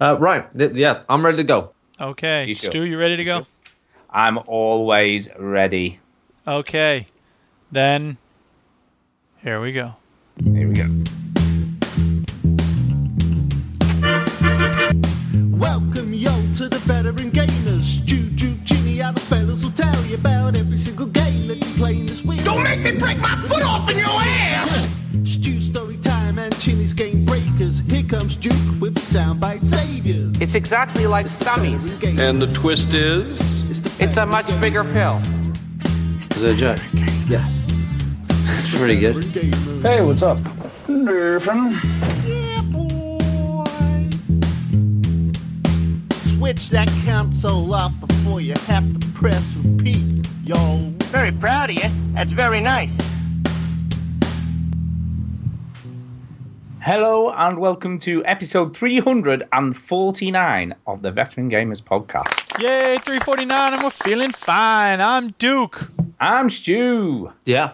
Uh, right. Th- yeah, I'm ready to go. Okay. You sure? Stu, you ready to You go? sure? I'm always ready. Okay. Then here we go. Here we go. Welcome yo to the veteran gamers. Juju, Ginny, other fellas will tell you about every single game that you play this week. Don't make me break my foot off in your ass! Stu story time and Chinny's game breakers. Here comes Duke with the soundbite saviors. It's exactly like stummies. And the twist is? It's, the It's a veteran much gamers. bigger pill. Is that a joke? Yeah. That's pretty good. Veteran gamers. Hey, what's up? Yeah, boy. Switch that console off before you have to press repeat, yo. Very proud of you. That's very nice. Hello and welcome to episode 349 of the Veteran Gamers Podcast. Yay, 349, and we're feeling fine. I'm Duke. I'm Stu. Yeah.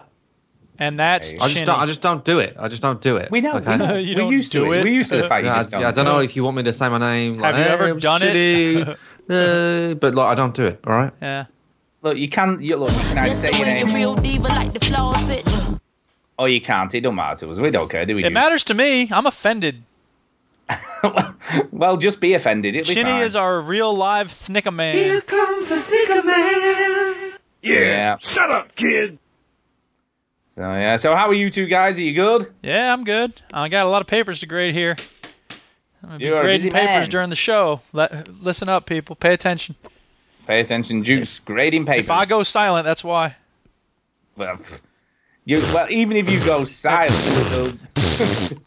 And that's Hey. I just Chinny. don't. I just don't do it. I just don't do it. We know. Okay? We, No, know. you we're don't used to do it. it. We're used to the fact Yeah, you I, just don't. yeah, I don't know it. if you want me to say my name. Like, Have you "Hey, ever I'm done it?" shitty. uh, but like, I don't do it. All right. yeah. Look, you can. You, look, you can either That's say the your way a name real diva like the flaws it. or you can't. It don't matter to us. We don't care, do we? It matters to me. I'm offended. matters. well, just be offended. It'll be Chinny fine. is our real live Thnicka man. Yeah. Shut up, kid. So yeah. So how are you two guys? Are you good? Yeah, I'm good. I got a lot of papers to grade here. I'm gonna be You're a grading busy man. papers during the show. Let, listen up, people. Pay attention. Pay attention, Juice. Grading papers. If I go silent, that's why. Well, pff. you, well, even if you go silent, there'll,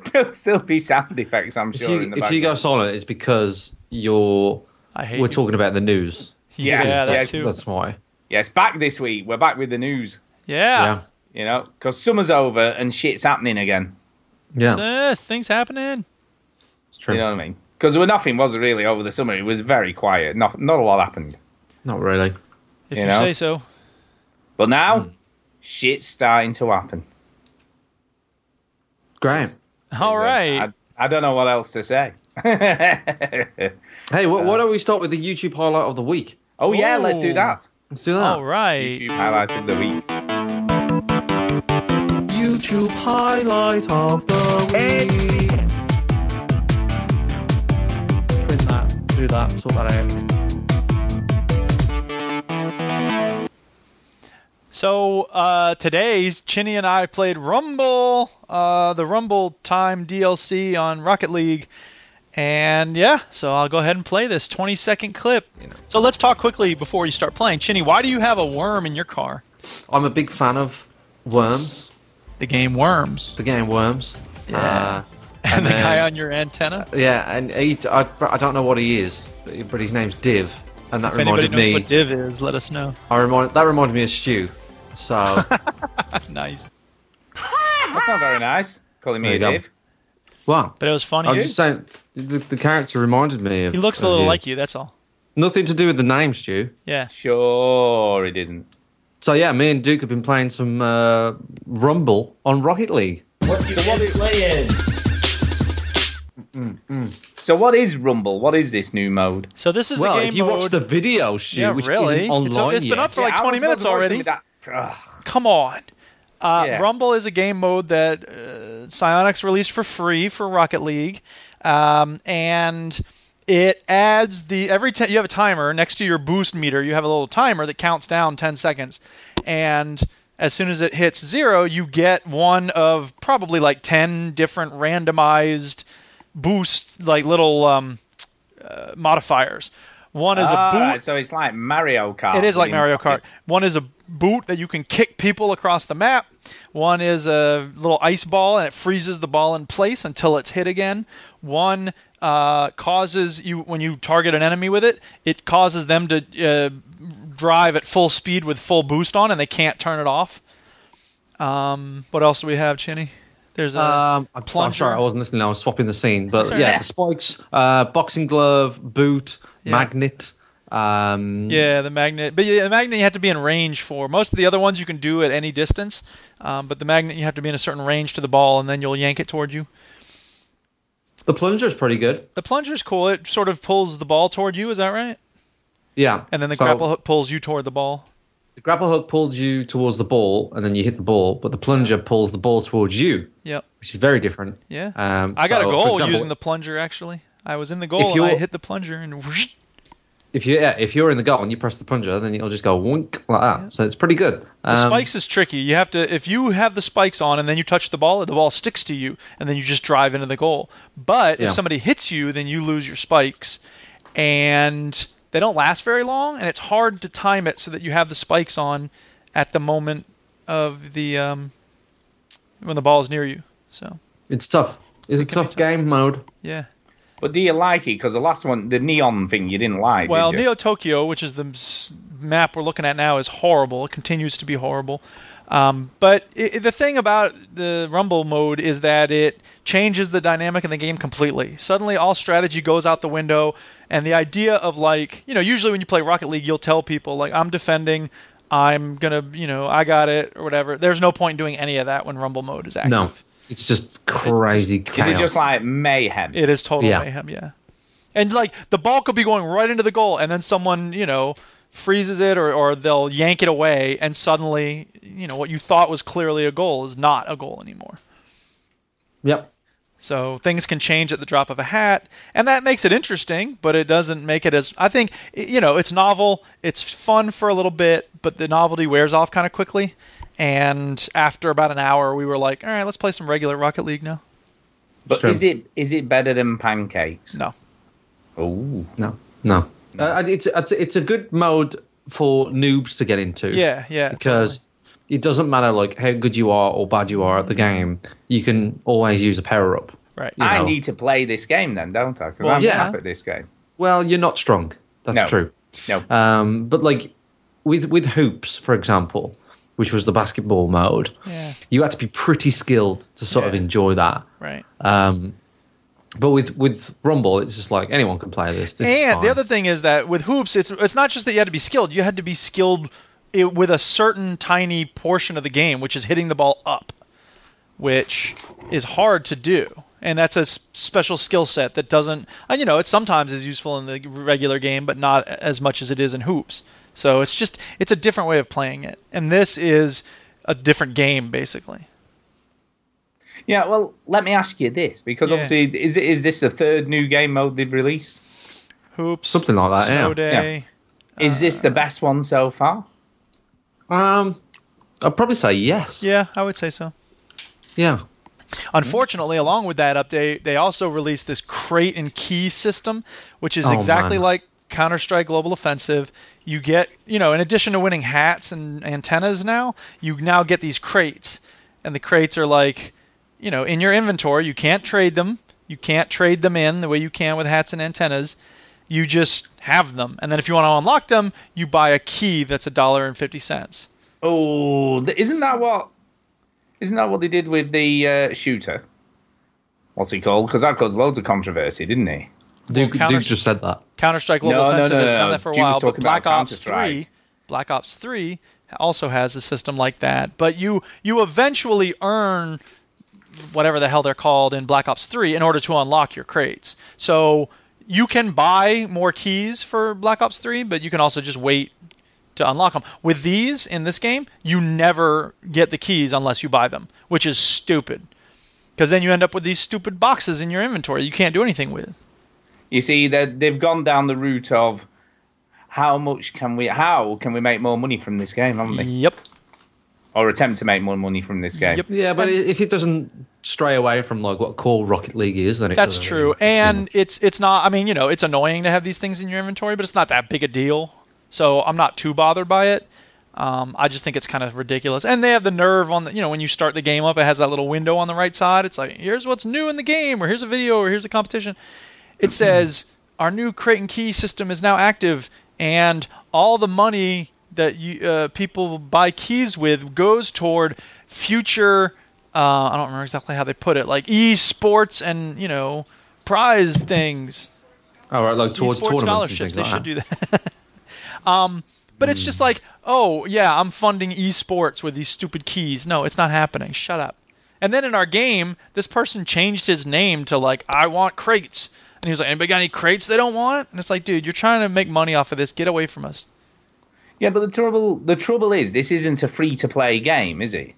there'll still be sound effects, I'm If sure. in you, the if you go background. silent, it's because you're. I hate. We're you. talking about the news. Yeah, yeah, yeah, that too. That's why. yes, back this week. We're back with the news, yeah. Yeah. you know, because summer's over and shit's happening again. Yeah. So, things happening. it's true. You know what I mean? Because there were nothing was really over the summer. It was very quiet. Not not a lot happened. Not really. If You you, know? say so. But now, Hmm. shit's starting to happen. Great. All So right. I, I don't know what else to say. Hey, wh- why don't we start with the YouTube highlight of the week? oh yeah, let's Ooh. do that. Let's do that. All right. YouTube highlights of the week. YouTube highlight of the week. Print that, do that, sort that out. So uh, today's Chinny and I played Rumble, uh, the Rumble Time DLC on Rocket League, and yeah, so I'll go ahead and play this 20 second clip. So let's talk quickly before you start playing. Chinny, why do you have a worm in your car? I'm a big fan of Worms, The game Worms the game Worms. Yeah. and, And the then- guy on your antenna. Uh, yeah, and he, I, I don't know what he is, but but his name's Div, and that If anybody reminded knows me. what div is, let us know. I remind, that reminded me of Stew. So nice, That's not very nice. Calling me a There you go. div. well, but it was funny. I'm just Oh, saying the, the character reminded me of. he looks a of little you. like you. That's all. Nothing to do with the name, Stew. Yeah. Sure, it isn't. So yeah, me and Duke have been playing some uh, Rumble on Rocket League. So what is Rumble? What is this new mode? So this is well, a game if you mode. watch the video shoot, Yeah, which really. isn't It's- online it's been yet, up for like Yeah, I 20 was minutes wondering already. with that- Ugh. Come on. Uh, Yeah. Rumble is a game mode that uh, Psyonix released for free for Rocket League, um, and it adds the every t- you have a timer next to your boost meter. You have a little timer that counts down 10 seconds, and as soon as it hits zero, you get one of probably like 10 different randomized boost like little um, uh, modifiers. One is Ah, a boost. so it's like Mario Kart. It is like You know? Mario Kart. One is a boot that you can kick people across the map. One is a little ice ball and it freezes the ball in place until it's hit again. One uh, causes you when you target an enemy with it, it causes them to uh, drive at full speed with full boost on, and they can't turn it off. Um, what else do we have, Chinny? There's a um, I'm, I'm plunger. sorry, I wasn't listening. I was swapping the scene, but all yeah, right. spikes, uh, boxing glove, boot, Yeah. magnet. Um, Yeah, the magnet. But yeah, the magnet you have to be in range for. Most of the other ones you can do at any distance, um, but the magnet you have to be in a certain range to the ball, and then you'll yank it toward you. The plunger's pretty good. The plunger's cool. It sort of pulls the ball toward you. Is that right? Yeah. And then the So, grapple hook pulls you toward the ball. The grapple hook pulls you towards the ball, and then you hit the ball. But the plunger pulls the ball towards you, Yep. which is very different. Yeah. Um, I got so, for a goal example, using the plunger. Actually, I was in the goal If and I you're- hit the plunger and. whoosh. If you yeah, if you're in the goal and you press the plunger, then it'll just go wink like that. So it's pretty good. Um, The spikes is tricky. You have to if you have the spikes on and then you touch the ball, the ball sticks to you and then you just drive into the goal. But Yeah. if somebody hits you, then you lose your spikes and they don't last very long and it's hard to time it so that you have the spikes on at the moment of the um, when the ball is near you. So, It's tough. It's a can be tough tough. game mode. yeah. But do you like it? Because the last one, the neon thing, you didn't like. Well, did you? Neo Tokyo, which is the s- map we're looking at now, is horrible. It continues to be horrible. Um, but i i- the thing about the Rumble mode is that it changes the dynamic in the game completely. Suddenly, all strategy goes out the window, and the idea of like, you know, usually when you play Rocket League, you'll tell people like, "I'm defending." I'm gonna, you know, I got it or whatever. There's no point doing any of that when Rumble mode is active. No, it's just crazy Is chaos. it just like mayhem? It is total Yeah. mayhem, yeah. And like the ball could be going right into the goal, and then someone, you know, freezes it or, or they'll yank it away, and suddenly, you know, what you thought was clearly a goal is not a goal anymore. Yep. So things can change at the drop of a hat, and that makes it interesting, but it doesn't make it as I think i- you know it's novel, it's fun for a little bit, but the novelty wears off kind of quickly. And after about an hour, we were like, all right, let's play some regular Rocket League now. but true. is it is it better than pancakes? No, Oh, No. No. Uh, it's it's it's a good mode for noobs to get into. yeah, yeah, Because it doesn't matter like how good you are or bad you are at the game. You can always use a power up. right. You I know. need to play this game then, don't I? Because I'm yeah. crap at this game. Well, you're not strong. That's No. true. No, Um, but like with with hoops, for example, which was the basketball mode, Yeah. you had to be pretty skilled to sort of Yeah. enjoy that. Right. Um, but with with Rumble, it's just like anyone can play this. this is And fine. the other thing is that with hoops, it's it's not just that you had to be skilled; you had to be skilled i with a certain tiny portion of the game, which is hitting the ball up, which is hard to do. And that's a s- special skill set that doesn't, and you know, it sometimes is useful in the regular game, but not as much as it is in hoops. So it's just it's a different way of playing it, and this is a different game basically. Yeah, well, let me ask you this because Yeah. obviously, is it is this the third new game mode they've released? Hoops, something like that. snow yeah. day. Is this the best one so far? Um, I'd probably say yes. yeah, I would say so. Yeah. Mm-hmm. Unfortunately, along with that update, they also released this crate and key system, which is Oh, exactly man. like Counter Strike Global Offensive. You get, you know, in addition to winning hats and antennas now, you now get these crates. And the crates are like, you know, in your inventory. You can't trade them. You can't trade them in the way you can with hats and antennas. You just have them. And then if you want to unlock them, you buy a key that's a dollar and fifty cents. Oh, th- isn't that what? Isn't that what they did with the uh, shooter? What's he called? Because that caused loads of controversy, didn't he? Duke, Counter- Duke just said that. Counter Strike Global No, no, Offensive no, has done no. that for a Jim was while, but talking about Black Ops Counter-Strike. Three, Black Ops Three also has a system like that. But you you eventually earn whatever the hell they're called in Black Ops Three in order to unlock your crates. So you can buy more keys for Black Ops Three, but you can also just wait to unlock them. With these in this game, you never get the keys unless you buy them, which is stupid. Because then you end up with these stupid boxes in your inventory you can't do anything with. You see, they they've gone down the route of how much can we, how can we make more money from this game, haven't they? Yep. Or attempt to make more money from this game. Yep. Yeah, but if it doesn't stray away from like what core Rocket League is, then it That's doesn't true, really- and it's it's not. I mean, you know, it's annoying to have these things in your inventory, but it's not that big a deal. So I'm not too bothered by it. Um, I just think it's kind of ridiculous. And they have the nerve on the, you know, when you start the game up, it has that little window on the right side. It's like, here's what's new in the game, or here's a video, or here's a competition. It says our new crate and key system is now active, and all the money that you uh, people buy keys with goes toward future. Uh, I don't remember exactly how they put it, like esports and you know prize things, All Oh, right, like towards esports tournaments scholarships. And things like they should that. Hmm. do that. um, but it's just like, oh yeah, I'm funding esports with these stupid keys. No, it's not happening. Shut up. And then in our game, this person changed his name to like I want crates, and he was like, anybody got any crates they don't want? And it's like, dude, you're trying to make money off of this. Get away from us. Yeah, but the trouble the trouble is this isn't a free to play game, is it?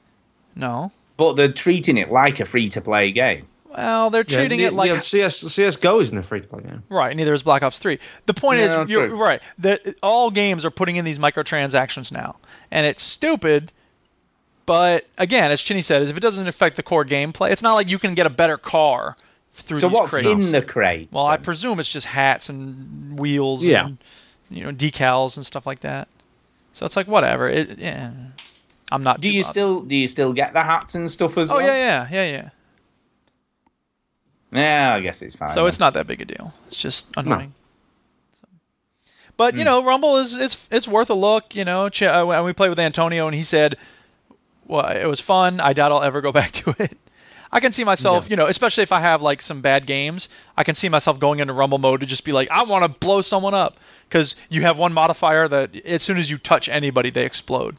No. But they're treating it like a free to play game. Well, they're Yeah, treating yeah, it like yeah, CS, CSGO isn't a free to play game. Right, neither is Black Ops 3. The point No, is, you're true. right. That all games are putting in these microtransactions now, and it's stupid. But again, as Chinny said, is if it doesn't affect the core gameplay, it's not like you can get a better car through So these what's crates. in the crate? well, I presume it's just hats and wheels Yeah. and you know decals and stuff like that. So it's like whatever. It, yeah, I'm not. do too you bothered. still do you still get the hats and stuff as Oh well? yeah, yeah, yeah, yeah. yeah. Yeah, I guess it's fine. So then. it's not that big a deal. It's just annoying. So- But Hmm. you know, Rumble is it's it's worth a look. You know, Ch- uh, when we played with Antonio, and he said, "Well, it was fun. I doubt I'll ever go back to it." I can see myself, you know, especially if I have like some bad games, I can see myself going into Rumble mode to just be like, I want to blow someone up because you have one modifier that as soon as you touch anybody, they explode.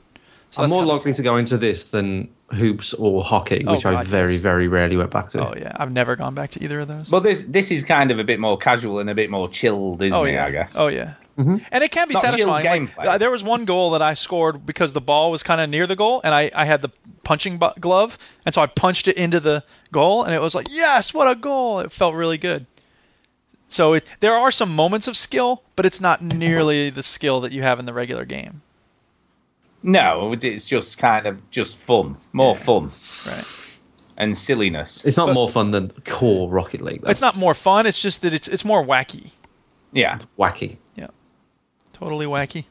So I'm that's more kinda- likely to go into this than hoops or hockey, Oh, which I God, very, yes. very rarely went back to. Oh yeah, I've never gone back to either of those. But this this is kind of a bit more casual and a bit more chilled, isn't Oh it? yeah, I guess. Oh yeah. And it can be Not chill satisfying. Like, gameplay. th- there was one goal that I scored because the ball was kind of near the goal, and I, I had the punching bu- glove, and so I punched it into the goal, and it was like, yes, what a goal! It felt really good. So it, there are some moments of skill, but it's not nearly the skill that you have in the regular game, No, it's just kind of just fun, more fun right? and silliness. It's not more fun than core Rocket League. Though. It's not more fun. It's just that it's it's more wacky. yeah. wacky. Yeah, totally wacky.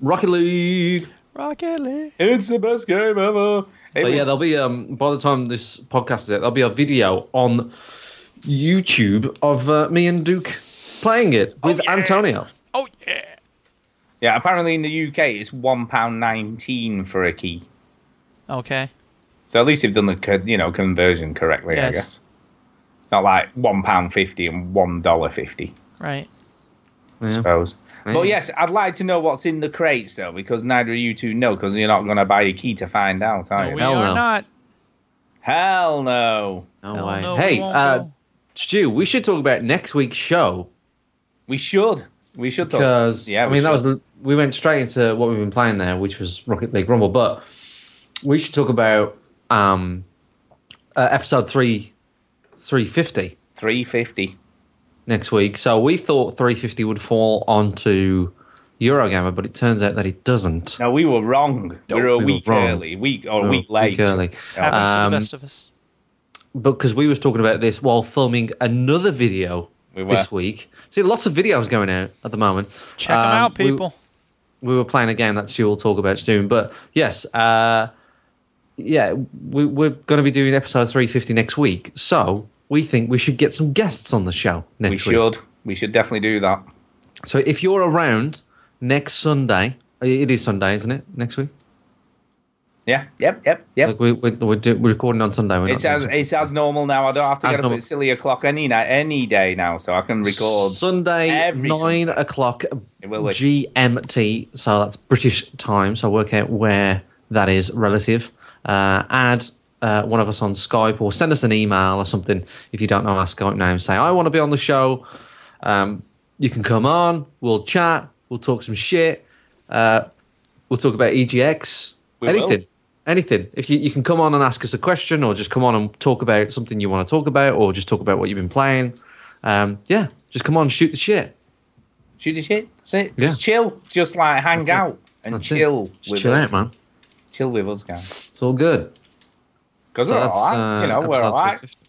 Rocket League. Rocket League. It's the best game ever. It So yeah, was- there'll be um by the time this podcast is out, there'll be a video on YouTube of uh, me and Duke playing it with Antonio. Oh yeah. yeah, apparently in the UK it's one pound nineteen for a key. Okay. So at least they've done the co- you know conversion correctly, I Yes. guess. It's not like one pound fifty and one dollar fifty, Right. I Yeah. suppose. Yeah. But yes, I'd like to know what's in the crates though, because neither of you two know, because you're not going to buy a key to find out, are No, you? we Hell are no. not. Hell no. No Hell way. no, we hey, won't uh, go. Stu, we should talk about next week's show We should. We should talk. because yeah, I we mean that should. was the- we went straight into what we've been playing there, which was Rocket League Rumble. But we should talk about um uh, episode three three fifty. 350. next week. So we thought 350 would fall onto Eurogamer, but it turns out that it doesn't. No, we were wrong. we were a we were week wrong. early, week or Oh, week late. early. Happens to Um, the best of us. Because we was talking about this while filming another video We were. this week. See, lots of videos going out at the moment. Check them Um, out, we- people. We, were playing a game that Stu will talk about soon. But yes, uh, yeah, we, we're going to be doing episode 350 next week. So we think we should get some guests on the show next We week. should. We should definitely do that. So if you're around next Sunday, it is Sunday, isn't it? Next week. Yeah. Yep. Yep. Yep. Like we, we, we're, do, we're recording on Sunday. We're it's not as doing it's as normal now. I don't have to As get up normal. at silly o'clock any night, any day now, so I can record. Sunday every nine Sunday. o'clock It will be. GMT. So that's British time. So work out where that is relative. Uh, add uh, one of us on Skype or send us an email or something if you don't know our Skype name. Say I want to be on the show. Um, you can come on. We'll chat. We'll talk some shit. Uh, we'll talk about EGX. We will. anything. Anything. If you, you can come on and ask us a question, or just come on and talk about something you want to talk about, or just talk about what you've been playing. Um, yeah, just come on, and shoot the shit. Shoot the shit. That's it. Yeah. Just chill. Just like hang it. out and That's it. chill Just with chill out, us. man. Chill with us, guys. It's all good. Because So we're that's, alright. you uh, know, we're episode alright. 350.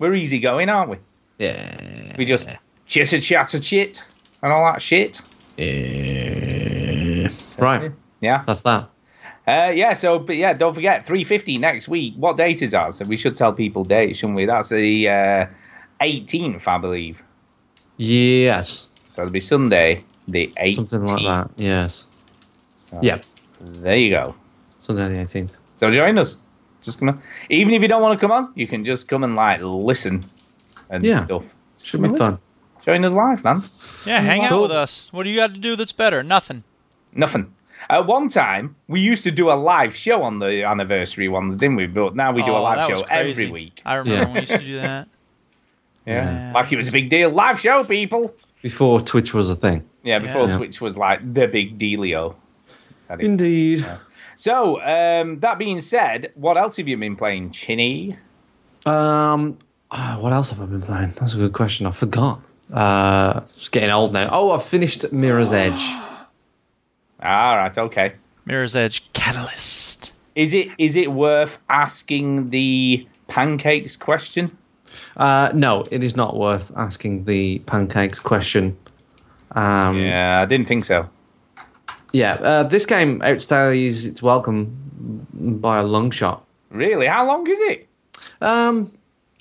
We're easy going, aren't we? Yeah. We just chitter chatter chit and all that shit. Yeah. Right. Yeah. That's that. Uh, yeah, so but yeah, don't forget three fifty next week. What date is that? So we should tell people date, shouldn't we? That's the uh, eighteenth, I believe. Yes. So it'll be Sunday, the eighteenth. Something like that. Yes. Yeah. There you go. Sunday the 18th. So join us. Just come on. Even if you don't want to come on, you can just come and like listen and Yeah. stuff. Should be fun. Join us live, man. Yeah, hang out Cool. with us. What do you got to do that's better? Nothing. Nothing. At one time, we used to do a live show on the anniversary ones, didn't we? But now we do a Oh, live that show was crazy. every week. I remember Yeah. when we used to do that. Yeah. Yeah. Like it was a big deal. Live show, people. Before Twitch was a thing. Yeah, before Yeah. Twitch was like the big dealio. That it- Indeed. So, um, that being said, what else have you been playing, Chinny? Um, ah, what else have I been playing? That's a good question. I forgot. Uh, it's just getting old now. Oh, I finished Mirror's Edge. All Ah, right, okay. Mirror's Edge Catalyst. Is it is it worth asking the pancakes question? Uh, no, it is not worth asking the pancakes question. Um, Yeah, I didn't think so. yeah, uh, this game outstays its welcome by a long shot. Really? How long is it? Um,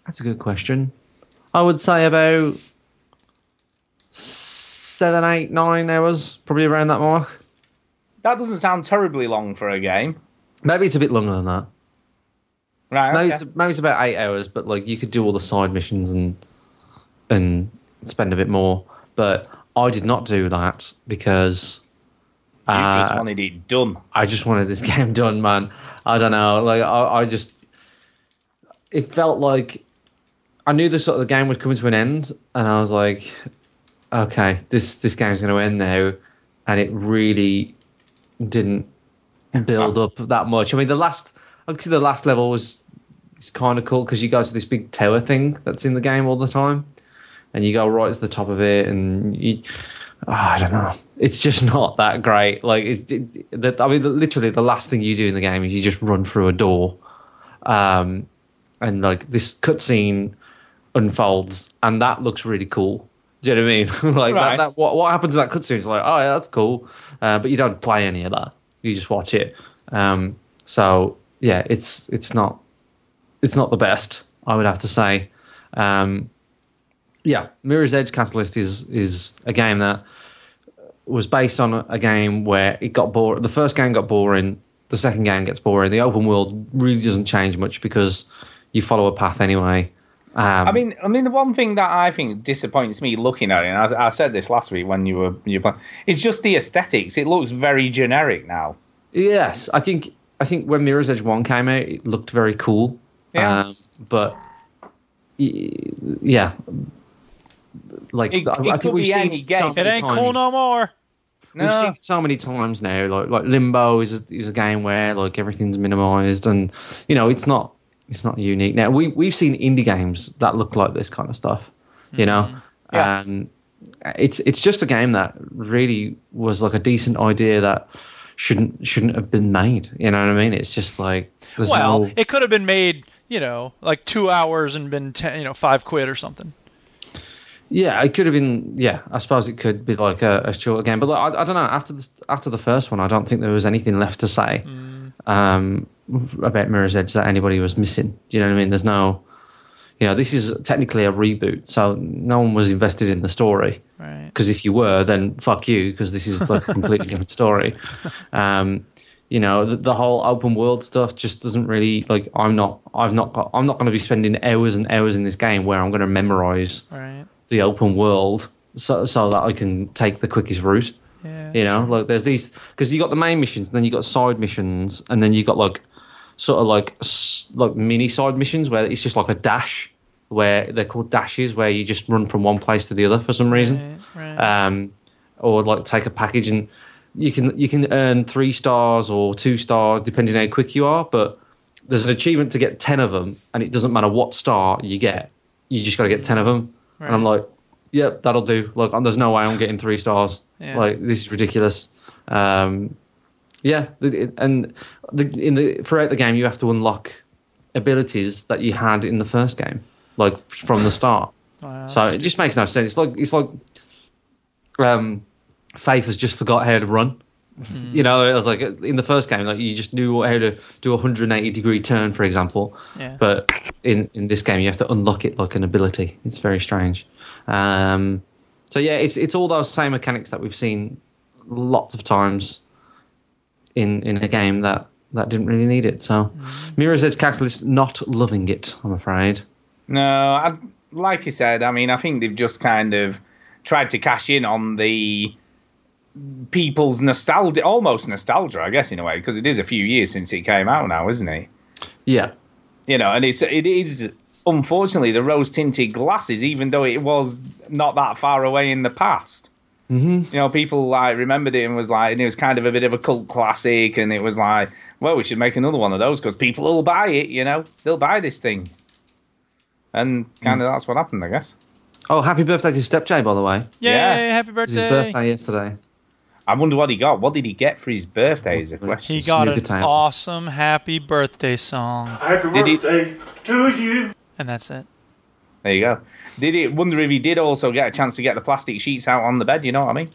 that's a good question. I would say about seven, eight, nine hours, probably around that mark. That doesn't sound terribly long for a game. Maybe it's a bit longer than that. Right. Maybe okay. it's maybe it's about eight hours, but like you could do all the side missions and and spend a bit more. But I did not do that because You just uh, wanted it done. I just wanted this game done, man. I don't know. Like I, I just it felt like I knew the sort of the game was coming to an end, and I was like, okay, this this game's going to end now, and it really didn't build up that much. I mean, the last actually the last level was it's kind of cool because you go to this big tower thing that's in the game all the time, and you go right to the top of it, and you. oh, I don't know. It's just not that great. Like it's, it, that I mean, literally the last thing you do in the game is you just run through a door, um, and like this cutscene unfolds, and that looks really cool. Do you know what I mean? like Right. that, that what what happens in that cutscene is like, oh yeah, that's cool, uh, but you don't play any of that. You just watch it. Um, so yeah, it's it's not it's not the best, I would have to say. Um, yeah, Mirror's Edge Catalyst is is a game that was based on a game where it got boring. The first game got boring. The second game gets boring. The open world really doesn't change much because you follow a path anyway. Um, I mean, I mean, the one thing that I think disappoints me looking at it, and I, I said this last week when you were you were playing, it's just the aesthetics. It looks very generic now. yes, I think I think when Mirror's Edge One came out, it looked very cool. Yeah. Um, but y- yeah, like It- I, it I think could we've be seen any game. so It many ain't cool times. no more. We've seen No, it so many times now. Like like Limbo is a, is a game where like everything's minimized, and you know it's not it's not unique. Now we we've seen indie games that look like this kind of stuff. You know, Mm-hmm. Yeah. um, it's it's just a game that really was like a decent idea that shouldn't shouldn't have been made. You know what I mean? It's just like there's Well, no, it could have been made, you know, like two hours and been ten, you know, five quid or something. Yeah, it could have been. Yeah, I suppose it could be like a, a shorter game, but like, I, I don't know. After the after the first one, I don't think there was anything left to say um, about Mirror's Edge that anybody was missing. Do you know what I mean? There's no, you know, this is technically a reboot, so no one was invested in the story. Right. Because if you were, then fuck you, because this is like a completely different story. Um, you know, the, the whole open world stuff just doesn't really like. I'm not. I've not. Got, I'm not going to be spending hours and hours in this game where I'm going to memorize Right. the open world so, so that I can take the quickest route. Yeah. You know, like there's these because you got the main missions, then you got side missions, and then you got like sort of like s- like mini side missions where it's just like a dash where they're called dashes where you just run from one place to the other for some reason, Right. um, or like take a package and you can you can earn three stars or two stars depending how quick you are, but there's an achievement to get ten of them, and it doesn't matter what star you get, you just got to get ten of them, and I'm like, yep, that'll do. Like, there's no way I'm getting three stars. Yeah. Like, this is ridiculous. Um, yeah, th- it- and the, in the throughout the game, you have to unlock abilities that you had in the first game, like from the start. Wow. so it just makes no sense. It's like it's like um, Faith has just forgot how to run. You know, it was like in the first game, like you just knew how to do a 180 degree turn, for example. Yeah. But in in this game, you have to unlock it like an ability. It's very strange. Um, so yeah, it's it's all those same mechanics that we've seen lots of times in in a game that that didn't really need it. So Mirror's Edge Catalyst not loving it, I'm afraid. no. I, like I said, I mean, I think they've just kind of tried to cash in on the people's nostalgia, almost nostalgia, I guess, in a way, because it is a few years since it came out now, isn't it? Yeah. You know, and it's it is unfortunately the rose tinted glasses, even though it was not that far away in the past. Mm-hmm. You know, people like remembered it and was like, and it was kind of a bit of a cult classic, and it was like, well, we should make another one of those because people will buy it. You know, they'll buy this thing, and kind Mm. of that's what happened, I guess. Oh, happy birthday to Stepjay, by the way. Yay, Yes. happy It was birthday. his birthday yesterday. I wonder what he got. What did he get for his birthday? Is a He question. He got Snooker an time. awesome happy birthday song. Happy Did he- birthday to you. And that's it. There you go. Did he wonder if he did also get a chance to get the plastic sheets out on the bed? You know what I mean?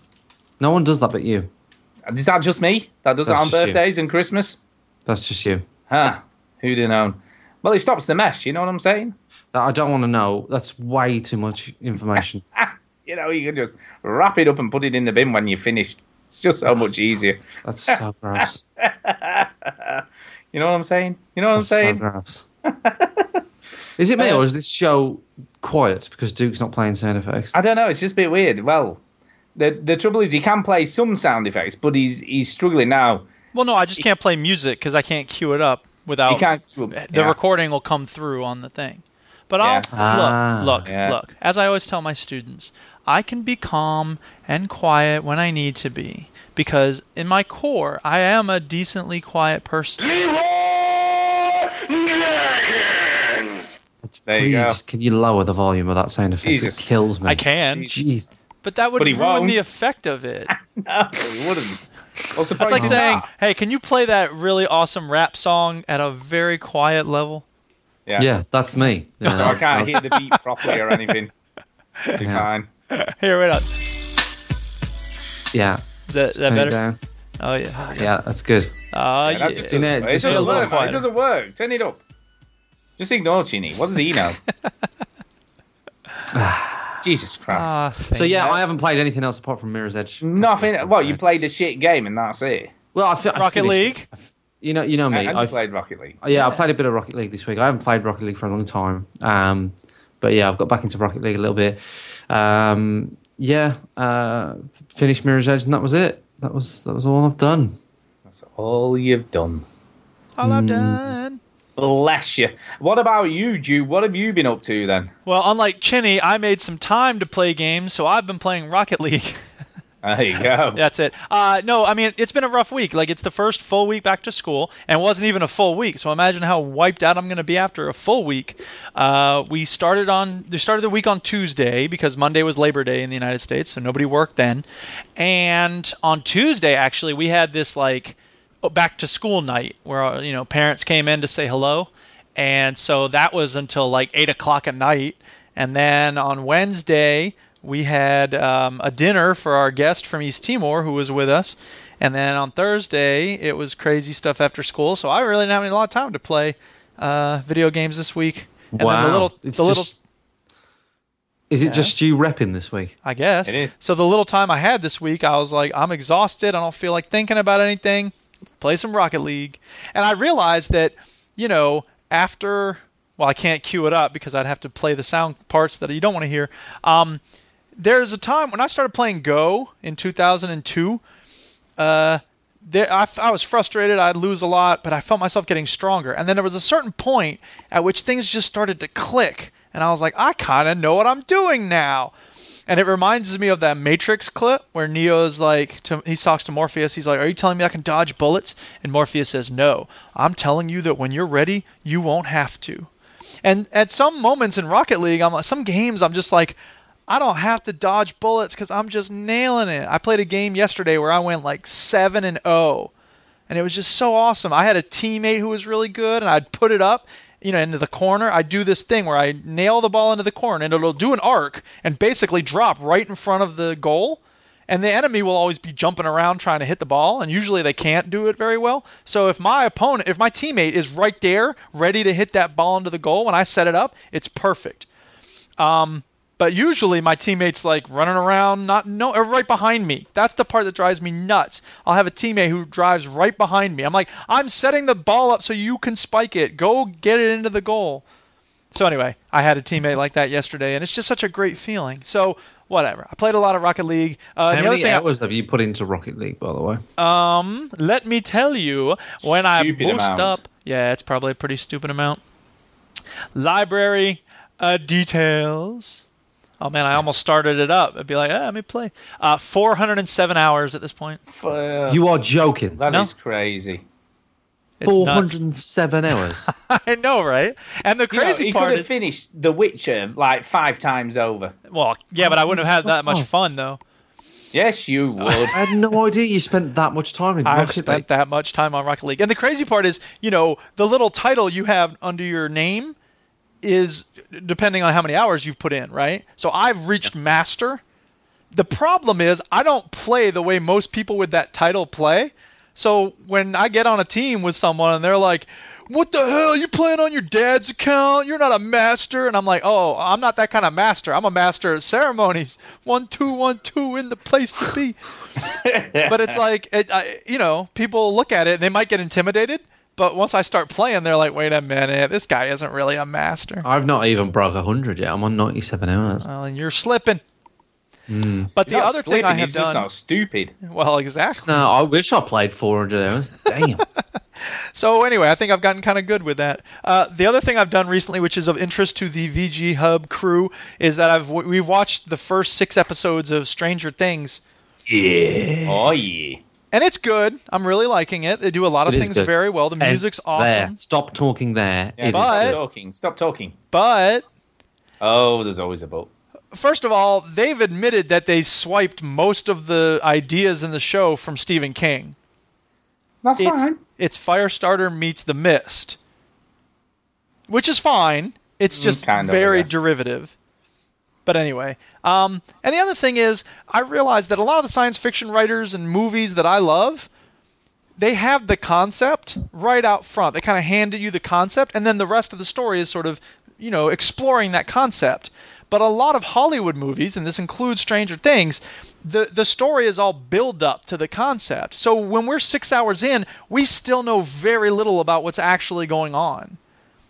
No one does that but you. Is that just me? That does that That's on just you. birthdays and Christmas? That's just you. Huh? Who'd have known? Well, it stops the mess. You know what I'm saying? That I don't want to know. That's way too much information. You know, you can just wrap it up and put it in the bin when you're finished. It's just so much easier. That's so gross. You know what I'm saying? You know what I'm That's so saying? Uh, gross. Is it me or is this show quiet because Duke's not playing sound effects? I don't know. It's just a bit weird. Well, the the trouble is he can play some sound effects, but he's he's struggling now. Well, no, I just can't play music because I can't cue it up without. He can't. Oh. the yeah. recording will come through on the thing. But I'll Yes. look, Ah, look, yeah. look. As I always tell my students, I can be calm and quiet when I need to be because in my core, I am a decently quiet person. There you go. Please, can you lower the volume of that sound effect? Jesus. It kills me. I can, Jeez. but that would But he ruin won't. the effect of it. No, he wouldn't. What's the That's point like in saying, that? "Hey, can you play that really awesome rap song at a very quiet level?" Yeah. Yeah, that's me. Yeah. So I can't hear the beat properly or anything. It'll be Yeah. fine. Here, right up. Yeah. Is that, is that turn it better? down. Oh yeah. Yeah, that's good. Oh Yeah, yeah. that just You doesn't, know, it, it just doesn't feels a little work. man. It quieter. doesn't work. Turn it up. Just ignore Chini. What does he know? Jesus Christ. Ah, So yeah, thanks. I haven't played anything else apart from Mirror's Edge. Nothing. Well, you played a shit game and that's it. Well, I fi- I Rocket finished- League. You know, you know me. and I you played Rocket League. Yeah, I played a bit of Rocket League this week. I haven't played Rocket League for a long time. Um, but yeah, I've got back into Rocket League a little bit. Um, yeah, uh, finished Mirror's Edge, and that was it. That was that was all I've done. That's all you've done. All Mm. I've done. Bless you. What about you, Jude? What have you been up to then? Well, unlike Chinny, I made some time to play games, so I've been playing Rocket League. There you go. That's it. Uh, no, I mean it's been a rough week. Like it's the first full week back to school, and it wasn't even a full week. So imagine how wiped out I'm going to be after a full week. Uh, we started on we started the week on Tuesday because Monday was Labor Day in the United States, so nobody worked then. And on Tuesday, actually, we had this like oh, back to school night where uh, you know parents came in to say hello and so that was until like eight o'clock at night and then on wednesday we had um, a dinner for our guest from east timor who was with us and then on thursday it was crazy stuff after school so i really didn't have a lot of time to play uh, video games this week and wow. then the little, It's the little just- Is it just you repping this week? I guess. It is. So the little time I had this week, I was like, I'm exhausted. I don't feel like thinking about anything. Let's play some Rocket League. And I realized that, you know, after well, I can't cue it up because I'd have to play the sound parts that you don't want to hear. Um, there's a time when I started playing Go in 2002. Uh, there, I, f- I was frustrated. I'd lose a lot, but I felt myself getting stronger. And then there was a certain point at which things just started to click, and I was like, I kind of know what I'm doing now. And it reminds me of that Matrix clip where Neo's like, to, he talks to Morpheus. He's like, Are you telling me I can dodge bullets? And Morpheus says, No, I'm telling you that when you're ready, you won't have to. And at some moments in Rocket League, I'm like, some games, I'm just like, I don't have to dodge bullets because I'm just nailing it. I played a game yesterday where I went like seven and oh. zero, and it was just so awesome. I had a teammate who was really good, and I'd put it up, you know, into the corner. I'd do this thing where I nail the ball into the corner, and it'll do an arc and basically drop right in front of the goal. And the enemy will always be jumping around trying to hit the ball, and usually they can't do it very well. So if my opponent, if my teammate is right there, ready to hit that ball into the goal when I set it up, it's perfect. But usually my teammates like running around, not no, or right behind me. That's the part that drives me nuts. I'll have a teammate who drives right behind me. I'm like, I'm setting the ball up so you can spike it. Go get it into the goal. So anyway, I had a teammate like that yesterday, and it's just such a great feeling. So whatever. I played a lot of Rocket League. Uh, How the other many thing I- hours have you put into Rocket League, by the way? um, let me tell you, when I Stupid boost amount. up, yeah, it's probably a pretty stupid amount. Library uh, details. Oh man, I almost started it up. I'd be like, ah, let me play. Uh, 407 hours at this point. Uh, Fuck, You are joking. that No. is crazy. It's Four nuts. hundred and seven hours. I know, right? And the You know, crazy he part could have is, finished The Witcher like five times over. well, yeah, but I wouldn't have had that much Oh. fun though. Yes, you would. I had no idea you spent that much time in I've Rocket spent League. that much time on Rocket League. And the crazy part is, you know, the little title you have under your name is depending on how many hours you've put in, right? So I've reached master. The problem is I don't play the way most people with that title play. So when I get on a team with someone and they're like, "What the hell? You playing on your dad's account? You're not a master." And I'm like, "Oh, I'm not that kind of master. I'm a master of ceremonies. One two one two in the place to be." but it's like it, I, you know people look at it and they might get intimidated but once i start playing they're like wait a minute this guy isn't really a master I've not even broke hundred yet. I'm on ninety-seven hours. well, and you're slipping Hmm. but the Not other sleeping, thing i have he's just done not stupid. well exactly No, I wish I played four hundred hours. Damn. so anyway i think i've gotten kind of good with that uh, the other thing i've done recently which is of interest to the vg hub crew is that i've we've watched the first six episodes of stranger things Oh yeah. and it's good i'm really liking it they do a lot of It is things good. very well the And music's there. awesome Stop talking there. yeah It is but- stop good. talking. Stop talking. but Oh, there's always a boat. first of all, they've admitted that they swiped most of the ideas in the show from Stephen King. That's It's, fine. it's Firestarter meets The Mist, which is fine. It's just kind of, Mm, I very guess. derivative. But anyway, um, and the other thing is, I realized that a lot of the science fiction writers and movies that I love, they have the concept right out front. They kind of handed you the concept, and then the rest of the story is sort of, you know, exploring that concept. But a lot of Hollywood movies, and this includes Stranger Things, the, the story is all build up to the concept. So when we're six hours in, we still know very little about what's actually going on.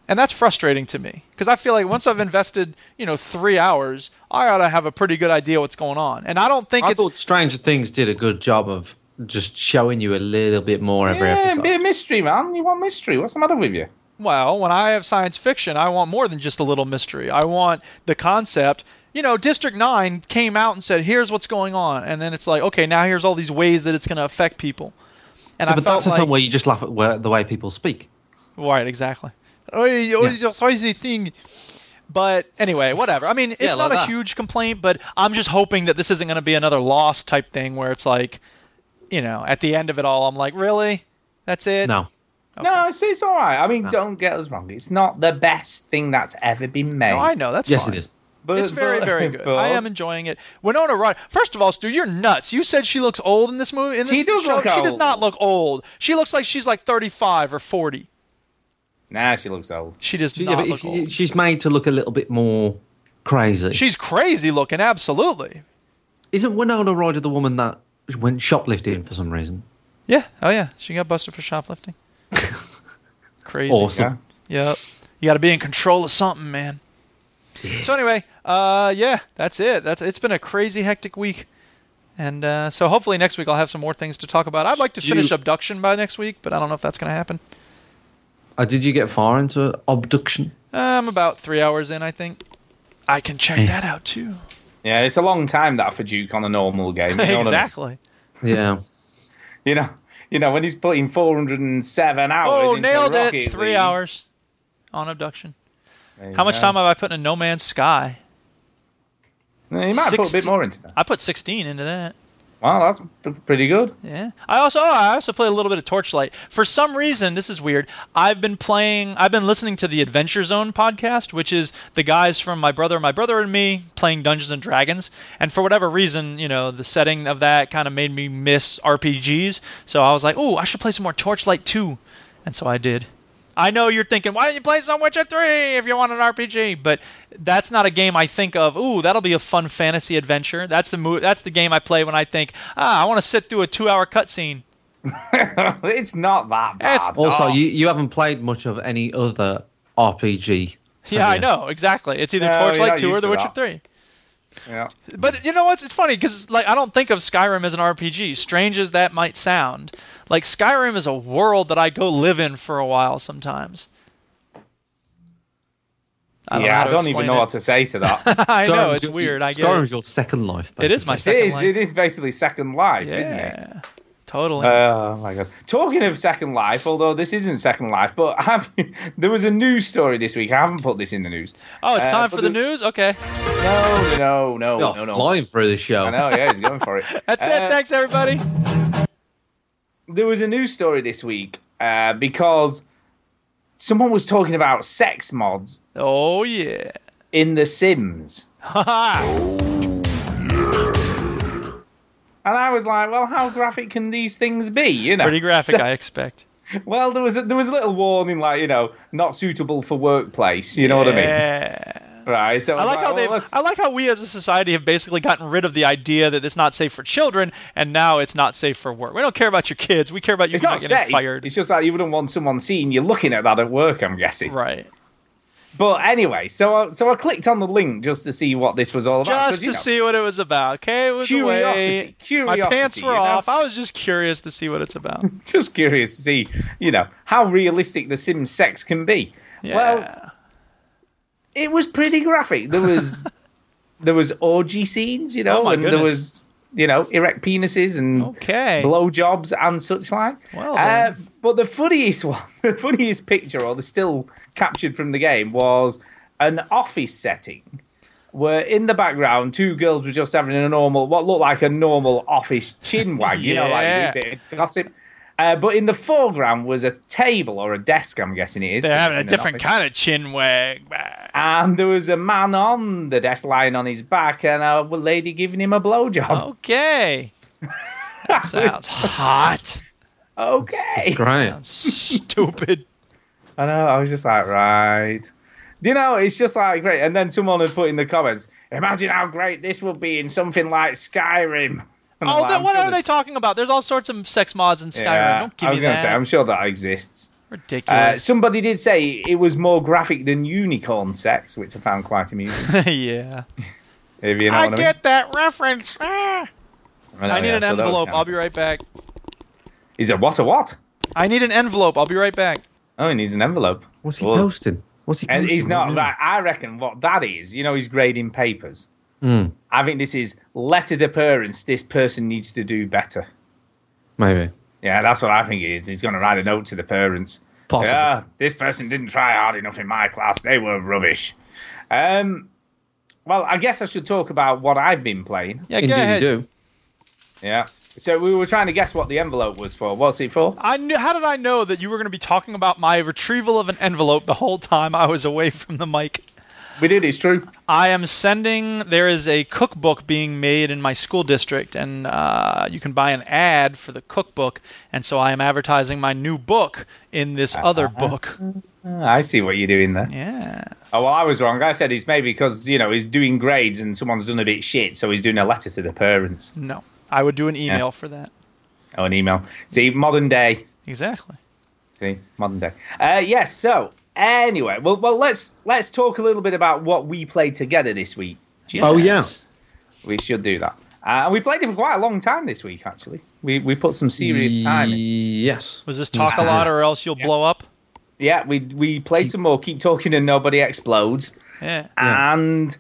And that's frustrating to me because I feel like once I've invested, you know, three hours, I ought to have a pretty good idea what's going on. And I don't think I it's thought Stranger Things did a good job of just showing you a little bit more every Yeah, episode. be a mystery, man. You want mystery? What's the matter with you? Well, when I have science fiction, I want more than just a little mystery. I want the concept. You know, District 9 came out and said, here's what's going on. And then it's like, okay, now here's all these ways that it's going to affect people. And I but felt that's a like. film where you just laugh at where, the way people speak. Right, exactly. Oh, you- oh, Yeah. you- sorry, the thing. But anyway, whatever. I mean, it's Yeah, not like a that. huge complaint, but I'm just hoping that this isn't going to be another lost type thing where it's like, you know, at the end of it all, I'm like, really? That's it? No, No, it's, it's all right. I mean, No. don't get us wrong. It's not the best thing that's ever been made. No, I know. That's yes, fine. it is. But, It's very, but- very good. but I am enjoying it. Winona Ryder. First of all, Stu, you're nuts. You said she looks old in this movie. In She this does show. look She does old. not look old. She looks like she's like 35 or 40. Nah, she looks old. She does She- yeah, not but look if you- old. she's made to look a little bit more crazy. She's crazy looking, absolutely. Isn't Winona Ryder the woman that went shoplifting for some reason? Yeah. Oh yeah. She got busted for shoplifting. Crazy. Awesome. Yep. You got to be in control of something, man. So anyway, uh, yeah, that's it. That's it's been a crazy, hectic week, and uh, so hopefully next week I'll have some more things to talk about. I'd like to finish abduction by next week, but I don't know if that's gonna happen. Uh, did you get far into abduction? Uh, I'm about three hours in, I think. I can check Yeah. that out too. Yeah, it's a long time that for Duke on a normal game. You know what I mean? exactly. Yeah. You know, you know when he's putting 407 hours. Oh, into nailed Rocket it! Three League. hours on abduction. There you How much go. time have I put in No Man's Sky? Yeah, You might put a bit 16 more into that. I put 16 into that. Well, that's p- pretty good. Yeah. I also oh, I also played a little bit of Torchlight. For some reason, this is weird. I've been playing I've been listening to the Adventure Zone podcast, which is the guys from my brother, my brother and me playing Dungeons and Dragons. And for whatever reason, you know, the setting of that kind of made me miss RPGs. So I was like, "Ooh, I should play some more Torchlight 2." And so I did. I know you're thinking, why don't you play some Witcher 3 if you want an RPG? But that's not a game I think of. Ooh, that'll be a fun fantasy adventure. That's the mo- that's the game I play when I think, ah, I want to sit through a two-hour cutscene. it's not that bad. It's- Also, Oh. you, you haven't played much of any other RPG. Yeah, have I you? know exactly. It's either No, you're Torchlight not 2 or Oh, used The to Witcher that. 3. Yeah. But you know what's it's funny because like I don't think of Skyrim as an RPG. Strange as that might sound, like Skyrim is a world that I go live in for a while sometimes. I don't know yeah, how I to don't even explain know it. what to say to that. I know Skyrim's it's your- weird. I get Skyrim's it. your second life. It is my basically. it second is. life. It is basically Second Life, yeah, isn't it? totally. Oh my god! Talking of Second Life, although this isn't Second Life, but have you, there was a news story this week. I haven't put this in the news. oh, it's uh, time but for the the- news. Okay, No, no, You're no, no, no. no. flying through the show. I know. Yeah, he's going for it. Oh, that's Uh, it. Thanks everybody. there was a news story this week uh, because someone was talking about sex mods Oh yeah. in The Sims. Ha And I was like, well, how graphic can these things be? You know, Pretty graphic, So- I expect. well, there was a, there was a little warning, like you know, not suitable for workplace. You know what I Yeah. mean? Right. So I was "Oh, like how well, they have let's- I like how we as a society have basically gotten rid of the idea that it's not safe for children and now it's not safe for work. We don't care about your kids. We care about you it's not not getting safe. fired. It's just like you wouldn't want someone seeing you looking at that at work. I'm guessing. right. But anyway, so I, so I clicked on the link just to see what this was all about. 'cause, Just to you know, see what it was about. Okay, it was away. Curiosity, My pants curiosity, were you know? off. I was just curious to see what it's about. just curious to see, you know, how realistic the Sims sex can be. Yeah. Well, it was pretty graphic. There was there was orgy scenes, you know, Oh, my and there goodness. was you know erect penises and okay. blowjobs and such like. Well, uh, then. but the funniest one, the funniest picture or the still captured from the game was an office setting. Where in the background two girls were just having a normal, what looked like a normal office chin wag, you know, Yeah. like a bit of gossip. Uh, but in the foreground was a table or a desk, I'm guessing it is. They're 'cause having a it's in an different office kind of chin wag. and there was a man on the desk lying on his back and a lady giving him a Oh, blowjob. Okay. That sounds hot. okay. Great. Sounds stupid. I know, I was just like, right. Do You know, it's just like great. And then someone had put in the comments, imagine how great this would be in something like Skyrim. And I'm Oh, like, then I'm what sure are they there's- talking about? There's all sorts of sex mods in Skyrim. Yeah, Don't give I was me gonna that. say, I'm sure that exists. Uh, Ridiculous. somebody did say it was more graphic than unicorn sex, which I found quite amusing. yeah. if you know I what get that reference. Ah. I mean. know, I need Oh, yeah, an so that was envelope. kind of- I'll be right back. Is it what a what? I need an envelope. I'll be right back. Oh, he needs an envelope. What's he Well, posting? What's he And posting? Mm. he's not right now? right. I reckon what that is, you know, he's grading papers. Mm, I think this is letter to parents. This person needs to do better. maybe. Yeah, that's what I think it is. He's going to write a note to the parents. Possible. Yeah, this person didn't try hard enough in my class. They were rubbish. Um, well, I guess I should talk about what I've been playing. Yeah, Indeed, go ahead. you do. Yeah. So we were trying to guess what the envelope was for. What's it for? I knew. How did I know that you were going to be talking about my retrieval of an envelope the whole time I was away from the mic? We did. It's true. I am sending. There is a cookbook being made in my school district, and uh, you can buy an ad for the cookbook. And so I am advertising my new book in this Uh-huh. other book. Ah, I see what you're doing there. Yeah. Oh well, I was wrong. I said it's maybe because you know he's doing grades and someone's done a bit shit, so he's doing a letter to the parents. No, I would do an email for that. Oh, an email. See, modern day. Exactly. See, modern day. Uh, yes. So anyway, well, well, let's let's talk a little bit about what we played together this week. Oh, yeah. Yes. We should do that. Uh, and we played it for quite a long time this week. Actually, we we put some serious time. in. Yes. Was this talk a lot, or else you'll blow up? Yeah, we we played some more. Keep talking and nobody explodes. Yeah. Yeah. And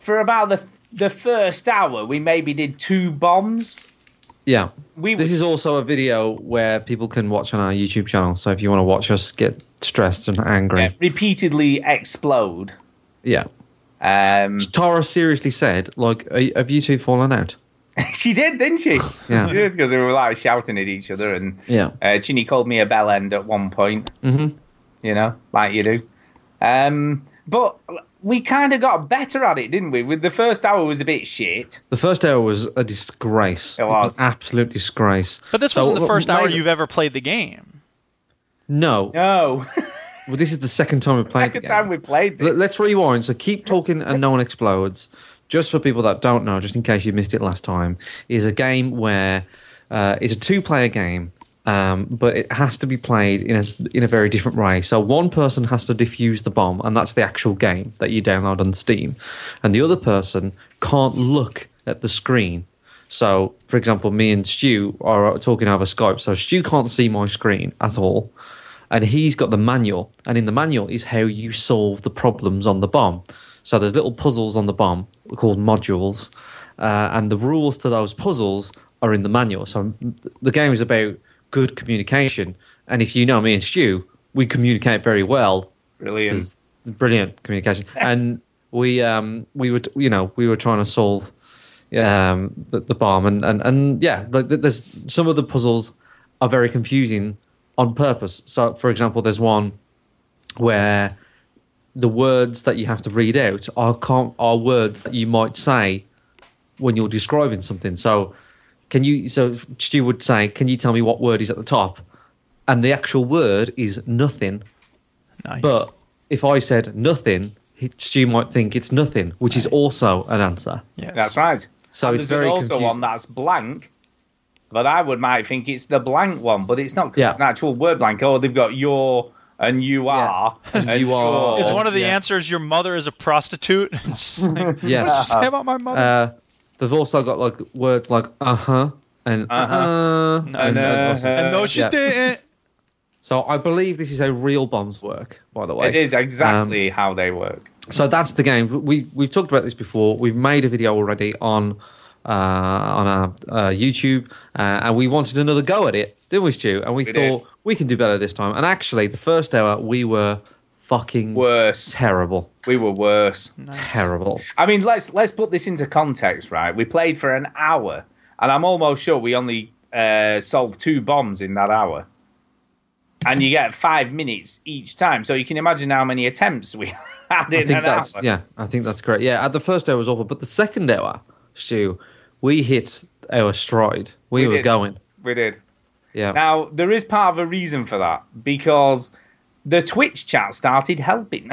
for about the the first hour, we maybe did two bombs. Yeah. We This were- is also a video where people can watch on our YouTube channel. So if you want to watch us get stressed and yeah, angry, repeatedly explode. yeah. Um, Tara seriously said, "Like, are, have you two fallen out?" she did, didn't she? Yeah. because we were like shouting at each other, and Yeah. uh, Ginny called me a bell end at one point. Mhm. You know, like you do. Um, but we kind of got better at it, didn't we? With the first hour was a bit shit. The first hour was a disgrace. It was. an absolute disgrace. But this So, wasn't the look, first hour later- you've ever played the game. No. No, Well, this is the second time we played. the second game. time we played this. Let- Let's rewind. So keep talking and no one explodes. Just for people that don't know, just in case you missed it last time, is a game where uh, it's a two-player game um, but it has to be played in a, in a very different way. So one person has to defuse the bomb, and that's the actual game that you download on Steam, and the other person can't look at the screen. So, for example, me and Stu are uh, talking over Skype, so Stu can't see my screen at all, and he's got the manual, and in the manual is how you solve the problems on the bomb. So there's little puzzles on the bomb called modules, uh, and the rules to those puzzles are in the manual. So the game is about good communication. And if you know me and Stu, we communicate very well. Brilliant. There's brilliant communication. and we um we would you know we were trying to solve um the, the bomb and and and yeah like there's some of the puzzles are very confusing on purpose. So for example, there's one where the words that you have to read out are com- are words that you might say when you're describing something. So can you so Stu would say, Can you tell me what word is at the top? And the actual word is nothing. Nice. But if I said nothing, he- Stu might think it's nothing, which is also an answer. yes. That's right. So And it's there's an very also confusing. one that's blank, but I would might think it's the blank one, but it's not because Yeah. it's an actual word blank. Oh, they've got your and you are and you are. Is Oh, one of the yeah. answers your mother is a prostitute? It's just like, Yeah. What did you say about my mother? Uh, they've also got like words like uh huh and uh Uh-huh. uh and, uh, and no, she yeah. didn't. So I believe this is how real bombs work, by the way. it is exactly Um, how they work. so that's the game. We we've talked about this before. We've made a video already on uh, on our uh, YouTube, uh, and we wanted another go at it, didn't we, Stu? And we, We did. thought we can do better this time. And actually, the first hour we were fucking Worse, terrible, we were worse. terrible. I mean, let's let's put this into context, right? We played for an hour, and I'm almost sure we only uh, solved two bombs in that hour, and you get five minutes each time. So you can imagine how many attempts we had in I think an that's hour. yeah. I think that's correct. Yeah, at the first hour was awful, but the second hour, Stu, we hit our stride. We, We were did. going. We did. Yeah. Now there is part of a reason for that because the Twitch chat started helping,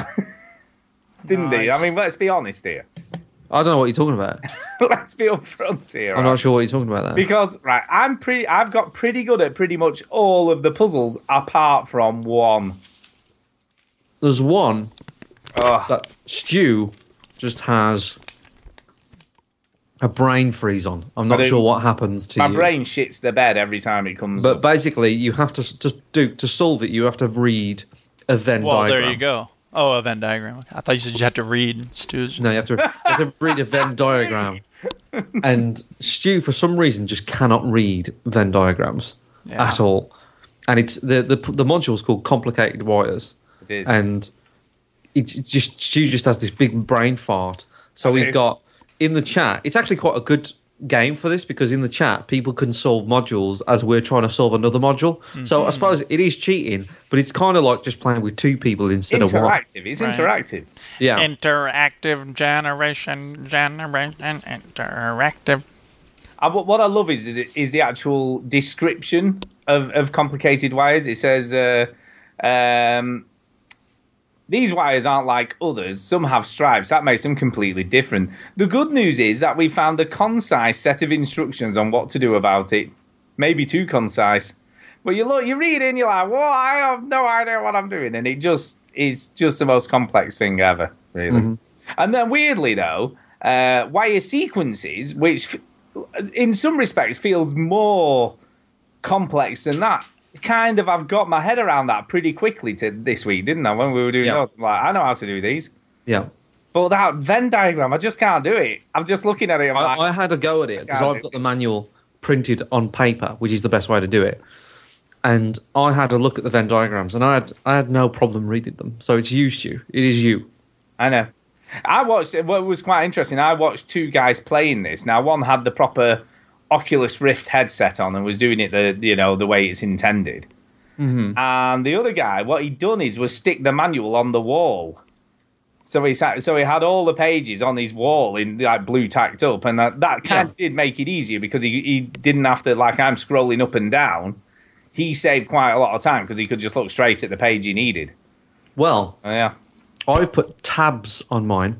didn't they? Nice. I mean, let's be honest here. I don't know what you're talking about. let's be upfront here. I'm right? not sure what you're talking about. There. Because right, I'm pretty. I've got pretty good at pretty much all of the puzzles apart from one. There's one Ugh. that Stu just has a brain freeze on. I'm not But it- sure what happens to My you. brain shits the bed every time it comes. But up. basically, you have to s- just do to solve it. You have to read a Venn Well, diagram. there you go. Oh, a Venn diagram. I thought you said you had to read Stu's. No, you have to, you have to read a Venn diagram. And Stu, for some reason, just cannot read Venn diagrams Yeah. at all. And it's the the the module's called complicated wires. it is. and it just Stu just has this big brain fart. So Okay. we've got in the chat. It's actually quite a good game for this because in the chat people can solve modules as we're trying to solve another module. So I suppose it is cheating, but it's kind of like just playing with two people instead of one. interactive. It's Right. interactive. Yeah, Interactive generation, generation, interactive. I, what what I love is the- is the actual description of, of complicated wires. It says uh, um, these wires aren't like others. Some have stripes. That makes them completely different. The good news is that we found a concise set of instructions on what to do about it. Maybe too concise. But you look, you read it, and you're like, "Well, I have no idea what I'm doing," and it just is just the most complex thing ever, really. Mm-hmm. And then weirdly though, uh, wire sequences, which f- in some respects feels more complex than that. Kind of, I've got my head around that pretty quickly to this week, didn't I? When we were doing Yeah. yours, I'm like, I know how to do these. yeah. But that Venn diagram, I just can't do it. I'm just looking at it. I'm like, I, I had a go at it because can't do I've got the manual printed on paper, which is the best way to do it. And I had a look at the Venn diagrams, and I had I had no problem reading them. So it's you, Stu. It is you. I know. I watched what was quite interesting. I watched two guys playing this. Now one had the proper Oculus Rift headset on and was doing it the you know the way it's intended. And the other guy, what he'd done is was stick the manual on the wall. So he sat, so he had all the pages on his wall in like blue tacked up, and that, that kind of did make it easier because he, he didn't have to like I'm scrolling up and down. He saved quite a lot of time because he could just look straight at the page he needed. Well, Oh, yeah. I put tabs on mine,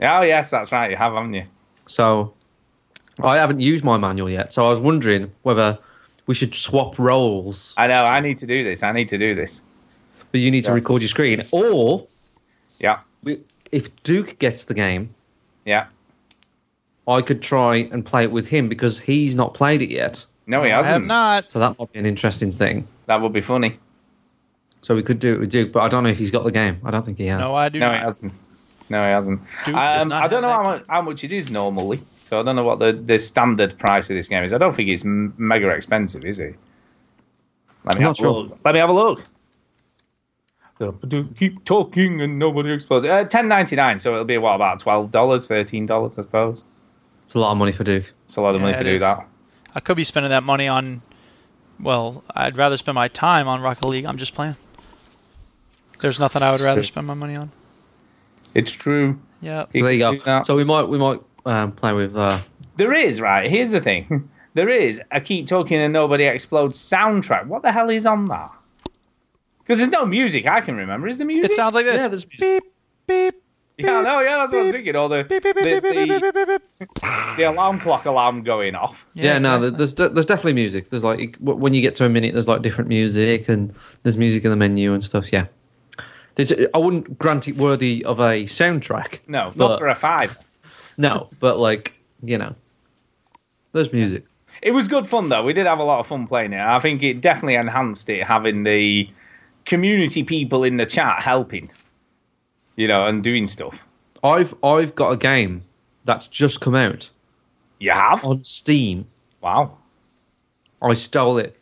Oh yes, that's right. You have, haven't you? so I haven't used my manual yet. So I was wondering whether we should swap roles. I know. I need to do this. I need to do this. But you need to Yeah. record your screen. Or Yeah. we, if Duke gets the game, Yeah. I could try and play it with him because he's not played it yet. No, he I hasn't. have not. So that might be an interesting thing. That would be funny. So we could do it with Duke, but I don't know if he's got the game. I don't think he has. No, I do No, he not. hasn't. No, he hasn't. Duke does Um, not I don't know have how that much, how much it is normally, so I don't know what the, the standard price of this game is. I don't think it's m- mega expensive, is it? Let I'm me have not a sure. look. Let me have a look. Keep talking and nobody explodes. Uh, Ten ninety nine, so it'll be what about twelve dollars, thirteen dollars, I suppose. It's a lot of money for Duke. It's a lot of money Yeah, to it do is. that. I could be spending that money on. Well, I'd rather spend my time on Rocket League. I'm just playing. There's nothing I would rather Sick. spend my money on. It's true. Yeah. So there you Do go. that. So we might we might um, play with. Uh, There is, right? Here's the thing. There is a Keep Talking and Nobody Explodes soundtrack. What the hell is on that? Because there's no music I can remember. Is there music? It sounds like this. Yeah, there's- beep, beep, Yeah, no, yeah, that's what I beep, was thinking. All the, beep, beep, beep, the, beep, beep, beep, the, beep, beep, beep. the alarm clock alarm going off. yeah, no, exactly. there- there's de- there's definitely music. There's like it- w- when you get to a minute, there's like different music and there's music in the menu and stuff. Yeah, There's- I wouldn't grant it worthy of a soundtrack. No, But- not for a five. No, but like you know, there's music. It was good fun though. We did have a lot of fun playing it. I think it definitely enhanced it having the community people in the chat helping, you know, and doing stuff. I've I've got a game that's just come out You have? Oh. on Steam. Wow. I stole it.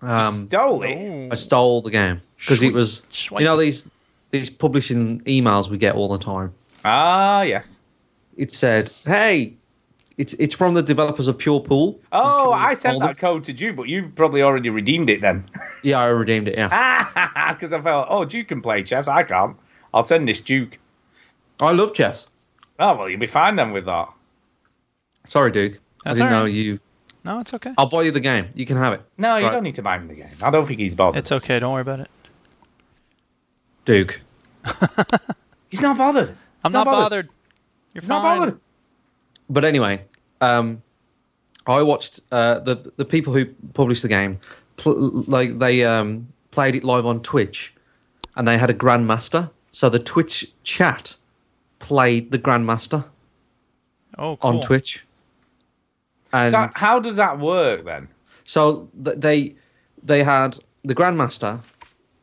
Um, Stole it. Ooh. I stole the game because it was Sweet. you know these these publishing emails we get all the time. Ah, yes. It said, "Hey, it's it's from the developers of Pure Pool." Oh, I sent Hold that it. code to you, but you probably already redeemed it then. Yeah, I redeemed it. Ah. Yeah, Because I felt, oh, Duke can play chess. I can't. I'll send this Duke. I love chess. Oh, well, you'll be fine then with that. Sorry, Duke. That's I didn't all right. know you. No, it's okay. I'll buy you the game. You can have it, No, you Right. don't need to buy him the game. I don't think he's bothered. It's okay. Don't worry about it. Duke. He's not bothered. He's I'm not bothered. You're He's fine. not bothered. But anyway, um, I watched uh, the the people who published the game, pl- like they um, played it live on Twitch, and they had a grandmaster. So the Twitch chat played the grandmaster Oh, cool. on Twitch. And So how does that work then? So th- they they had the grandmaster,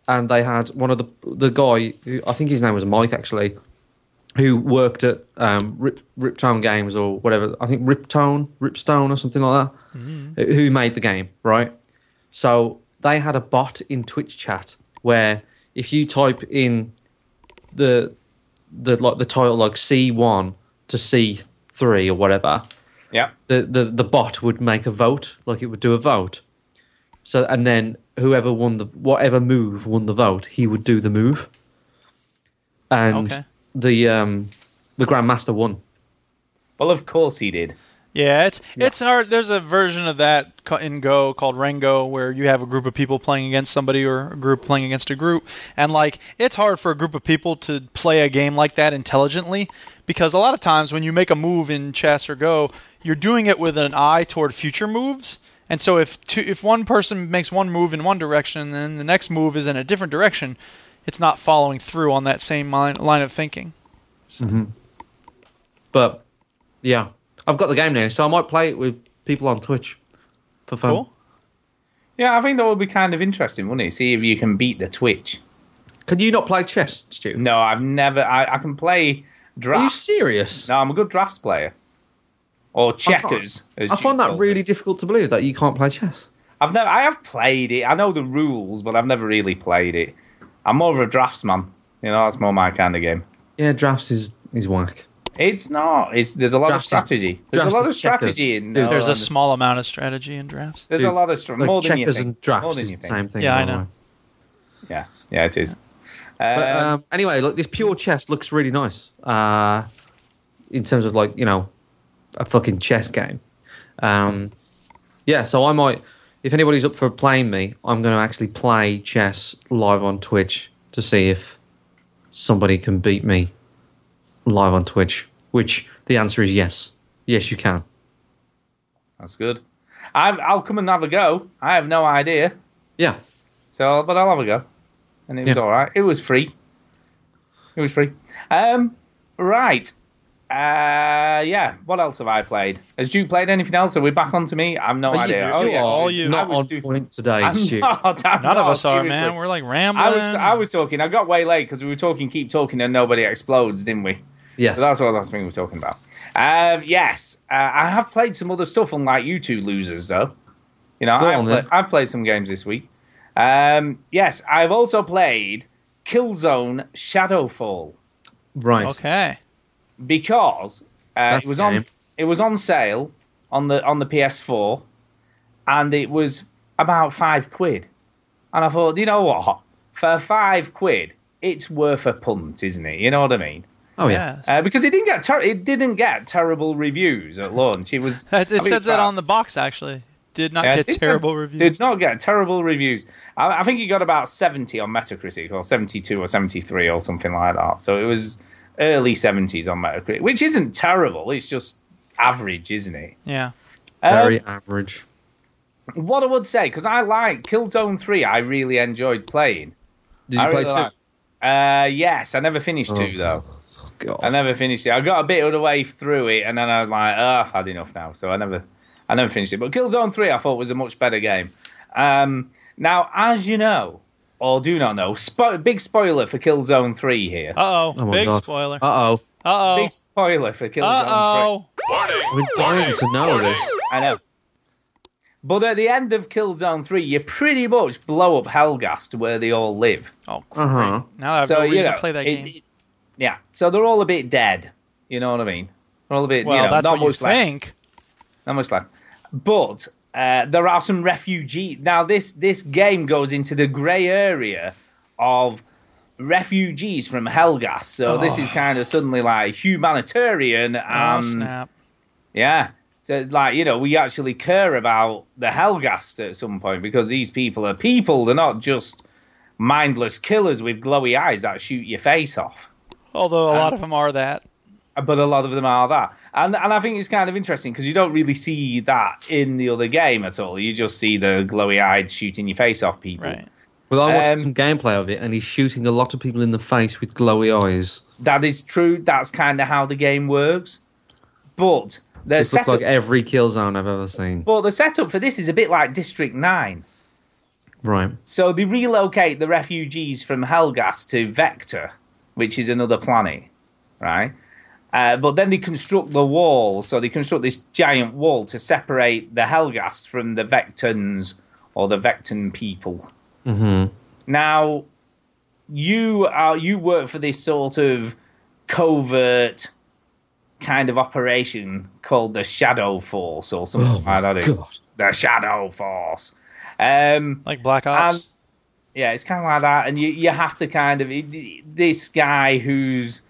and they had one of the the guy who I think his name was Mike actually, who worked at um, Rip Riptone Games or whatever. I think Riptone Ripstone or something like that. who- Who made the game, right? So they had a bot in Twitch chat where if you type in the the like the title like C one to C three or whatever, Yeah. the, the, the bot would make a vote, like it would do a vote. So and then whoever won the whatever move won the vote, he would do the move. And Okay. the um the grandmaster won. Well, of course he did. Yeah, it's it's hard. There's a version of that ca- in Go called Rango, where you have a group of people playing against somebody or a group playing against a group, and like it's hard for a group of people to play a game like that intelligently, because a lot of times when you make a move in chess or Go, you're doing it with an eye toward future moves. And so if two, if one person makes one move in one direction, and then the next move is in a different direction, it's not following through on that same line, line of thinking. But yeah. I've got the game now, so I might play it with people on Twitch for fun. Cool. Yeah, I think that would be kind of interesting, wouldn't it? See if you can beat the Twitch. Can you not play chess, Stu? No, I've never. I, I can play Are you drafts. serious? No, I'm a good drafts player. Or checkers. as I Duke find that calls really it. difficult to believe that you can't play chess. I've never. I have played it. I know the rules, but I've never really played it. I'm more of a draftsman. You know, that's more my kind of game. Yeah, drafts is, is whack. It's not. It's there's a lot Drafts is- of strategy. There's a drafts lot is of strategy checkers. in. Dude, There's uh, a small amount of strategy in drafts. There's a Dude, lot of str- Like more than you checkers think. and drafts More than is you the think. same thing. Yeah, I by the know. way. Yeah, yeah, it is. But Um, um, anyway, look, this pure chess looks really nice. Uh, in terms of like you know, a fucking chess game. Um, yeah, so I might, if anybody's up for playing me, I'm going to actually play chess live on Twitch to see if somebody can beat me live on Twitch. Which the answer is yes, yes you can. That's good. i I'll come and have a go. I have no idea. Yeah. So, but I'll have a go. And it was Yeah. all right. It was free. It was free. Um, right. Uh, yeah. What else have I played? Has you played anything else? Are we back onto me? I've no But idea. you- oh, you yeah. are all you- I Not was on do- point today, I'm Stu. not, I'm None of not, us are, seriously. man. We're like rambling. I was I was talking. I got way late because we were talking, keep talking, and nobody explodes, didn't we? Yes. So that's what that's thing we're talking about. Um, yes, uh, I have played some other stuff, unlike you two losers, though. You know, Go I've, on, pla- then. I've played some games this week. Um, yes, I've also played Killzone Shadowfall right. okay. because uh, That's it was a on game. it was on sale on the on the PS4, and it was about five quid. And I thought, you know what? For five quid, it's worth a punt, isn't it? You know what I mean? Oh yeah. Yes. Uh, because it didn't get ter- it didn't get terrible reviews at launch. It was It, I mean, it says it's that bad. on the box actually. Did not Yeah, it get did- terrible reviews. Did not get terrible reviews. I, I think it got about seventy on Metacritic or seventy two or seventy three or something like that. So it was early seventies on Metacritic, which isn't terrible. It's just average, isn't it? Yeah. Um, Very average. what I would say because I like Killzone three. I really enjoyed playing. Did you I play really two? Oh. liked- Uh, yes, I never finished two though. God. I never finished it. I got a bit of the way through it, and then I was like, oh, I've had enough now. So I never, I never finished it. But Killzone Three, I thought was a much better game. Um, now, as you know, or do not know, spo- big spoiler for Killzone Three here. Uh Oh oh. my Big God. spoiler. Uh Uh oh. oh. Big spoiler for Killzone Uh oh. We're dying to know this. Three. I know. But at the end of Killzone Three, you pretty much blow up Hellgast where they all live. Oh great. Uh huh. Now I have so no reason you know, to play that it- game. it- yeah, so they're all a bit dead. You know what I mean? They're all a bit. well, you know, that's not what you much left. think. not much left. But uh, there are some refugee. Now this this game goes into the grey area of refugees from Helgas. So this is kind of suddenly like humanitarian Oh and snap. yeah. So like you know we actually care about the Helgas at some point because these people are people. They're not just mindless killers with glowy eyes that shoot your face off um, Although a lot of them are that. but a lot of them are that. And and I think it's kind of interesting because you don't really see that in the other game at all. You just see the glowy eyed shooting your face off people. Right. Well, I watched Um, some gameplay of it, and he's shooting a lot of people in the face with glowy eyes. That is true. That's kind of how the game works. But the This looks setup, like every kill zone I've ever seen. but the setup for this is a bit like District Nine. Right. So they relocate the refugees from Helgas to Vector, which is another planet, right? Uh, but then they construct the wall. So they construct this giant wall to separate the Helgas from the Vectans or the Vectan people. Mm-hmm. Now, you are you work for this sort of covert kind of operation called the Shadow Force or something like Ah, that. Oh God. The Shadow Force. Um, Like Black Ops. And- yeah, it's kind of like that, and you you have to kind of it- this guy who's,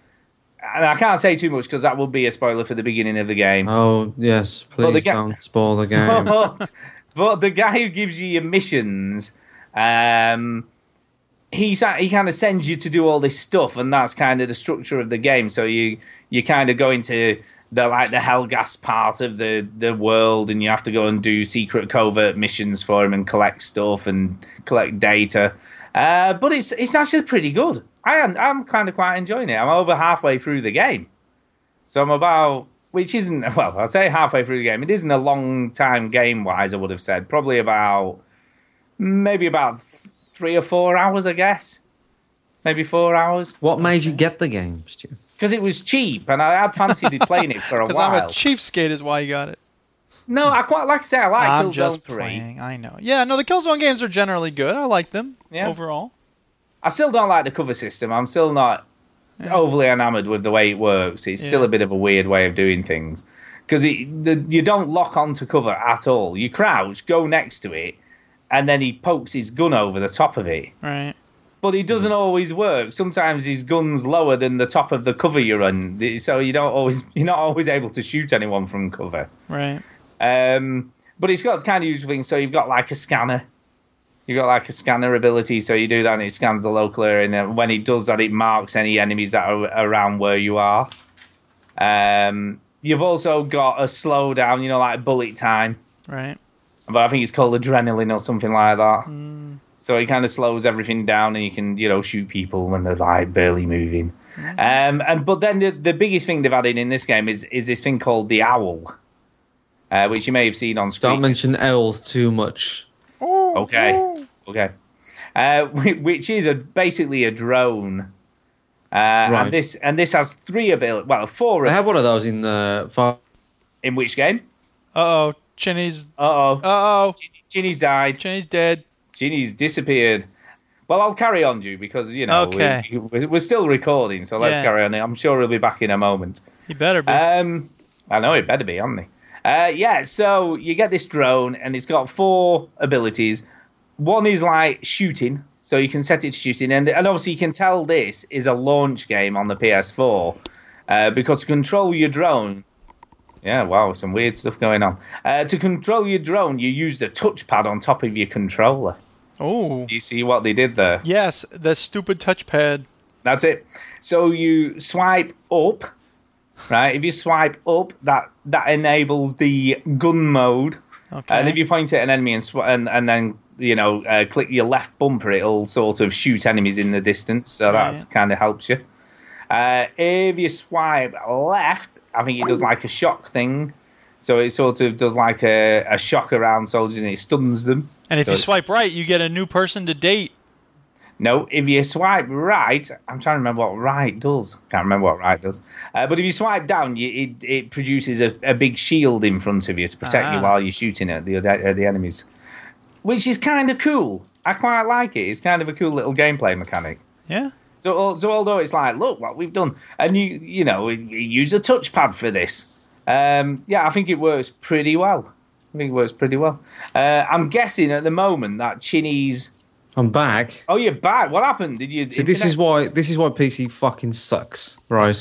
and I can't say too much because that would be a spoiler for the beginning of the game. Oh yes, Well, please the ga- don't spoil the game. But but the guy who gives you your missions, um, he's he kind of sends you to do all this stuff, and that's kind of the structure of the game. So you you kind of go into the like the Helgas part of the the world, and you have to go and do secret covert missions for him and collect stuff and collect data. Uh, but it's it's actually pretty good. I am, I'm kind of quite enjoying it. I'm over halfway through the game, so I'm about which isn't well. I'll say halfway through the game. It isn't a long time game wise. I would have said probably about maybe about th- three or four hours, I guess. Maybe four hours what made you get the game, Stu? because it was cheap, and I had fancied it playing it for a Because I'm a while. cheapskate is why you got it. no, I quite like I say I like I'm Killzone just Three. playing. I know. Yeah, no, the Killzone games are generally good. I like them Yeah. overall. I still don't like the cover system. I'm still not overly enamored with the way it works. It's still Yeah. a bit of a weird way of doing things because you don't lock onto cover at all. You crouch, go next to it, and then he pokes his gun over the top of it. Right. But it doesn't always work. Sometimes his gun's lower than the top of the cover you're on, so you don't always you're not always able to shoot anyone from cover. Right. Um, but it's got kind of useful things. So you've got like a scanner. You've got like a scanner ability. So you do that and it scans the local area. And then when it does that, it marks any enemies that are around where you are. Um, you've also got a slowdown, you know, like bullet time. Right. but I think it's called adrenaline or something like that. So it kind of slows everything down, and you can you know shoot people when they're like barely moving. Um, and but then the the biggest thing they've added in this game is is this thing called the owl, uh, which you may have seen on Don't screen. mention owls too much. Okay. Okay. Uh, whi- which is a basically a drone. Uh, Right. And this and this has three abilities. Well, four. They had one of those in the far. in which game? Uh oh, Chinny's. Uh oh. Uh oh, Ginny's died. Chinny's dead. Ginny's disappeared. Well, I'll carry on, Jew, because you know Okay. we, we- we're still recording, so let's Yeah. carry on. I'm sure he'll be back in a moment. He better be. Um, I know it better be, hasn't he? Uh, yeah, so you get this drone, and it's got four abilities. One is like shooting, so you can set it to shooting, and, and obviously you can tell this is a launch game on the PS4 uh, because to control your drone. Yeah, wow, some weird stuff going on. Uh, to control your drone, you use the touchpad on top of your controller. oh. Do you see what they did there? Yes, the stupid touchpad. That's it. So you swipe up, right? If you swipe up, that that enables the gun mode. Okay. And if you point at an enemy and sw- and, and then you know uh, click your left bumper, it'll sort of shoot enemies in the distance. So that Right. kind of helps you. Uh, if you swipe left, I think it does like a shock thing. So it sort of does like a, a shock around soldiers and it stuns them. and if So you it's- swipe right, you get a new person to date. no, if you swipe right, I'm trying to remember what right does. Can't remember what right does. Uh, but if you swipe down, you, it, it produces a, a big shield in front of you to protect Ah. you while you're shooting at the other- at the enemies, which is kind of cool. I quite like it. It's kind of a cool little gameplay mechanic. Yeah. So, al- so although it's like, look what we've done, and you you know you use a touchpad for this. Um, yeah, I think it works pretty well. I think it works pretty well. Uh, I'm guessing at the moment that Chinese. I'm back. Oh, you're back. What happened? Did you? See, this internet- is why this is why PC fucking sucks, right?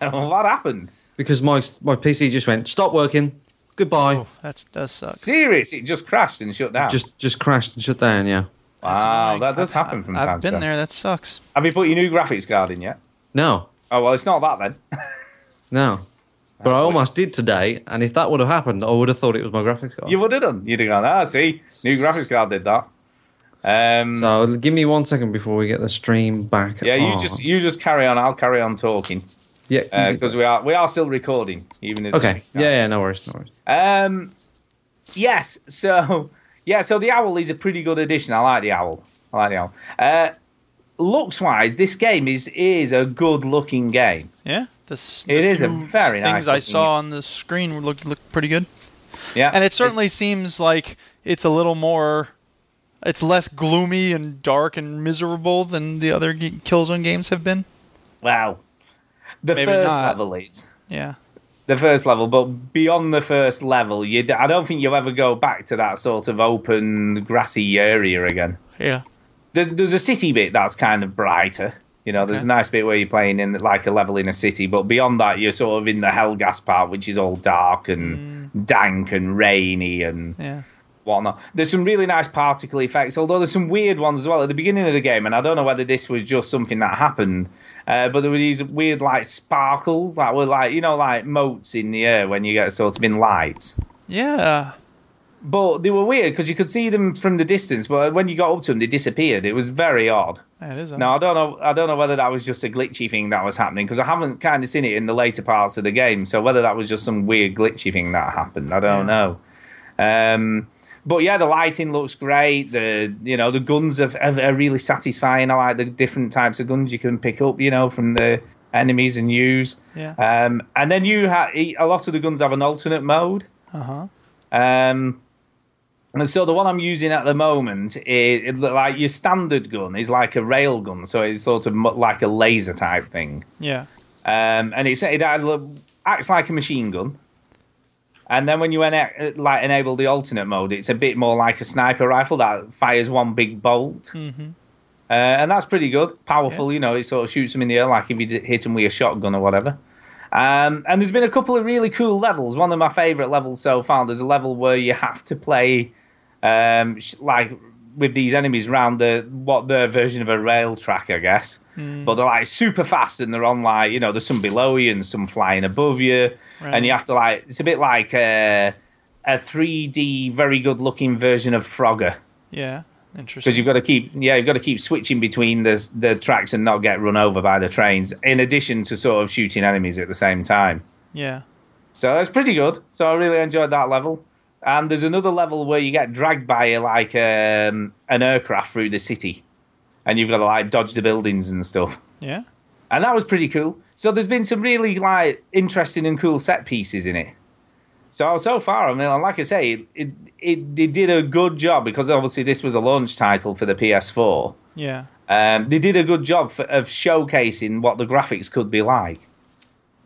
what happened? because my my PC just went stop working, goodbye, Oh, that does suck. Serious? It just crashed and shut down. just just crashed and shut down. Yeah. That's wow, annoying. that does I've- happen from I've time to been time. there. That sucks. Have you put your new graphics card in yet? No, Oh well, it's not that then. no. But I weird. almost did today, and if that would have happened, I would have thought it was my graphics card. You would have done. You'd have gone. Ah, see, new graphics card did that. Um, So give me one second before we get the stream back. yeah, you Oh. on. just you uh, just carry on. I'll carry on talking yeah you because did. we are we are still recording. Even if okay yeah yeah no worries no worries. Um, yes. So yeah. So the owl is a pretty good addition. I like the owl. I like the owl. Uh, looks wise, this game is is a good looking game. Yeah. This, It the is a few very nice things I looking Uh, saw on the screen looked looked pretty good. Yeah. And it certainly seems like it's a little more. It's less gloomy and dark and miserable than the other ge- Killzone games have been. Wow. The Maybe first not. level is Yeah. the first level, but beyond the first level, you d- I don't think you'll ever go back to that sort of open grassy area again. Yeah. There's, there's a city bit that's kind of brighter. You know, there's Okay. a nice bit where you're playing in like a level in a city, but beyond that, you're sort of in the Hellgas part, which is all dark and Mm. dank and rainy and Yeah. whatnot. There's some really nice particle effects, although there's some weird ones as well at the beginning of the game, and I don't know whether this was just something that happened, uh, but there were these weird like sparkles that were like you know like motes in the air when you get sort of in lights. Yeah. But they were weird because you could see them from the distance, but when you got up to them, they disappeared. It was very odd. That is. Now I don't know. I don't know whether that was just a glitchy thing that was happening because I haven't kind of seen it in the later parts of the game. So whether that was just some weird glitchy thing that happened, I don't know. Um, but yeah, the lighting looks great. The you know the guns are, are, are really satisfying. I like the different types of guns you can pick up. You know from the enemies and use. Yeah. Um, and then you ha- e, a lot of the guns have an alternate mode. Uh huh. Um, and so the one I'm using at the moment, is, it, look like your standard gun, is like a rail gun, so it's sort of mu- like a laser type thing, Yeah. um, and it's, it acts like a machine gun. And then when you ena- like enable the alternate mode, it's a bit more like a sniper rifle that fires one big bolt, Mhm. uh, and that's pretty good, powerful. You know, it sort of shoots them in the air like if you d- hit them with a shotgun or whatever. Um, and there's been a couple of really cool levels. One of my favourite levels so far. There's a level where you have to play um, sh- like with these enemies round the what their version of a rail track, I guess. But they're like super fast, and they're on like you know there's some below you and some flying above you, Right. and you have to like it's a bit like. Uh, a 3D, very good looking version of Frogger. Yeah. because Interesting. you've got to keep yeah you've got to keep switching between the the tracks and not get run over by the trains in addition to sort of shooting enemies at the same time yeah. so that's pretty good so i really enjoyed that level and there's another level where you get dragged by like um, an aircraft through the city and you've got to like dodge the buildings and stuff Yeah. and that was pretty cool. So there's been some really like interesting and cool set pieces in it. So so far, I mean, like I say, it it, it did a good job because obviously this was a launch title for the PS4. Yeah. Um, they did a good job for, of showcasing what the graphics could be like.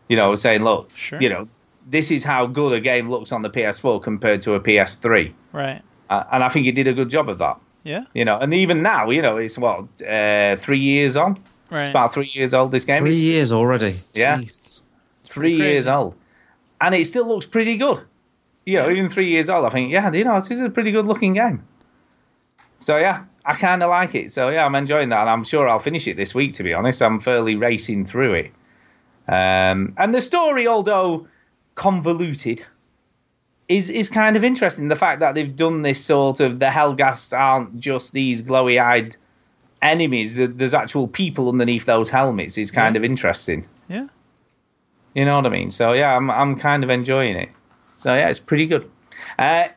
You know, saying, look, Sure. you know, this is how good a game looks on the PS4 compared to a PS3, Right. uh, and I think it did a good job of that. Yeah. You know, and even now, you know, it's what uh, three years on. Right. It's about three years old. This game. Three It's- years already. Yeah. Jeez. three Crazy. years old, and it still looks pretty good. You know, even three years old, I think, yeah, you know, this is a pretty good looking game. So yeah, I kind of like it. So yeah, I'm enjoying that, and I'm sure I'll finish it this week. To be honest, I'm fairly racing through it. Um, and the story, although convoluted, is is kind of interesting. The fact that they've done this sort of the Hellgasts aren't just these glowy eyed enemies. There- There's actual people underneath those helmets. Is kind of interesting. Yeah. You know what I mean? So yeah, I'm I'm kind of enjoying it. So yeah, it's pretty good. Uh,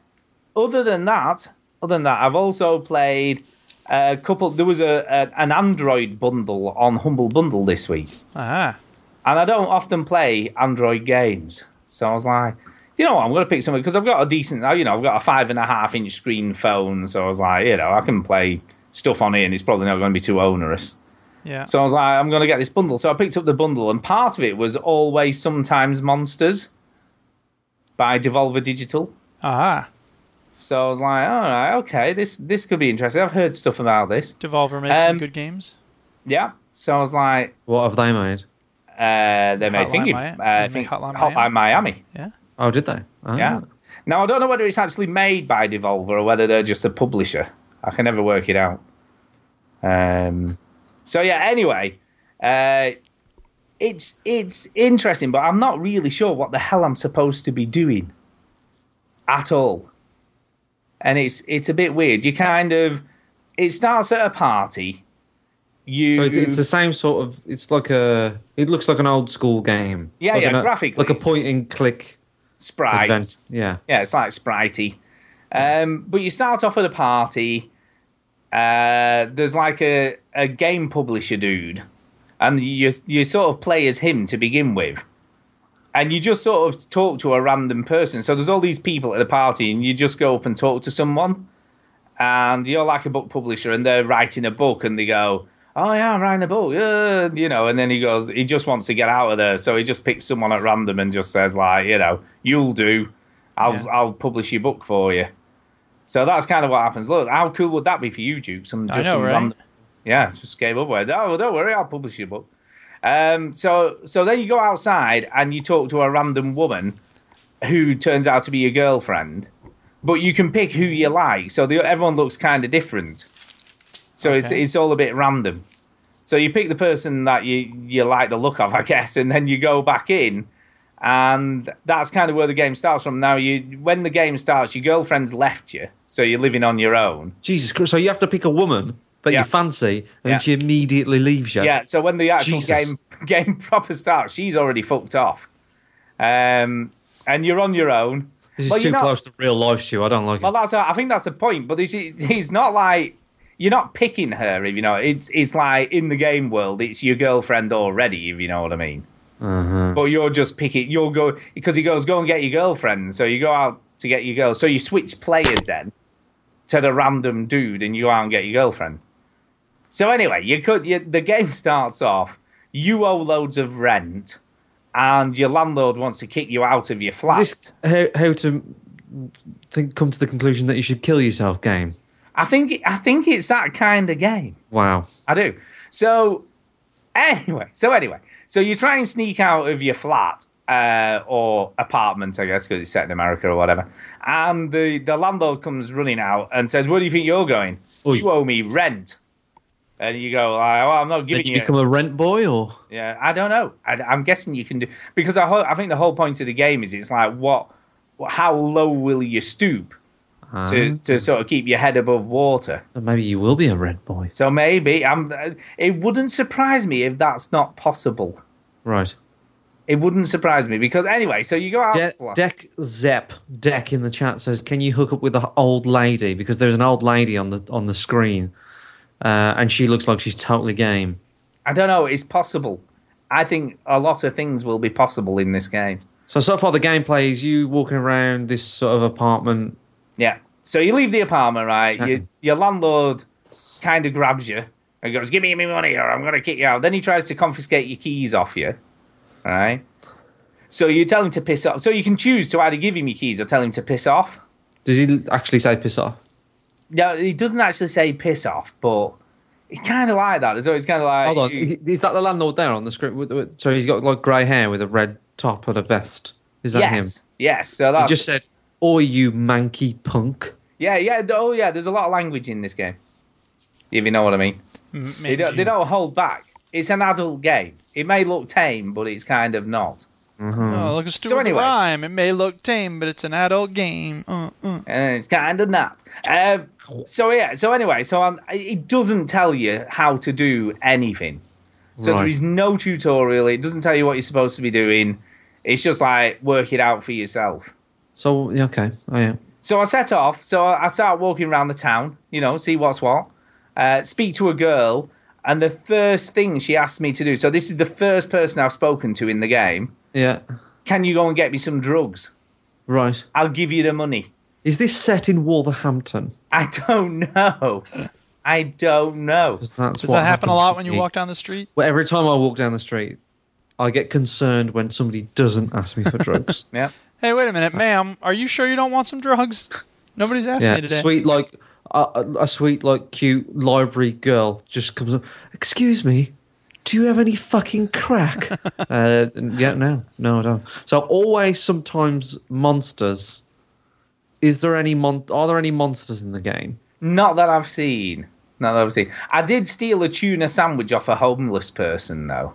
other than that, other than that, I've also played a couple. There was a, a an Android bundle on Humble Bundle this week, Aha. and I don't often play Android games. So I was like, you know what, I'm going to pick something because I've got a decent, you know, I've got a five and a half inch screen phone. So I was like, you know, I can play stuff on here, and it's probably not going to be too onerous. Yeah. So I was like, I'm going to get this bundle. So I picked up the bundle, and part of it was Always Sometimes Monsters by Devolver Digital. Aha. So I was like, all right, okay, this this could be interesting. I've heard stuff about this. Devolver made some Um, good games. Yeah. So I was like, What have they made? uh, they made Hotline thinking, Miami? They uh, I made think Hotline Hotline, Miami. Oh, did they? Ah. Yeah. Now I don't know whether it's actually made by Devolver or whether they're just a publisher. I can never work it out. Um, so yeah. Anyway, uh, it's it's interesting, but I'm not really sure what the hell I'm supposed to be doing at all. And it's it's a bit weird. You kind of it starts at a party. You So it's, it's the same sort of. It's like a. It looks like an old school game. Yeah, like yeah, an- uh, graphically Like a it's- point and click sprites. advent. Yeah. Yeah, it's like Spritey. Um, but you start off at a party. Uh, there's like a, a game publisher dude, and you you sort of play as him to begin with, and you just sort of talk to a random person. So there's all these people at the party, and you just go up and talk to someone, and you're like a book publisher, and they're writing a book, and they go. Oh yeah, I'm writing a book. Uh, you know, and then he goes. He just wants to get out of there, so he just picks someone at random and just says like, you know, you'll do. I'll Yeah. I'll publish your book for you. So that's kind of what happens. Look, how cool would that be for you, Duke? Some just I know, some right? random- yeah, it's just game over. Oh, well, don't worry, I'll publish your book. Um, so so then you go outside and you talk to a random woman who turns out to be your girlfriend, but you can pick who you like. So the, everyone looks kind of different. So it's Okay. it's all a bit random. So you pick the person that you you like the look of, I guess, and then you go back in, and that's kind of where the game starts from. Now you when the game starts, your girlfriend's left you, so you're living on your own. Jesus Christ! So you have to pick a woman that Yeah. you fancy, and then Yeah. she immediately leaves you. Yeah, so when the actual Jesus. game game proper starts, she's already fucked off. Um, and you're on your own. This is Well, too you're not- close to real life to you. I don't like it. Well, that's I think that's the point. But it's, it's not like you're not picking her, if you know. It's it's like in the game world, it's your girlfriend already, if you know what I mean. uh-huh. But you're just picking. You'll go because he goes, go and get your girlfriend. So you go out to get your girl. So you switch players then to the random dude, and you go out and get your girlfriend. So anyway, you could. You, the game starts off. You owe loads of rent, and your landlord wants to kick you out of your flat. Is this how, how to think, come to the conclusion that you should kill yourself game? I think. I think it's that kind of game. Wow. I do. So anyway, so anyway, so you try and sneak out of your flat uh, or apartment, I guess, because it's set in America or whatever. And the the landlord comes running out and says, "Where do you think you're going? Oi. You owe me rent." And you go, like, "Well, I'm not Did giving you you." become a rent boy or? yeah, I don't know. I, I'm guessing you can do because I, ho- I think the whole point of the game is it's like what how low will you stoop Uh-huh. to, to sort of keep your head above water? Uh, Ah, maybe you will be a red boy. So maybe I'm. uh, It wouldn't surprise me if that's not possible. Right. It wouldn't surprise me because anyway, so you go out. De- fly- Deck Zep Deck in the chat says, "Can you hook up with the old lady? Because there's an old lady on the on the screen, uh, and she looks like she's totally game." I don't know. It's possible. I think a lot of things will be possible in this game. So so far the gameplay is you walking around this sort of apartment. Yeah. So you leave the apartment, right? Exactly. You, your landlord kind of grabs you and goes, "Give me my money, or I'm going to kick you out." Then he tries to confiscate your keys off you, right? So you tell him to piss off. So you can choose to either give him your keys or tell him to piss off. Does he actually say piss off? No, he doesn't actually say piss off, but it's kind of like that. It's always kind of like. Hold on, you- is, is that the landlord there on the script? With- with- So he's got like grey hair with a red top and a vest. Is that yes, him? yes. So He that's just said, "Or you manky punk." yeah, yeah. Oh, yeah. There's a lot of language in this game, if you know what I mean. M- They don't, they don't hold back. It's an adult game. It may look tame, but it's kind of not. Oh, look, it's So Stuart anyway. Rhyme. It may look tame, but it's an adult game. Uh, uh. and Eh, it's kind of not. Um, so yeah. So anyway, so um, it doesn't tell you how to do anything. So Right. there is no tutorial. It doesn't tell you what you're supposed to be doing. It's just like work it out for yourself. So yeah, okay, oh yeah, So I set off. So I I start walking around the town. You know, see what's what. Uh, speak to a girl, and the first thing she asked me to do. So this is the first person I've spoken to in the game. yeah, Can you go and get me some drugs? right. I'll give you the money. Is this set in Wolverhampton? I don't know. I don't know. Because that's Does what that happen a happens lot to when you me. walk down the street? Well, every time I walk down the street, I get concerned when somebody doesn't ask me for drugs. Yeah. Hey, wait a minute, ma'am. Are you sure you don't want some drugs? Nobody's asked me yeah, today. sweet like a- a, a sweet like cute library girl just comes up. Excuse me, do you have any fucking crack? uh, yeah, no, no, I don't. So always, sometimes monsters. Is there any mon- Are there any monsters in the game? Not that I've seen. Not that I've seen. I did steal a tuna sandwich off a homeless person though.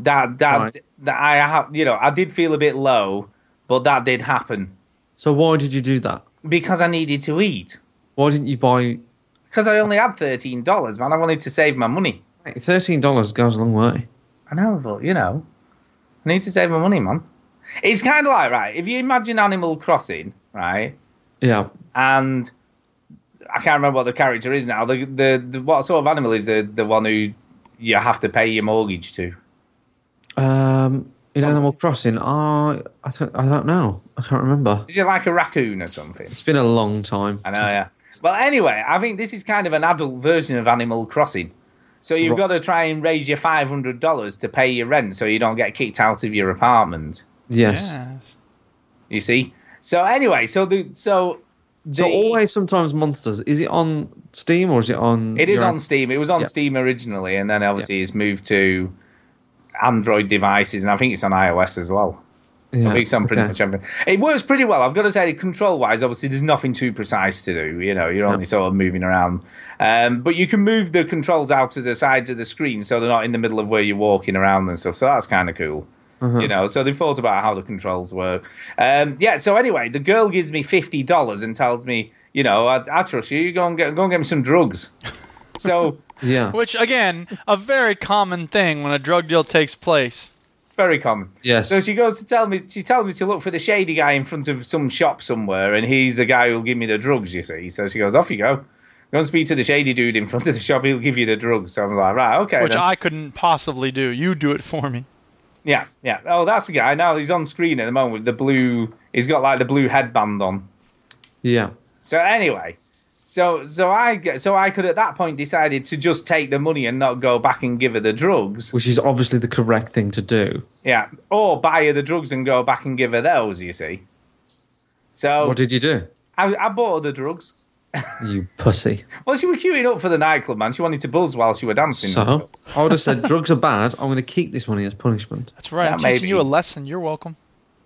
That that, Right. that I have, you know, I did feel a bit low, but that did happen So why did you do that? because I needed to eat. Why didn't you buy? Because I only had thirteen dollars, man. I wanted to save my money. Hey, Thirteen dollars goes a long way. I know, but you know, I need to save my money, man. It's kind of like right. If you imagine Animal Crossing, right, Yeah, and I can't remember what the character is now. The the, the what sort of animal is the the one who you have to pay your mortgage to? Um, in Animal Crossing, I I don't I don't know. I can't remember. Is it like a raccoon or something? It's been a long time. I know, yeah. Well, anyway, I think this is kind of an adult version of Animal Crossing. So you've Right. got to try and raise your five hundred dollars to pay your rent, so you don't get kicked out of your apartment. Yes. Yes. You see. So anyway, so the so So the- always sometimes monsters. Is it on Steam or is it on? It is your- on Steam. It was on Yeah. Steam originally, and then obviously it's moved to Android devices, and I think it's on iOS as well. Yeah, I think it's on pretty okay. much everything. It works pretty well. I've got to say, control wise, obviously, there's nothing too precise to do. You know, you're only sort of moving around. Um, but you can move the controls out to the sides of the screen so they're not in the middle of where you're walking around and stuff. So that's kind of cool. Uh-huh. You know, so they thought about how the controls work. Um, yeah. So anyway, the girl gives me fifty dollars and tells me, you know, I, I trust you. You go and get go and get me some drugs. So Yeah. Which, again, a very common thing when a drug deal takes place. very common. Yes. So she goes to tell me she tells me to look for the shady guy in front of some shop somewhere, and he's the guy who'll give me the drugs, you see. So she goes, Off you go. Go and speak to the shady dude in front of the shop, he'll give you the drugs. So I'm like, right, okay. Which then." I couldn't possibly do. You do it for me. Yeah, yeah. Oh, that's the guy. Now he's on screen at the moment with the blue he's got like the blue headband on. Yeah. So anyway. So so I get- so I could at that point decided to just take the money and not go back and give her the drugs. Which is obviously the correct thing to do. Yeah. Or buy her the drugs and go back and give her those, you see. So What did you do? I, I bought her the drugs. You pussy. Well, she was queuing up for the nightclub, man. She wanted to buzz while she were dancing. and So stuff. I would have said drugs are bad. I'm going to keep this money as punishment. That's right. Yeah, I'm teaching maybe. you a lesson. You're welcome.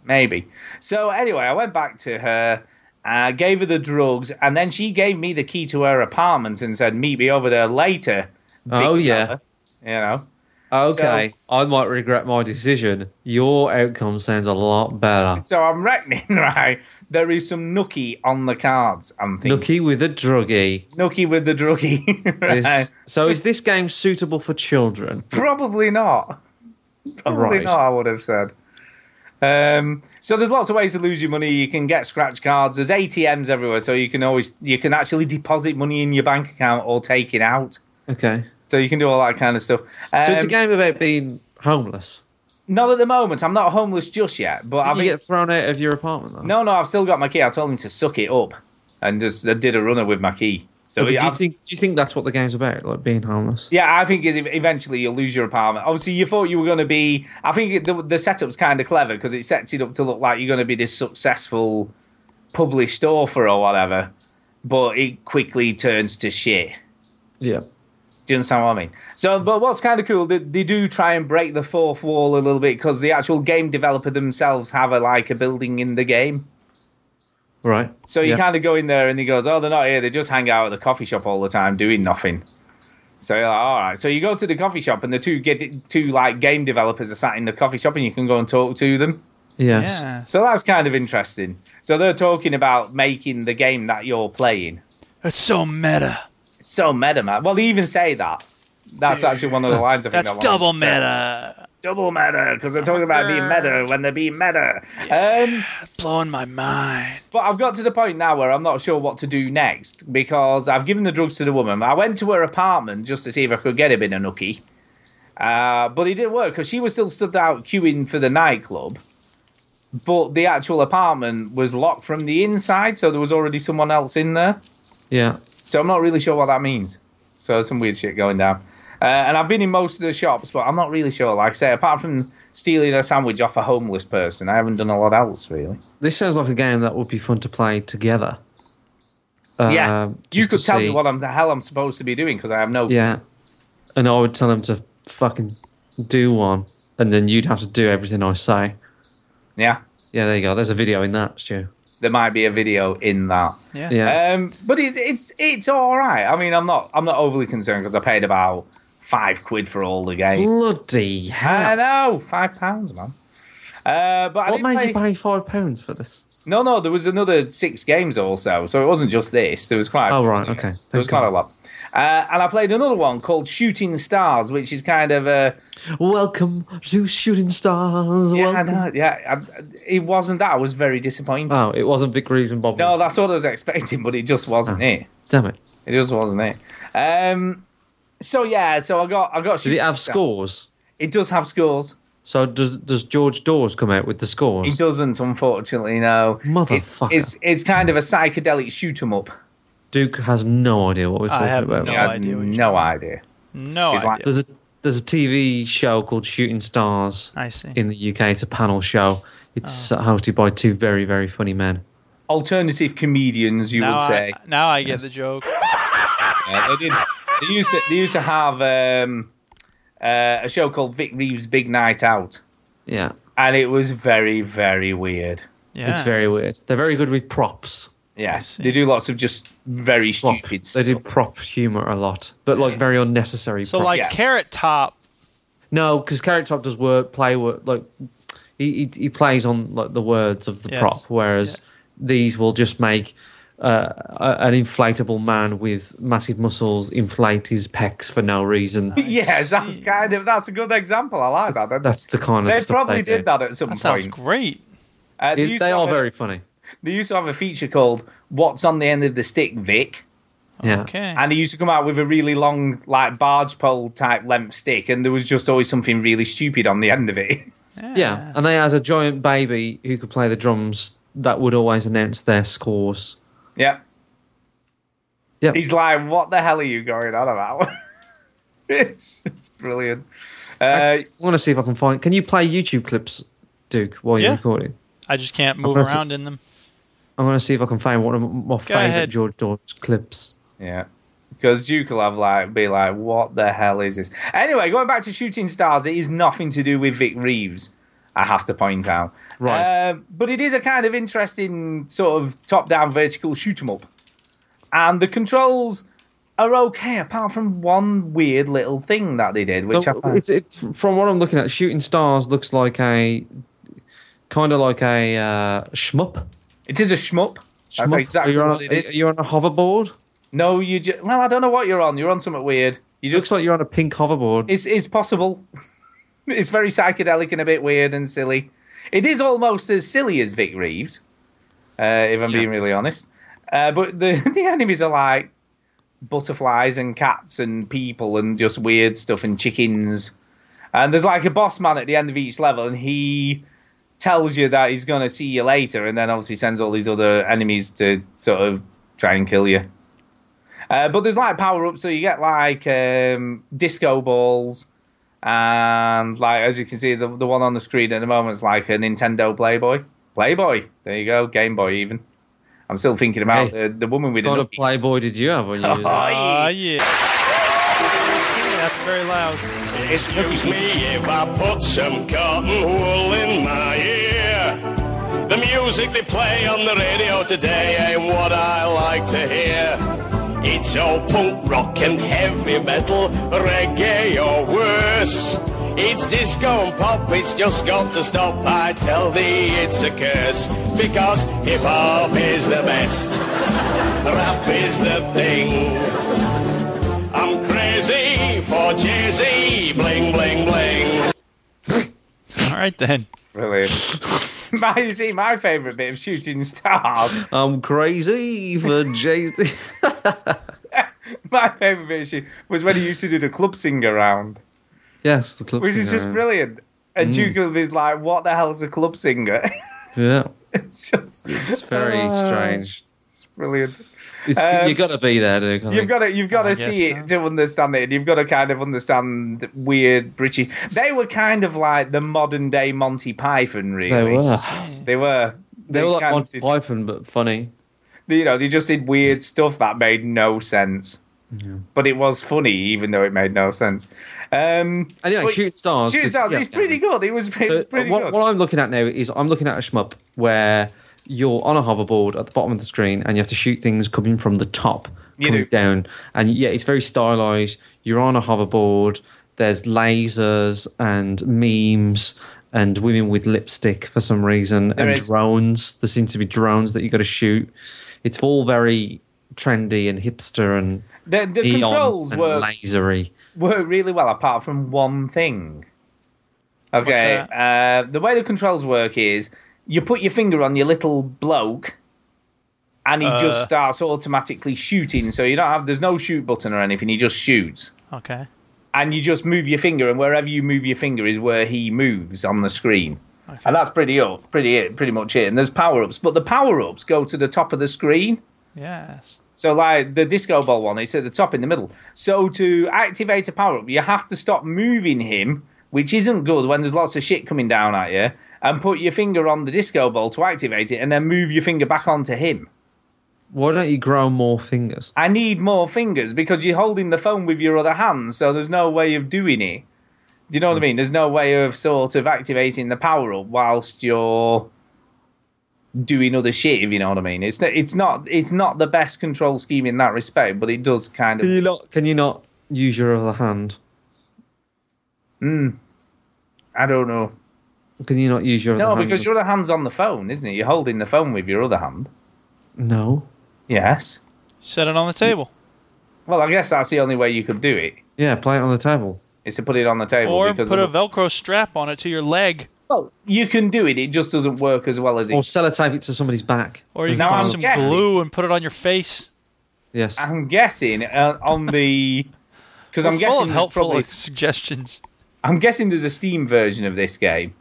Maybe. So anyway, I went back to her, uh, gave her the drugs, and then she gave me the key to her apartment and said, "Meet me over there later." big Oh yeah. fella." You know. Okay, I might regret my decision. Your outcome sounds a lot better. So I'm reckoning, right? There is some nookie on the cards. I'm thinking Nookie with a druggie. nookie, with the druggie. right? This, so is this game suitable for children? Probably not. Probably Right. not. I would have said. Um, so there's lots of ways to lose your money. You can get scratch cards. There's ATMs everywhere, so you can always you can actually deposit money in your bank account or take it out. Okay. So you can do all that kind of stuff. Um, So it's a game about being homeless. Not at the moment. I'm not homeless just yet, but I've you get thrown out of your apartment though. no, no. I've still got my key. I told him to suck it up, and just I did a runner with my key. So But do yeah, you I've- think do you think that's what the game's about? Like being homeless? Yeah, I think is ev- eventually you'll lose your apartment. Obviously, you thought you were going to be. I think the, the setup's kind of clever because it sets it up to look like you're going to be this successful published author or whatever, but it quickly turns to shit. Yeah. Do you understand what I mean? So, but what's kind of cool, they, they do try and break the fourth wall a little bit because the actual game developer themselves have a like a building in the game. Right. So you Yeah. kind of go in there and he goes, "Oh, they're not here. They just hang out at the coffee shop all the time doing nothing." So you're like, "All right." So you go to the coffee shop and the two get two like game developers are sat in the coffee shop and you can go and talk to them. Yes. Yeah. So that's kind of interesting. So they're talking about making the game that you're playing. It's so meta. It's so meta, man. Well, they even say that. That's actually one of the lines I think That's that one double said. meta. Double meta because they're talking about being meta when they're being meta. Um, Blowing my mind. But I've got to the point now where I'm not sure what to do next because I've given the drugs to the woman. I went to her apartment just to see if I could get a bit of nookie. Uh, but it didn't work because she was still stood out queuing for the nightclub. But the actual apartment was locked from the inside, so there was already someone else in there. Yeah. So I'm not really sure what that means. So there's some weird shit going down. Uh, and I've been in most of the shops, but I'm not really sure. Like I say, apart from stealing a sandwich off a homeless person, I haven't done a lot else really. This sounds like a game that would be fun to play together. Um, Yeah, you just could to tell me see- what I'm, the hell I'm supposed to be doing because I have no. Yeah. And I would tell them to fucking do one, and then you'd have to do everything I say. yeah, Yeah, there you go. There's a video in that, Stu. there might be a video in that. Yeah. Yeah. Um, but it, it's it's all right. I mean, I'm not I'm not overly concerned because I paid about five quid for all the game. Bloody I hell. know, five pounds, man. Uh, but I What didn't made play- you pay five pounds for this? No, no, there was another six games also, so it wasn't just this. There was quite. Oh, right, okay. There was Thank quite a God. lot. Uh, and I played another one called Shooting Stars, which is kind of a Welcome to Shooting Stars. yeah, I welcome. know, yeah. I, it wasn't that. I was very disappointed. Oh, it wasn't Big Reeves and Bob. No, that's what I was expecting, but it just wasn't Oh. it. Damn it. It just wasn't it. Um, so yeah, so I got I got. Did it have Shooting Star- scores? It does have scores. So does does George Dawes come out with the scores? It doesn't, unfortunately. No, It's Motherfucker. it's, it's kind of a psychedelic shoot 'em up. Duke has no idea what we're talking have about. no He has idea what you're no idea. No He's idea. like- There's a there's a TV show called Shooting Stars I see. in the UK. It's a panel show. It's Ah. uh, hosted by two very very funny men. Alternative comedians, you now, would say. I, now I get the joke. Yeah, they did. They used to, they used to have um, uh, a show called Vic Reeves' Big Night Out, Yeah, and it was very very weird. Yeah. it's very weird. They're very good with props. Yes, see. they do lots of just very Prop. stupid They stuff. do prop humor a lot, but like very unnecessary. So prop. like Yeah. Carrot Top. No, because Carrot Top does word play work like he, he he plays on like the words of the Yes. prop, whereas Yes. these will just make uh, a, an inflatable man with massive muscles inflate his pecs for no reason. yes, that's see. kind of that's a good example. I like that. Hmm. That's the kind of they stuff probably they did do. that at some That sounds point. great. Uh, It- used they to are have a- very funny. They used to have a feature called "What's on the End of the Stick, Vic," Yeah. Okay. and they used to come out with a really long, like barge pole type length stick, and there was just always something really stupid on the end of it. Yeah, and they had a giant baby who could play the drums that would always announce their scores. yeah, Yeah, he's like, "What the hell are you going on about?" it's brilliant. Uh, I want to see if I can find. Can you play YouTube clips, Duke, while you're Yeah. recording? I just can't move press it. around in them. I'm going to see if I can find one of my favourite ahead. George Dawes clips. yeah. Because Duke will have like be like, what the hell is this? Anyway, going back to shooting stars, it is nothing to do with Vic Reeves. I have to point out, Right. Uh, but it is a kind of interesting sort of top-down vertical shoot 'em up, and the controls are okay, apart from one weird little thing that they did, which So, I found- it's, it, from what I'm looking at, Shooting Stars looks like a kind of like a uh, shmup. it is a shmup. That's Shmup. exactly Are you on what a- it is. Are you on a hoverboard? no, you just well, I don't know what you're on. You're on something weird. You just looks like you're on a pink hoverboard. It's is possible. it's very psychedelic and a bit weird and silly. It is almost as silly as Vic Reeves, uh, if I'm being really honest. Uh, but the the enemies are like butterflies and cats and people and just weird stuff and chickens. And there's like a boss man at the end of each level, and he tells you that he's gonna see you later, and then obviously sends all these other enemies to sort of try and kill you. Uh, but there's like power ups, so you get like um, disco balls, and like as you can see, the the one on the screen at the moment is like a Nintendo Playboy. Playboy, there you go, Game Boy even. I'm still thinking about Hey. the, the woman with What the kind of nookie. Playboy did you have when you? was- Oh, Ah, yeah. Yeah, That's very loud. Excuse me if I put some cotton wool in my ear. The music they play on the radio today ain't what I like to hear. It's all punk rock and heavy metal, reggae or worse. It's disco and pop, it's just got to stop. I tell thee it's a curse. Because hip hop is the best, rap is the thing. I'm crazy for Jay-Z, bling, bling, bling. All right then. Brilliant. my, you see, my favourite bit of shooting stars, I'm crazy for Jay Z. my favourite bit of shoot, was when he used to do the club singer round, yes, the club. which is singer. just brilliant. And Mm. Duke is like, what the hell's a club singer? Yeah, it's just it's very Ah, strange. brilliant. It's, Um, you got to be there, Duke. I You've think. got to, you've got to guess see it to understand it. You've got to kind of understand weird British. They were kind of like the modern day Monty Python, really. They were. They were. They were like kind of Monty did- Python, but funny. you know, they just did weird stuff that made no sense. But it was funny, even though it made no sense. Um, Anyway, but- shoot stars. Shoot stars. Oh, Yeah. It's pretty good. It was, it Uh, was pretty what, good. what I'm looking at now is I'm looking at a shmup where you're on a hoverboard at the bottom of the screen and you have to shoot things coming from the top, You coming do. down. And yeah, it's very stylized. You're on a hoverboard. There's lasers and memes and women with lipstick for some reason There and is. drones. There seems to be drones that you got to shoot. It's all very trendy and hipster and the the eon controls and were lasery. were really well, apart from one thing. Okay, What's uh, the way the controls work is you put your finger on your little bloke, and he just Uh. starts automatically shooting. So you don't have there's no shoot button or anything. He just shoots. Okay. and you just move your finger, and wherever you move your finger is where he moves on the screen. And that's pretty up, pretty it, pretty much it. And there's power ups, but the power ups go to the top of the screen. Yes. So like the disco ball one, it's at the top in the middle. So to activate a power up, you have to stop moving him, which isn't good when there's lots of shit coming down at you, and put your finger on the disco ball to activate it, and then move your finger back onto him. Why don't you grow more fingers? I need more fingers because you're holding the phone with your other hand, so there's no way of doing it. Do you know what I mean? There's no way of sort of activating the power up whilst you're doing other shit. If you know what I mean, it's it's not it's not the best control scheme in that respect, but it does kind Can of. you not? Can you not use your other hand? Mm, I don't know. Can you not use your other No, hand? because your other hand's on the phone, isn't it? You're holding the phone with your other hand. No. Yes. Set it on the table. Well, I guess that's the only way you could do it Yeah, play it on the table. is to put it on the table. Or because put a of- Velcro strap on it to your leg. well, you can do it. It just doesn't work as well as it Or sellotape it to somebody's back. Or you Now can I'm use some guessing. glue and put it on your face. Yes. I'm guessing uh, on the because We're I'm full guessing of there's helpful probably, suggestions. I'm guessing there's a Steam version of this game.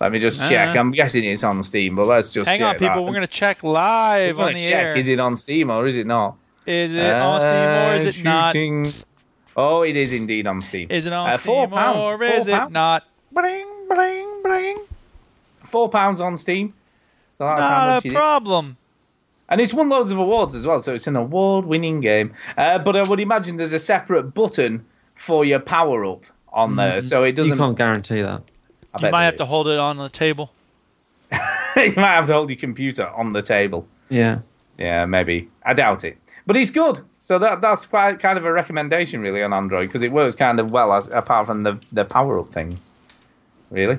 Let me just check. Uh. I'm guessing it's on Steam, but let's just Hang check on, people. that. We're going to check live uh, We're on gonna the check. air. Is it on Steam or is it not? Is it on Steam or is it Uh, not? not? Oh, it is indeed on Steam. Is it on Uh, four Steam pounds. or Four is it pounds. not? Bling, bling, bling. Four pounds on Steam. So that's how Not much a it is. problem. And it's won loads of awards as well, so it's an award-winning game. Uh, but I would imagine there's a separate button for your power up on there, so it you doesn't. can't guarantee that. I bet Hmm. You might there have to is. hold it on the table. you might have to hold your computer on the table. Yeah. Yeah, maybe. I doubt it. But he's good. So that that's quite kind of a recommendation really on Android because it works kind of well as, apart from the the power up thing. Really.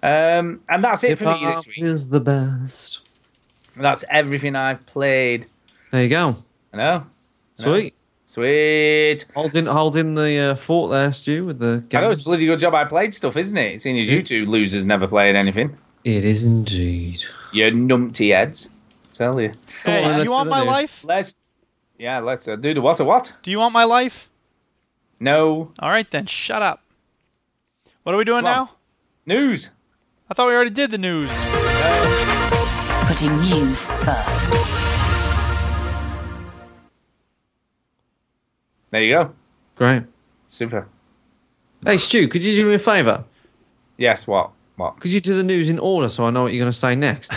Um, and that's it for me this week. is the best. That's everything I've played. There you go. I know. I know. Sweet. Sweet. Holding holding the uh, fort there, Stu, with the. I know games. it's a bloody good job I played stuff, isn't it? Seeing as you two losers never played anything. It is indeed. You numpty heads. Tell you. Hey, on, let's you do want the my news. life? Let's. Yeah, let's uh, do the what a what. Do you want my life? No All right then, shut up. What are we doing Come on. Uh, now? news. I thought we already did the news. Putting news first. There you go. Great. Super. Hey, Stu, could you do me a favour? Yes. What? What? Could you do the news in order so I know what you're going to say next?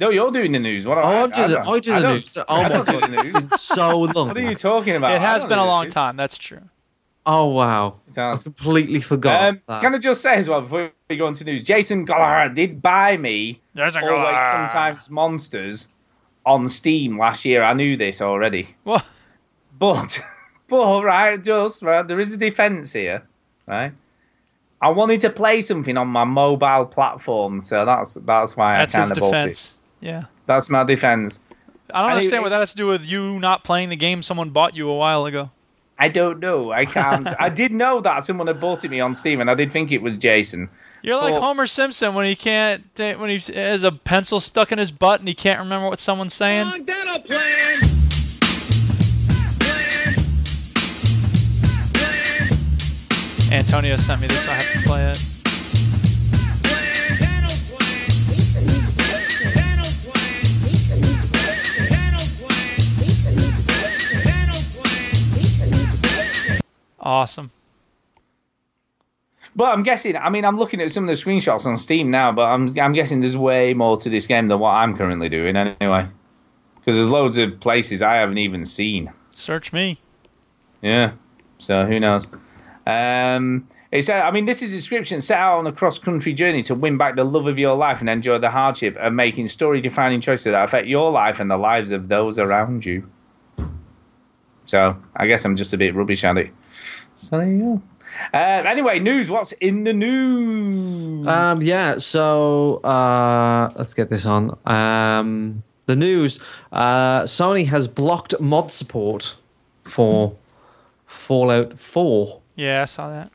No, you're doing the news. What? Oh, I do the, don't- I do the don't- news. Oh I my don't do god, the news. it's so long. What are you talking about? it I has don't been do a the long news. time. That's true. Oh wow, It has. I completely forgot. Um, that. Can I just say as well before we go on to news, Jason Goller did buy me Jason always Goller. sometimes monsters on Steam last year. I knew this already, Well, but but right, just right, there is a defence here, right? I wanted to play something on my mobile platform, so that's that's why that's I his kind of defense. Yeah. That's my defence. I don't I- understand what that has to do with you not playing the game someone bought you a while ago. I don't know. I can't. I did know that someone had bought it me on Steam, and I did think it was Jason. You're like Well- Homer Simpson when he can't when he has a pencil stuck in his butt and he can't remember what someone's saying. Antonio sent me this. I have to play it. Awesome. But I'm guessing. I mean, I'm looking at some of the screenshots on Steam now, but I'm I'm guessing there's way more to this game than what I'm currently doing anyway. Because there's loads of places I haven't even seen. Search me. Yeah. So who knows? Um, it said, I mean, this is a description set out on a cross-country journey to win back the love of your life and enjoy the hardship of making story-defining choices that affect your life and the lives of those around you. So I guess I'm just a bit rubbish at it. So there you go. Uh, anyway, news. What's in the news? Um, yeah, so uh, let's get this on. Um, the news: uh, Sony has blocked mod support for Fallout 4. Yeah, I saw that.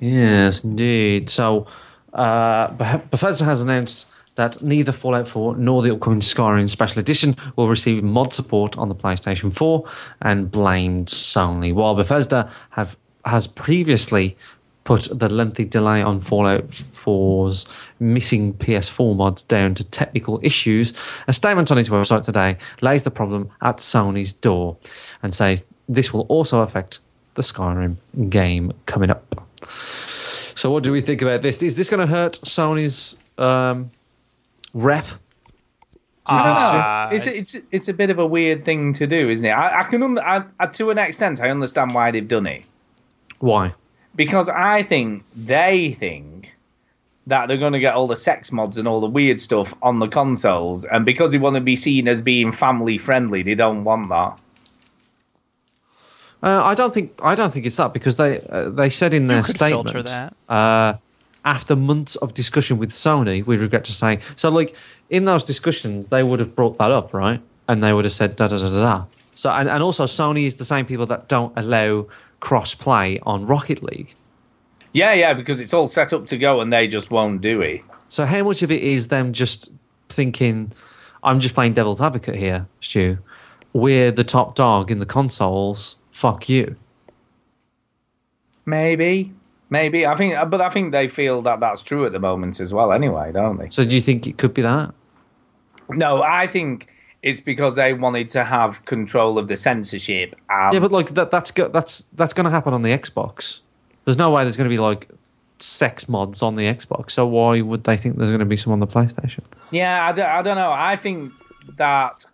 Yes, indeed. So uh, Beth- Bethesda has announced that neither Fallout 4 nor the upcoming Skyrim Special Edition will receive mod support on the PlayStation 4, and blamed Sony. While Bethesda have has previously put the lengthy delay on Fallout 4's missing PS4 mods down to technical issues, a statement on its website today lays the problem at Sony's door and says this will also affect the Skyrim game coming up. So, what do we think about this? Is this going to hurt Sony's um, rep? Ah, it's, a, it's, a- it's a bit of a weird thing to do, isn't it? I, I can, un- I, I, to an extent, I understand why they've done it. Why? because I think they think that they're going to get all the sex mods and all the weird stuff on the consoles, and because they want to be seen as being family friendly, they don't want that. Uh, I don't think I don't think it's that because they uh, they said in their could statement filter that. Uh, after months of discussion with Sony, we regret to say. So, like in those discussions, they would have brought that up, right? And they would have said da da da da. da. So, and, and also Sony is the same people that don't allow cross play on Rocket League. Yeah, yeah, because it's all set up to go, and they just won't do it. So, how much of it is them just thinking, I'm just playing devil's advocate here, Stu? We're the top dog in the consoles. Fuck you. Maybe, maybe. I think, but I think they feel that that's true at the moment as well. Anyway, don't they? So, do you think it could be that? No, I think it's because they wanted to have control of the censorship. And Yeah, but like that, that's go, that's that's going to happen on the Xbox. There's no way there's going to be like sex mods on the Xbox. So why would they think there's going to be some on the PlayStation? Yeah, I don't, I don't know. I think that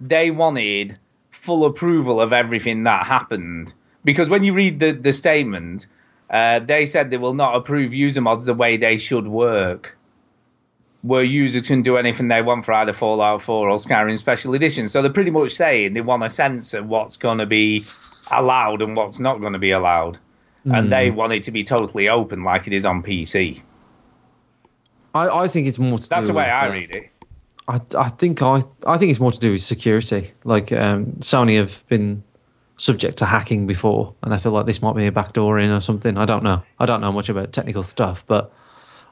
they wanted full approval of everything that happened because when you read the the statement, uh, they said they will not approve user mods the way they should work. where users can do anything they want for either Fallout 4 or Skyrim Special Edition. So they're pretty much saying they want a sense of what's going to be allowed and what's not going to be allowed. And Hmm. they want it to be totally open like it is on PC. I, I think it's more to That's do the way with, I uh, read it. I, I think I I think it's more to do with security. Like um, Sony have been subject to hacking before, and I feel like this might be a backdoor in or something. I don't know. I don't know much about technical stuff, but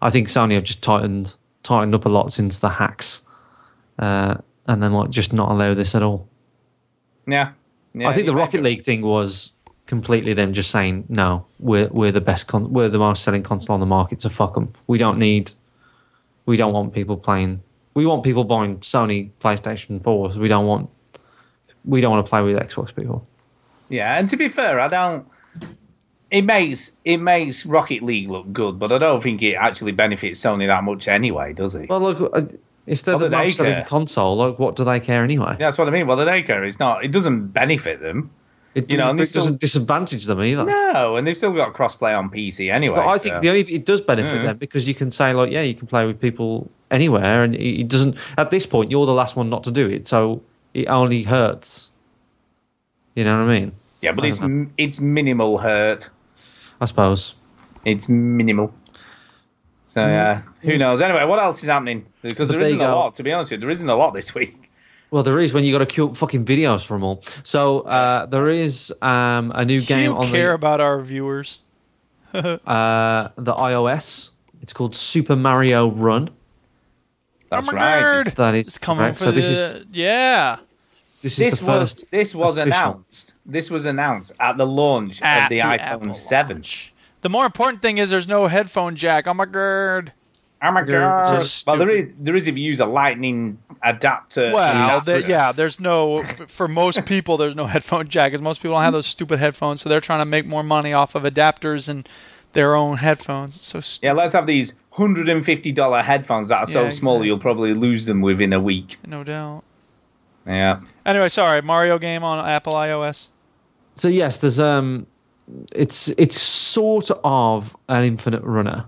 I think Sony have just tightened tightened up a lot since the hacks, uh, and then like just not allow this at all. Yeah. yeah I think the you- Rocket League thing was completely them just saying no, we're we're the best con- we're the most selling console on the market, so fuck them. We don't need, we don't want people playing. We want people buying Sony PlayStation 4s. We don't want, we don't want to play with Xbox people. Yeah, and to be fair, I don't. It makes it makes Rocket League look good, but I don't think it actually benefits Sony that much anyway, does it? Well, look, uh, if they're What the do they most selling care? console, like what do they care anyway? That's what I mean. Well, they don't care. It's not. It doesn't benefit them. It, you know, it and they still- doesn't disadvantage them either. No, and they've still got crossplay on PC anyway. But I think so- the only it does benefit Hmm. them because you can say like, yeah, you can play with people anywhere, and it it doesn't. At this point, you're the last one not to do it, so it only hurts. You know what I mean? yeah, but I it's don't m- it's minimal hurt. I suppose. It's minimal. So Mm. yeah, who knows? Anyway, what else is happening? Because there there you isn't a go. lot. To be honest with you, there isn't a lot this week. Well, there is when you got to queue up fucking videos from all. So uh, there is um, a new game you on care the, about our viewers. uh, the iOS. It's called Super Mario Run. That's I'm a right. nerd. It's- That is It's coming correct. for so the this is yeah. this is This the was first. this was official. announced. This was announced at the launch At of the, iPhone Apple Seven. launch. The more important thing is there's no headphone jack. I'm a GERD. Oh my They're god! just Well, there is stupid. there is if you use a lightning adapter. Well, adapter. the- yeah, there's no for most people there's no headphone jack. 'cause most people don't have those stupid headphones, so they're trying to make more money off of adapters and their own headphones. It's so stupid. Yeah, let's have these hundred and fifty dollar headphones that are so Yeah, small exactly. you'll probably lose them within a week. No doubt. Yeah. Anyway, sorry, Mario game on Apple iOS. So yes, there's um, it's it's sort of an infinite runner,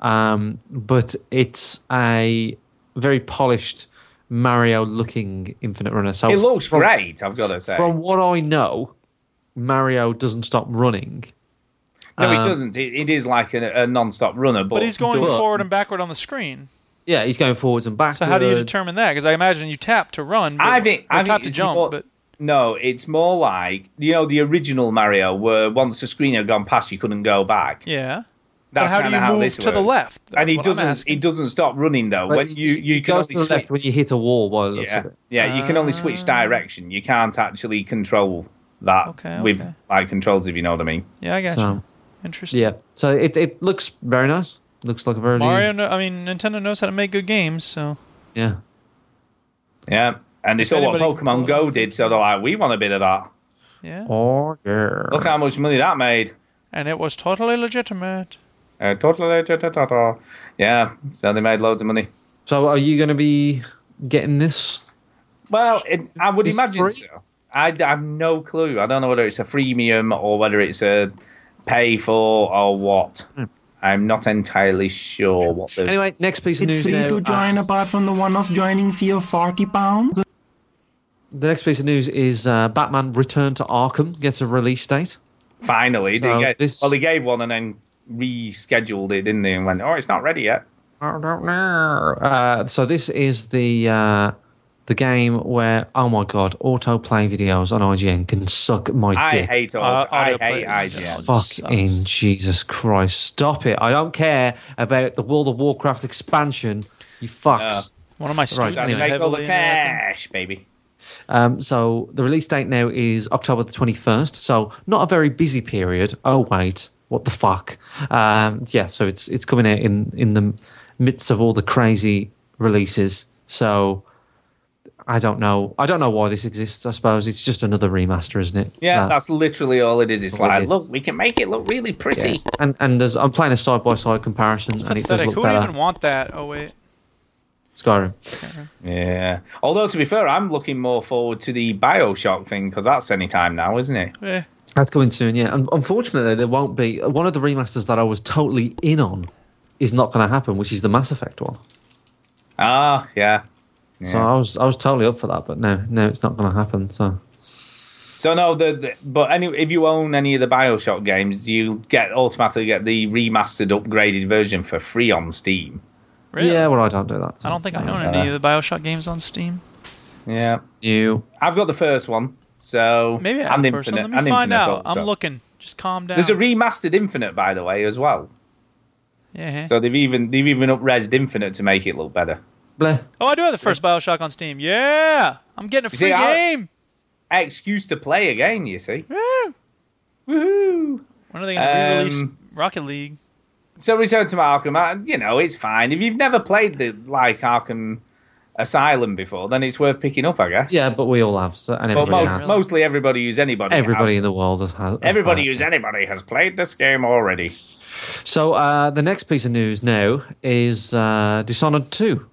um, but it's a very polished Mario-looking infinite runner. So It looks from, great, I've got to say. From what I know, Mario doesn't stop running. no, it um, doesn't. It, it is like a, a non-stop runner, but, uh, But he's going But- forward and backward on the screen. Yeah, he's going forwards and backwards. So how do you determine that? Because I imagine you tap to run. But, I think- or I think tap to it's jump. more- but No, it's more like you know the original Mario, where once the screen had gone past, you couldn't go back. yeah. That's but how do kinda you how move this to the works. left? and That's he what I'm doesn't. He asking. doesn't stop running though. when you you can go to only the switch. left when you hit a wall, by the looks yeah, of it. Ah. yeah, you can only switch direction. You can't actually control that Okay, with okay. like controls, if you know what I mean. Yeah, I got So you. Interesting. yeah, so it, it looks very nice. Looks like a very Mario, kno- I mean, Nintendo knows how to make good games, so yeah. Yeah, and they saw what anybody can pull Pokemon it Go off. did, so they're like, we want a bit of that. yeah. Oh yeah. Look how much money that made. And it was totally legitimate. Uh, totally, ta- ta- ta- ta. yeah, so they made loads of money. So are you going to be getting this? Well, it, I would Is it imagine free? so. I, I have no clue. I don't know whether it's a freemium or whether it's a pay for or what. I'm not entirely sure what the. Hmm. Anyway, next piece of It's news free now. to join uh, apart from the one off joining fee of 40 pounds. the next piece of news is uh, Batman Return to Arkham gets a release date. Finally, So they gave, this- well, they gave one and then rescheduled it, didn't they? And went, oh, it's not ready yet. I don't know. Uh, so this is the uh, the game where oh my god, autoplay videos on IGN can suck my I dick. hate all. Uh, I auto hate plays. IGN. Fucking Jesus Christ! Stop it! I don't care about the World of Warcraft expansion. You fucks. One of my students So I anyway. is make all heavily into the that thing. cash, baby. Um, so the release date now is October the 21st. So not a very busy period. Oh wait, what the fuck? Um, yeah, so it's it's coming out in in the midst of all the crazy releases. So I don't know. I don't know why this exists. I suppose it's just another remaster, isn't it? Yeah, Uh, that's literally all it is. It's Really? like, look, we can make it look really pretty. yeah. And and there's I'm playing a side by side comparison, and it does Pathetic. look Who would better. even want that? Oh wait. Skyrim. Yeah. Although to be fair, I'm looking more forward to the Bioshock thing because that's any time now, isn't it? Eh. That's coming soon, yeah. And unfortunately, there won't be one of the remasters that I was totally in on is not going to happen, which is the Mass Effect one. Ah, yeah. yeah. So I was I was totally up for that, but no, no, it's not going to happen. So So no, the, the but any if you own any of the Bioshock games, you get automatically get the remastered, upgraded version for free on Steam. Really? yeah, well I don't do that. I don't think I own any of the Bioshock games on Steam. Yeah, you. I've got the first one, so Maybe I and have the first one. Let me and find Infinite out. also. I'm looking. Just calm down. There's a remastered Infinite, by the way, as well. yeah. So they've even they've even up-resed Infinite to make it look better. Bleh. oh, I do have the first Bioshock on Steam. Yeah, I'm getting a free see, I- game. Excuse to play again, you see. Yeah. Woohoo! When are they gonna re-release Um, Rocket League? So Return to Arkham, I, you know, it's fine. If you've never played the like Arkham Asylum before, then it's worth picking up, I guess. Yeah, but we all have. So, and But everybody most, has. mostly everybody who's anybody. has. Everybody in the world has. has Everybody has- who's anybody has played this game already. So uh, the next piece of news now is uh, Dishonored 2.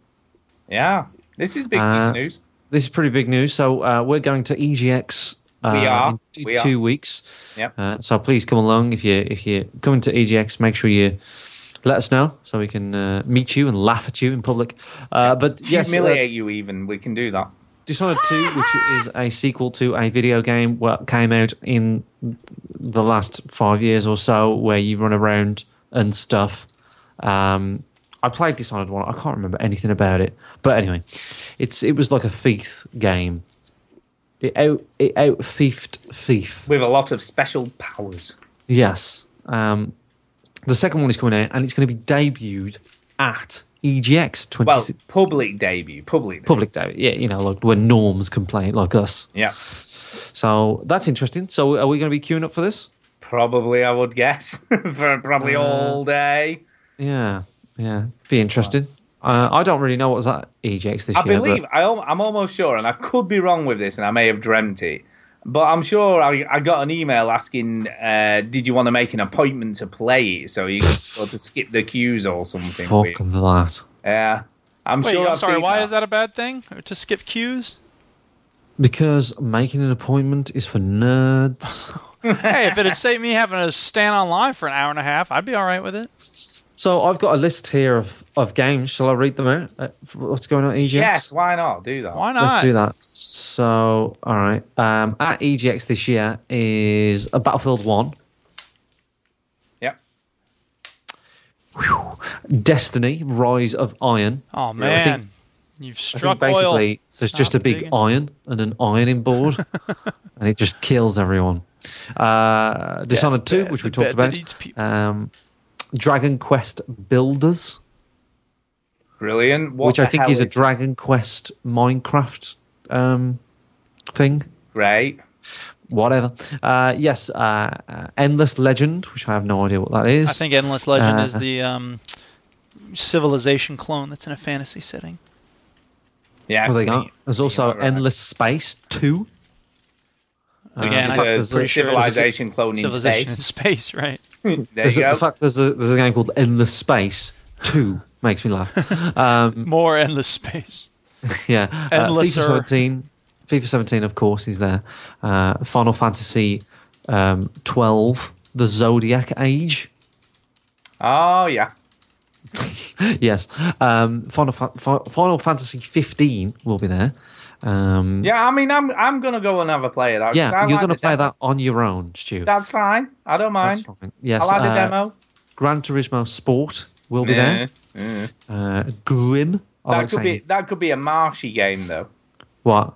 Yeah, this is big piece Uh, of news. This is pretty big news. So uh, we're going to EGX. Uh, We are. in t- We are. two weeks. Yep. Uh, so please come along if you if you're coming to EGX. Make sure you let us know so we can uh, meet you and laugh at you in public. Uh, but yes, uh, Humiliate you even. We can do that. Dishonored 2, which is a sequel to a video game that came out in the last five years or so, where you run around and stuff. Um, I played Dishonored 1. I can't remember anything about it. But anyway, it's it was like a thief game. It out it out thiefed thief. With a lot of special powers. Yes. Um, the second one is coming out, and it's going to be debuted at E EGX 26 Well, public debut. Public. Debut. public day. Yeah, you know, like when norms complain like us. Yeah, So that's interesting. So are we going to be queuing up for this? probably I would guess for Uh, probably all day. Yeah, yeah, be interesting. Uh, I don't really know what's at EJX this I year. believe but I, al- I'm almost sure, and I could be wrong with this, and I may have dreamt it, but I'm sure I, I got an email asking, uh, "Did you want to make an appointment to play it so you could sort of skip the queues or something?" fuck weird? that Yeah, I'm Wait, sure. I'm I've sorry. seen Why is that a bad thing? Or to skip queues? because making an appointment is for nerds. hey, if it had saved me having to stand online for an hour and a half, I'd be all right with it. so I've got a list here of, of games. Shall I read them out? Uh, for what's going on at EJX? Yes, why not do that? Why not? Let's do that. So, all right. Um, at EGX this year is a Battlefield 1, Yep. Destiny, Rise of Iron. Oh I man, think- you've I think struck oil. basically there's Stop just a big digging. iron and an ironing board, and it just kills everyone. Uh, Dishonored 2, bed- which the we talked bed that about. eats people. Um, Dragon Quest Builders, Brilliant. What which I the think hell is a Dragon Quest Minecraft um, thing. Great. Whatever. Uh, yes, uh, uh, Endless Legend, which I have no idea what that is. I think Endless Legend Uh, is the um, civilization clone that's in a fantasy setting. Yeah. What have they got? There's also right. Endless Space 2. Again, Uh, I'm There's a pretty sure it's- Um, civilization clone in Civilization space. in space, right? There There's you a, go. the fact there's a there's a game called Endless Space Two makes me laugh. Um, More endless space. yeah, uh, FIFA Endlesser. 17, FIFA 17 of course is there. Uh, Final Fantasy um, 12, The Zodiac Age. Oh yeah. Yes, um, Final Fa- Fa- Final Fantasy 15 will be there. Um, Yeah. I mean, I'm I'm gonna go and have a play of that. 'cause yeah, I you're like gonna the play demo. that on your own, Stu. That's fine. I don't That's mind. fine. Yes, I'll add a uh, demo. Gran Turismo Sport will be Yeah. there. Uh, Grim. I That like could saying- be that could be a marshy game though. what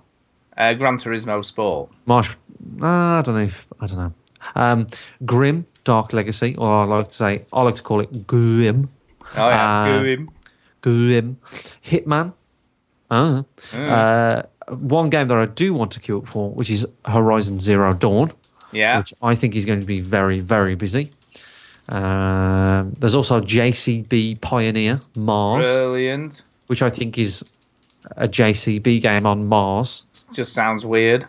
Uh, Gran Turismo Sport. Marsh. Uh, I don't know. If, I don't know. Um, Grim Dark Legacy, or I like to say, I like to call it Grim. Oh yeah, Uh, Grim. Grim. Hitman. Uh, uh, one game that I do want to queue up for, which is Horizon Zero Dawn, Yeah. which I think is going to be very, very busy. Um, there's also JCB Pioneer Mars, Brilliant. which I think is a JCB game on Mars. Just sounds weird.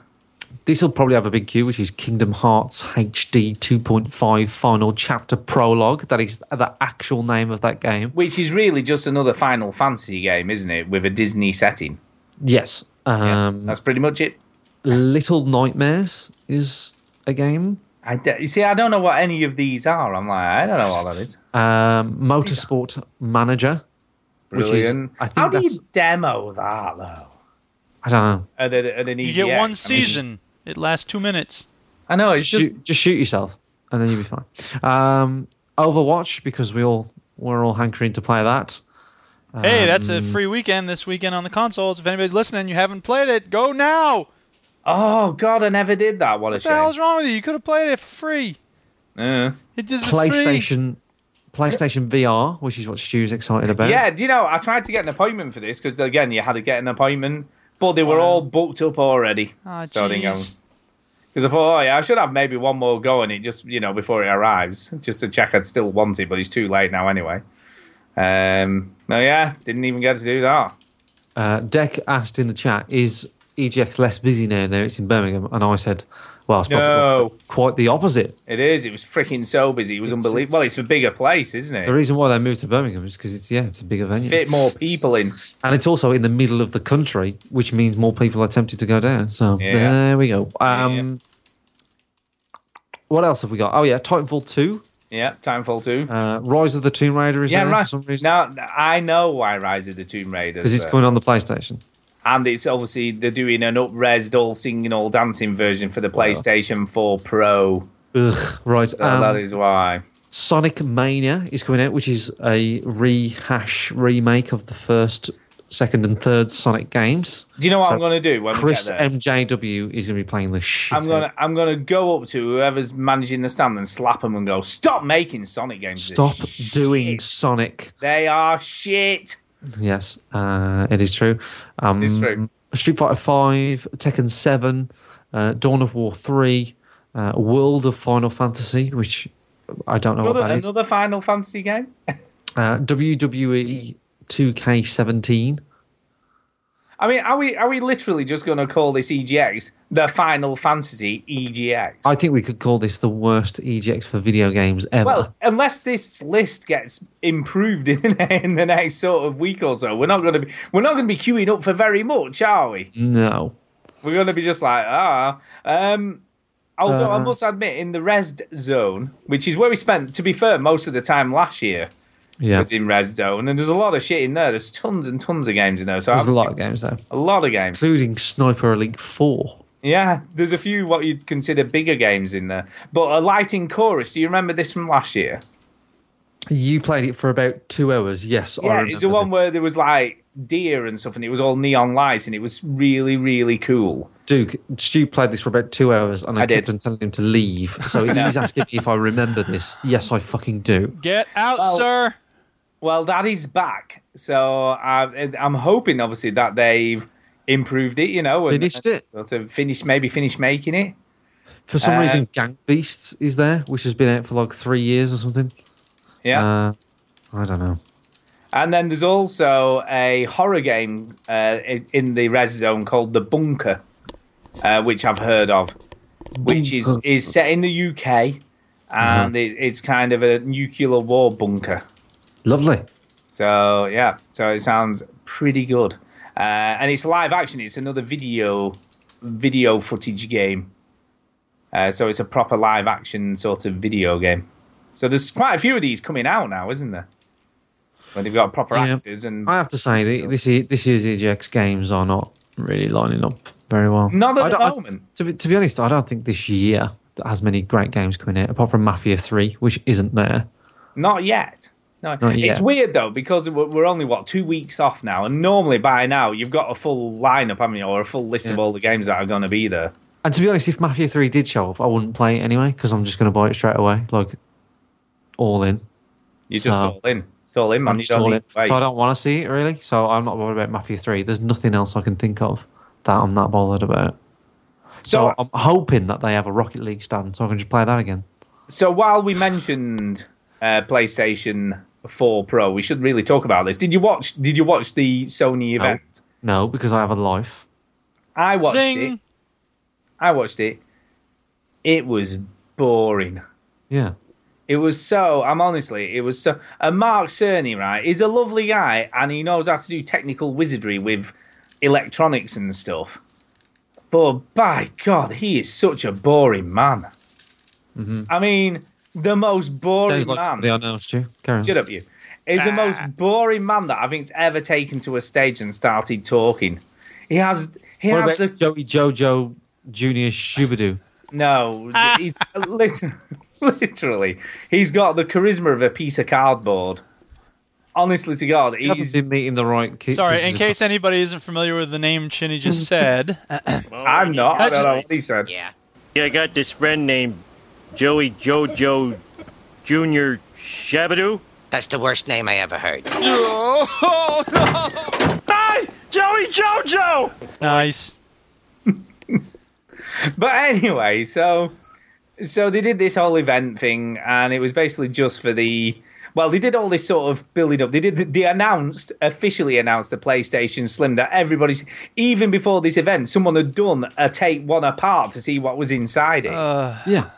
This will probably have a big queue, which is Kingdom Hearts HD 2.5 Final Chapter Prologue. That is the actual name of that game. Which is really just another Final Fantasy game, isn't it? With a Disney setting. Yes. Um, That's pretty much it. Little Nightmares is a game. I d- you see, I don't know what any of these are. I'm like, I don't know what that is. Um, Motorsport Manager. Which is- Brilliant. I think How do that's- you demo that though? I don't know. At, an- at an You EGX? get I one mean, season. it lasts two minutes. I know it's Just just shoot, just shoot yourself, and then you'll be fine. Um, Overwatch because we all we're all hankering to play that. Hey, that's a Um, free weekend this weekend on the consoles. If anybody's listening, you haven't played it, go now. What oh god, I never did that. What a the hell is shame. wrong with you? You could have played it for free. Yeah. It is free. PlayStation PlayStation VR, which is what Stu's excited about. Yeah, do you know? I tried to get an appointment for this because again, you had to get an appointment, but they were all booked up already. Ah, So I didn't go. jeez. Because I thought, oh yeah, I should have maybe one more go in it just you know before it arrives, just to check I'd still want it, but it's too late now anyway. Um, no, yeah, didn't even get to do that. Uh, Deck asked in the chat, "Is EGX less busy now than it's in Birmingham?" And I said, "Well, it's probably No. quite the opposite. It is. It was freaking so busy. It was It's- unbelievable. it's- well, it's a bigger place, isn't The it? reason why they moved to Birmingham is because it's yeah, it's a bigger venue, Fit more people in. and it's also in the middle of the country, which means more people are tempted to go down. So Yeah. there we go. Um, What else have we got? Oh yeah, Titanfall two, Yeah, Timefall two. uh, Rise of the Tomb Raider is yeah, there right. for some reason Now I know why Rise of the Tomb Raider. because it's so- coming on the PlayStation. and it's obviously they're doing an up-resed, all singing, all dancing version for the PlayStation 4 Pro. Ugh, right. So um, Uh, that is why. Sonic Mania is coming out, which is a rehash remake of the first, second, and third Sonic games. Do you know what so I'm going to do when Chris we get there? MJW is going to be playing the shit. I'm gonna I'm gonna go up to whoever's managing the stand and slap them and go stop making Sonic games. They're stop shit. doing Sonic. They are shit. Yes, uh, it is true. Um, It's true. Street Fighter Five, Tekken Seven, uh, Dawn of War Three, uh, World of Final Fantasy, which I don't know Another, what that is. another Final Fantasy game. Uh, E WWE 2K17. I mean, are we are we literally just going to call this EGX the Final Fantasy E EGX? I think we could call this the worst EGX for video games ever. Well, unless this list gets improved in, in the next sort of week or so, we're not going to be we're not going to be queuing up for very much, are we? Mm. no. We're going to be just like ah. Um, although I Uh. must admit, in the Resd zone, which is where we spent, to be fair, most of the time last year Yeah. was in Resd zone, and there's a lot of shit in there. There's tons and tons of games in there. So There's I've, a lot of games though, a lot of games. including Sniper Elite Four. Yeah, there's a few what you'd consider bigger games in there. But a lighting chorus. Do you remember this from last year? You played it for about two hours. Yes, I Yeah, remember it's the one this. where there was like deer and stuff, and it was all neon lights, and it was really, really cool. Duke Stu played this for about two hours, and I, I did. kept on telling him to leave. So he's asking me if I remember this. Yes, I fucking do. Get out, Well- sir. Well, that is back, so I, I'm hoping, obviously, that they've improved it, you know, and uh, Finished it. sort of finished, maybe finished making it. For some Uh, reason, Gang Beasts is there, which has been out for like three years or something. Yeah, Uh, I don't know. and then there's also a horror game uh, in- in the res zone called The Bunker, uh, which I've heard of. which is Bunker. Uh-huh. is set in the UK, and it, it's kind of a nuclear war bunker. lovely. So yeah, so it sounds pretty good, uh, and it's live action. It's another video video footage game, uh, so it's a proper live action sort of video game. So there's quite a few of these coming out now, isn't there? When they've got proper Yeah. actors and I have to say the- this is this year's EGX games are not really lining up very well. Not at I the don't- I- moment. to be to be honest, I don't think this year that has many great games coming out apart from Mafia Three, which isn't there. Not yet. No, Not it's yet. weird though because we're we're only what two weeks off now, and normally by now you've got a full lineup, haven't you, or a full list of Yeah. all the games that are going to be there. And to be honest, if Mafia Three did show up, I wouldn't play it anyway because I'm just going to buy it straight away, like all in. You're just So- all in, it's all in, man. I'm You just don't all in. need to So wait. I don't want to see it really. So I'm not worried about Mafia Three. There's nothing else I can think of that I'm not bothered about. So, So, I'm hoping that they have a Rocket League stand so I can just play that again. so while we mentioned uh, PlayStation 4 Pro, we should really talk about this. Did you watch? Did you watch the No. Sony event? No, because I have a life. I watched Zing. it. I watched it. It was boring. Yeah. It was so. I'm honestly, it was so. And Mark Cerny, right, is a lovely guy, and he knows how to do technical wizardry with electronics and stuff. But by God, he is such a boring man. I mean, the most Mm-hmm. boring Sounds like man. somebody I know, Stu. Carry on. Shut up, you. is the most boring man that I think's ever taken to a stage and started talking. He has he What has about the Joey Jojo Junior Shubadoo? no. Ah. he's literally, literally he's got the charisma of a piece of cardboard. Honestly to God, He hasn't he's been meeting the right. Ki- Sorry, pieces in of- case anybody isn't familiar with the name Chinny just said, I'm not. I That's don't know just- what he said. Yeah, I got this friend named Joey Jojo Junior Shabadoo. That's the worst name I ever heard. oh, no! Hi, Joey Jojo. nice. But anyway, so so they did this whole event thing, and it was basically just for the well, they did all this sort of building up. They did they announced officially announced the PlayStation Slim that everybody's even before this event, someone had done a take one apart to see what was inside Oh. it. Uh, Yeah.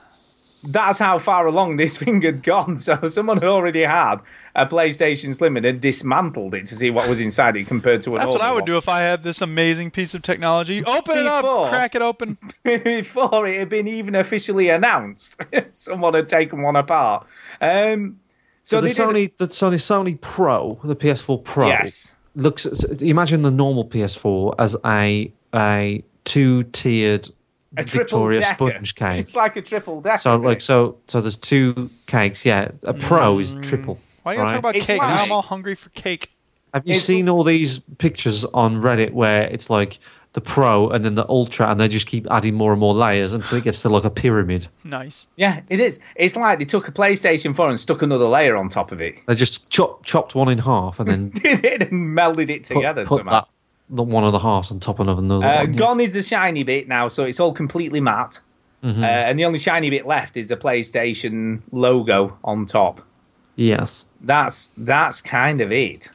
That's how far along this thing had gone. So someone had already had a PlayStation Slim and had dismantled it to see what was inside it compared to an That's what older I one. would do if I had this amazing piece of technology. Open it up, Before- crack it open. before it had been even officially announced. Someone had taken one apart. Um, so So the they did- Sony, the Sony, Sony Pro, the PS4 Pro, Yes. looks. Imagine the normal PS4 as a a two tiered a triple Victoria decker. sponge cake. It's like a triple decker. So like mate. so so there's two cakes. Yeah, a Pro is Mm. triple. Why you gotta right? talk about It's cake? Now like- I'm all hungry for cake. Have you It's- seen all these pictures on Reddit where it's like the Pro and then the Ultra, and they just keep adding more and more layers until it gets to like a pyramid. Nice. yeah, it is. It's like they took a PlayStation 4 and stuck another layer on top of it. They just chop, chopped one in half and then They did and melded it put, together put somehow. that the one of the halves on top of another. Uh, one. gone is the shiny bit now, so it's all completely matte. Mm-hmm. Uh, and the only shiny bit left is the PlayStation logo on top. Yes. That's that's kind of it.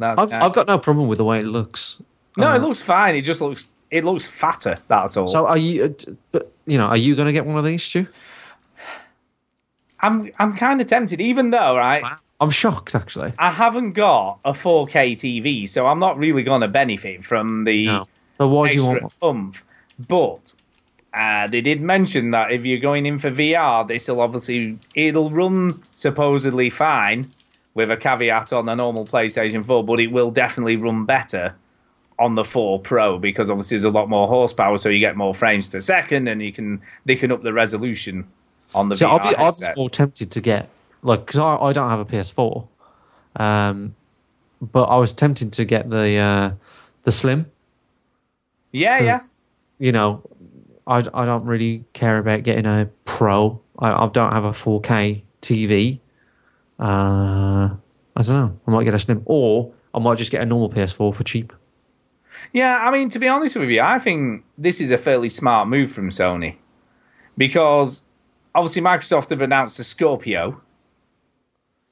That's I've, kind- I've got no problem with the way it looks. no, uh, it looks fine. It just looks it looks fatter. That's all. So are you? uh, d- But you know, are you going to get one of these, Stu? I'm I'm kind of tempted, even though right, I'm shocked, actually. I haven't got a 4K TV, so I'm not really going to benefit from the No. So why do you want? extra One? oomph. But uh, they did mention that if you're going in for VR, this will obviously it'll run supposedly fine, with a caveat on a normal PlayStation 4, but it will definitely run better on the 4 Pro because obviously there's a lot more horsepower, so you get more frames per second, and you can they can up the resolution on the So VR I'll be, I'll be headset. more tempted to get like because I, I don't have a PS4, um, but I was tempted to get the uh, the Slim. yeah, yeah. 'cause, You know, I, I don't really care about getting a Pro. I, I don't have a 4K TV. Uh, I don't know. I might get a Slim, or I might just get a normal PS4 for cheap. Yeah, I mean, to be honest with you, I think this is a fairly smart move from Sony because obviously Microsoft have announced the Scorpio.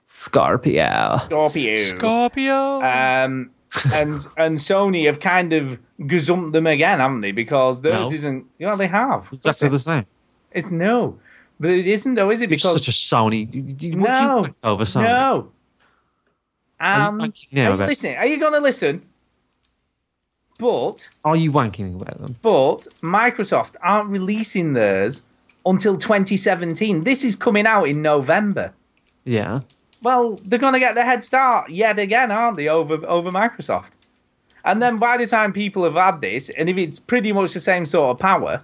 Scorpio. Scorpio. Scorpio. um, and and Sony have kind of gazumped them again, haven't they? Because theirs No. isn't. Yeah, they have. Exactly the same. It's no, but it isn't though, is it? It's Because such a Sony. You, you, what do no, you think over Sony? no. Are you Um, wanking now are you about- listening? Are you going to listen? But Are you wanking about them? but Microsoft aren't releasing theirs until 2017. This is coming out in November. Yeah. Well, they're going to get the head start yet again, aren't they, over over Microsoft? And then by the time people have had this, and if it's pretty much the same sort of power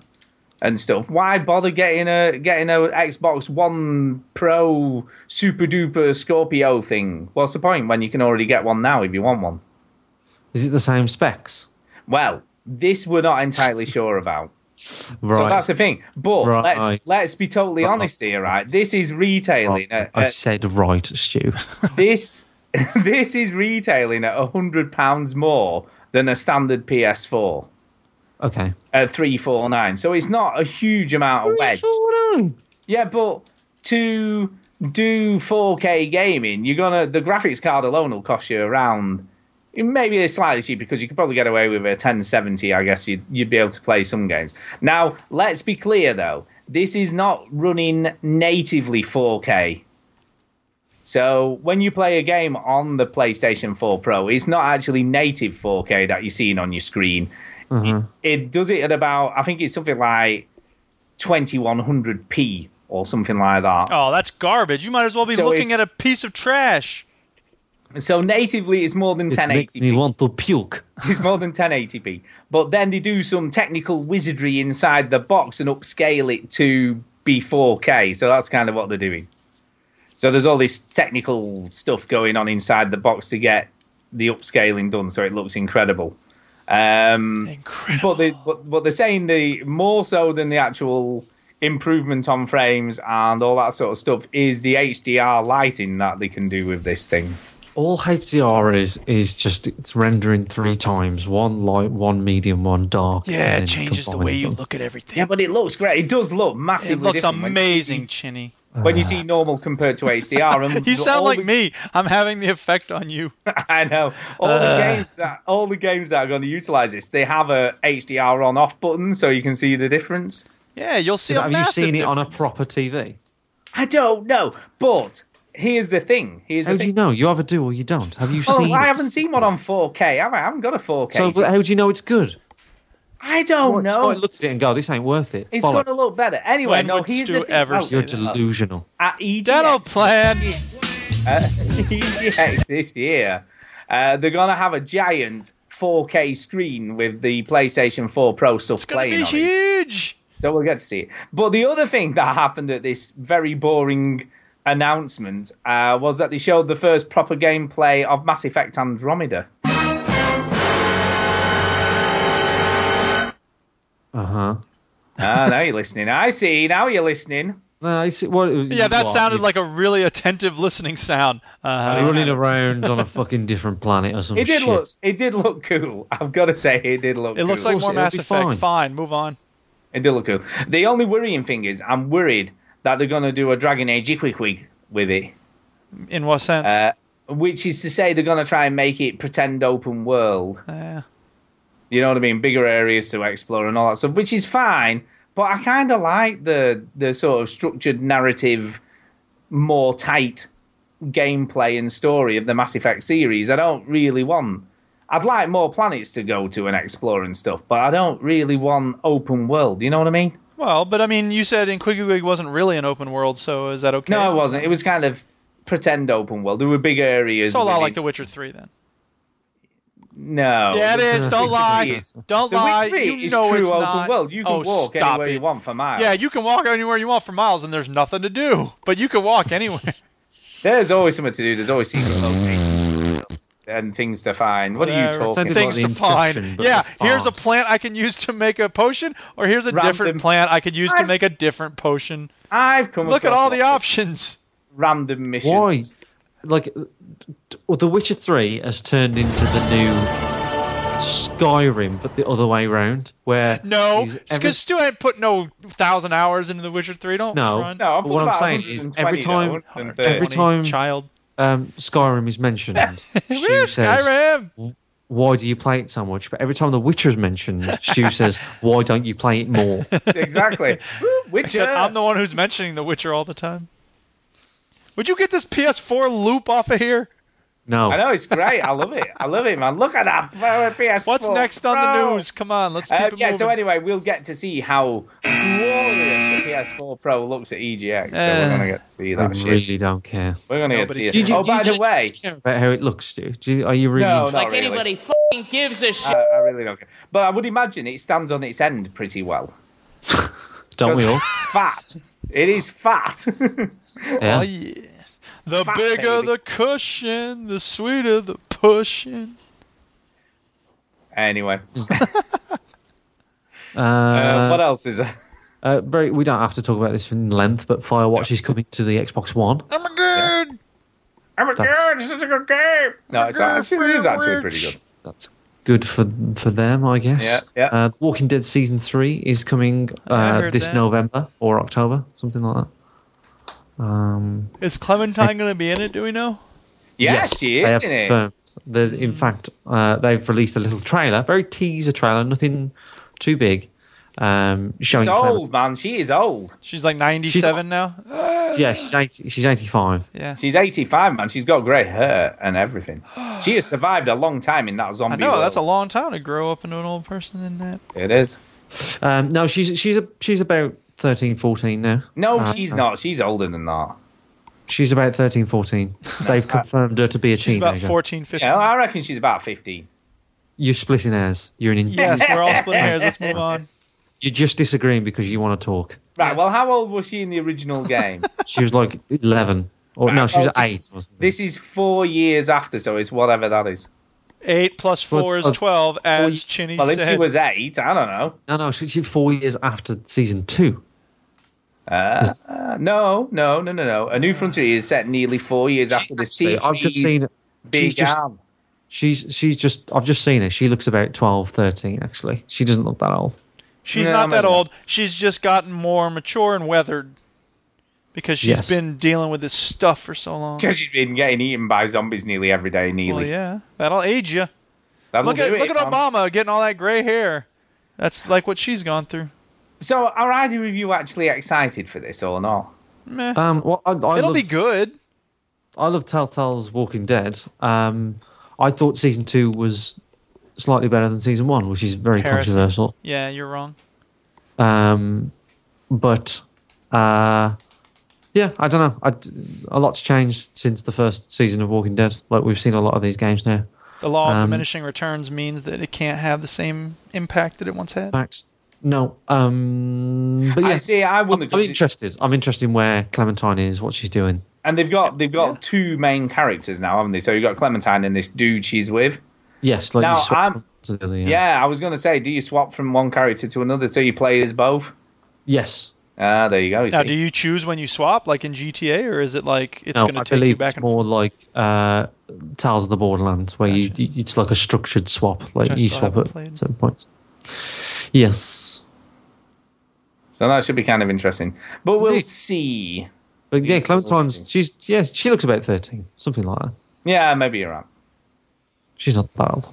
and stuff, why bother getting a getting a Xbox One Pro super duper Scorpio thing? What's the point when you can already get one now if you want one? Is it the same specs? Well, this we're not entirely sure about. Right. So that's the thing. But Right. let's let's be totally Right. honest here, right? This is retailing. I, at, uh, I at said right, Stu. this this is retailing at hundred pounds more than a standard PS4 okay. at uh, three four nine. So it's not a huge amount of wedge. Yeah, but to do 4K gaming, you're gonna the graphics card alone will cost you around maybe it's slightly cheaper because you could probably get away with a 1070. I guess you'd you'd be able to play some games. Now let's be clear though, this is not running natively 4K. So when you play a game on the PlayStation 4 Pro, it's not actually native 4K that you're seeing on your screen. It, it does it at about I think it's something like 2100p or something like that. oh, that's garbage. You might as well be So looking it's- at a piece of trash. So natively, it's more than 1080p. Makes me want to puke. It's more than 1080p. But then they do some technical wizardry inside the box and upscale it to be 4K. So that's kind of what they're doing. So there's all this technical stuff going on inside the box to get the upscaling done, so it looks incredible. Um, incredible. But, they, but, but they're saying the more so than the actual improvement on frames and all that sort of stuff is the HDR lighting that they can do with this thing. All HDR is is just it's rendering three times: one light, one medium, one dark. Yeah, and it changes the combine way you them. look at everything. Yeah, but it looks great. It does look massively. it looks different when- amazing, Chinny. when you see normal compared to HDR. And You sound all like the- me. I'm having the effect on you. I know all Ugh. Uh. the games that all the games that are going to utilize this. They have a HDR on off button, so you can see the difference. Yeah, you'll see. a Have you massive seen it on a difference. proper TV? I don't know, but here's the thing. Here's the How do thing. you know? You either do or you don't. Have you Oh, seen? I it? haven't seen one on 4K. Have I? I haven't got a 4K. So but how do you know it's good? Oh, I don't Oh. know. I looked at it and go, this ain't worth it. it's Bollocks. going to look better anyway. When no, would here's Stu the thing. ever no, say You're that. delusional. at E EGX, Dental plan. uh, EGX this year, uh, they're going to have a giant 4K screen with the PlayStation 4 Pro stuff It's gonna playing be on it. huge. So we'll get to see it. But the other thing that happened at this very boring announcement uh, was that they showed the first proper gameplay of Mass Effect Andromeda. Uh huh. Ah, now you're listening. I see. Now you're listening. No, it's, well, it was- Yeah, that what, sounded you- like a really attentive listening sound. Uh, running around on a fucking different planet or some It did shit. look. It did look cool. I've got to say, it did look. Oh, it looks cool. like more it'll Mass be Effect. fine. Fine. move on. It did look cool. The only worrying thing is, I'm worried that they're going to do a Dragon Age Iquiquig with it, In what sense? uh, which is to say they're going to try and make it pretend open world. Eh. You know what I mean? Bigger areas to explore and all that stuff, which is fine. But I kind of like the the sort of structured narrative, more tight gameplay and story of the Mass Effect series. I don't really want. I'd like more planets to go to and explore and stuff, but I don't really want open world. You know what I mean? Well, but I mean, you said in Quiggywig wasn't really an open world, so is that okay? No, it wasn't. It was kind of pretend open world. There were big areas. So a lot with like it. The Witcher 3 then. No. yeah, it is. Don't lie. is. Don't The lie. Witcher 3 you is know true it's open not. world. You can oh, walk stop anywhere it. you want for miles. Yeah, you can walk anywhere you want for miles, and there's nothing to do. But you can walk anywhere. There's always something to do. There's always secret Mm. locations and things to find. What are There you talking sounded about? like Things the to find. Inception, but Yeah, with here's a farms. plant I can use to make a potion, or here's a Random- different plant I could use to I'm- make a different potion. I've come Look at across all the lots of options. random missions. Why? Like, well, The Witcher 3 has turned into the new Skyrim, but the other way round, where No, is every- because Stu ain't put no thousand hours into The Witcher 3. Don't No. front. No, I've But put what I'm about saying is 120 every time- now, 130. every time- child. um, Skyrim is mentioned, Stu Woo, says, Skyrim. "Why do you play it so much?" But every time The Witcher's mentioned, Stu says, "Why don't you play it more?" exactly. uh, Woo, Witcher. Except I'm the one who's mentioning The Witcher all the time. Would you get this PS4 loop off of here? No, I know it's great. I love it. I love it, man. Look at that. PS4 What's next on the Pro. news? Come on, let's keep Uh, it yeah. moving. So anyway, we'll get to see how glorious the PS4 Pro looks at EGX. So we're Uh, gonna get to see I that shit. really don't care. We're gonna get to Nobody E see it. cares. oh, by the just way, care about how it looks, Stu. Do you, are you really? no, interested? not Like really. anybody fucking gives a shit. I, I really don't care. But I would imagine it stands on its end pretty well. Don't we all? It's fat. It is fat. Oh, Yeah. yeah. The Fat bigger baby. the cushion, the sweeter the pushing. anyway, Uh, uh, what else is there? uh, very, we don't have to talk about this in length, but Firewatch is coming to the Xbox One. I'm a good. Oh my That's- god, this is a good game. No, it's actually, it is actually pretty good. That's good for for them, I guess. Yeah, yeah. Uh, Walking Dead season three is coming I uh, heard this that. November or October, something like that. Um, Is Clementine gonna be in it? Do we know? Yes, she they is have in it. Hmm. confirmed that- in fact, uh, they've released a little trailer, very teaser trailer, nothing too big, um, showing. She's Clementine- old, man. She is old. She's like 97 now. Yeah, she's, 80, she's 85. Yeah. She's 85, man. She's got grey hair and everything. She has survived a long time in that I zombie. know world. that's a long time to grow up into an old person in that. It is. Um, no, she's she's a, she's about 13, 14 now. No, Uh, she's not. She's older than that. She's about 13, 14. They've confirmed her to be a She's teenager. about 14, 15. Yeah, I reckon she's about 15. You're splitting hairs. You're an. Yes, we're all splitting hairs. Let's move on. You're just disagreeing because you want to talk. Right, well, how old was she in the original game? She was like 11. Or no, she was Oh, 8. this- wasn't she? This is four years after, so it's whatever that is. 8 plus 4 is Well, 12, as Chinny Well, if she said. was eight, I don't know. No, no, she, she four years after season two. Uh, uh, no, no, no, no, no. A New Frontier is set nearly four years after the See, series I've just seen it. She's just, began. she's she's just I've just seen her. She looks about 12, 13, Actually, she doesn't look that old. She's Yeah, not I'm that in. old. She's just gotten more mature and weathered because she's Yes. been dealing with this stuff for so long. Because she's been getting eaten by zombies nearly every day, Well, nearly. Oh, yeah, that'll age you. That'll Look at do it, Um, look at man. Obama getting all that gray hair. That's like what she's gone through. So, are either of you actually excited for this or not? Meh. Um, well, I, I It'll love, be good. I love Telltale's Walking Dead. Um, I thought season two was slightly better than season one, which is very Harrison. controversial. Yeah, you're wrong. Um, but uh, yeah, I don't know. I, a lot's changed since the first season of Walking Dead. Like we've seen a lot of these games now. The law of Um, diminishing returns means that it can't have the same impact that it once had. Max, no. Um, but yeah, I see. I I'm, wouldn't. I'm 'cause it- interested. I'm interested in where Clementine is, what she's doing. and they've got they've got two main characters now, haven't they? So you've got Clementine and this dude she's with. Yes, like Now, you swapped I'm- them to the other, yeah. Yeah, I was going to say, do you swap from one character to another so you play as both? Yes. Ah, there you go. You Now, see. do you choose when you swap, like in GTA, or is it like it's no, going to I take you believe back it's and more like uh, Tales of the Borderlands, where you, you it's like a structured swap. Like I you still swap haven't at played. certain points. Yes, So that should be kind of interesting. But we'll Indeed. see. but yeah, Yeah, Clementine's we'll see. she's yeah she looks about thirteen, something like that. Yeah, maybe you're right. She's not that old.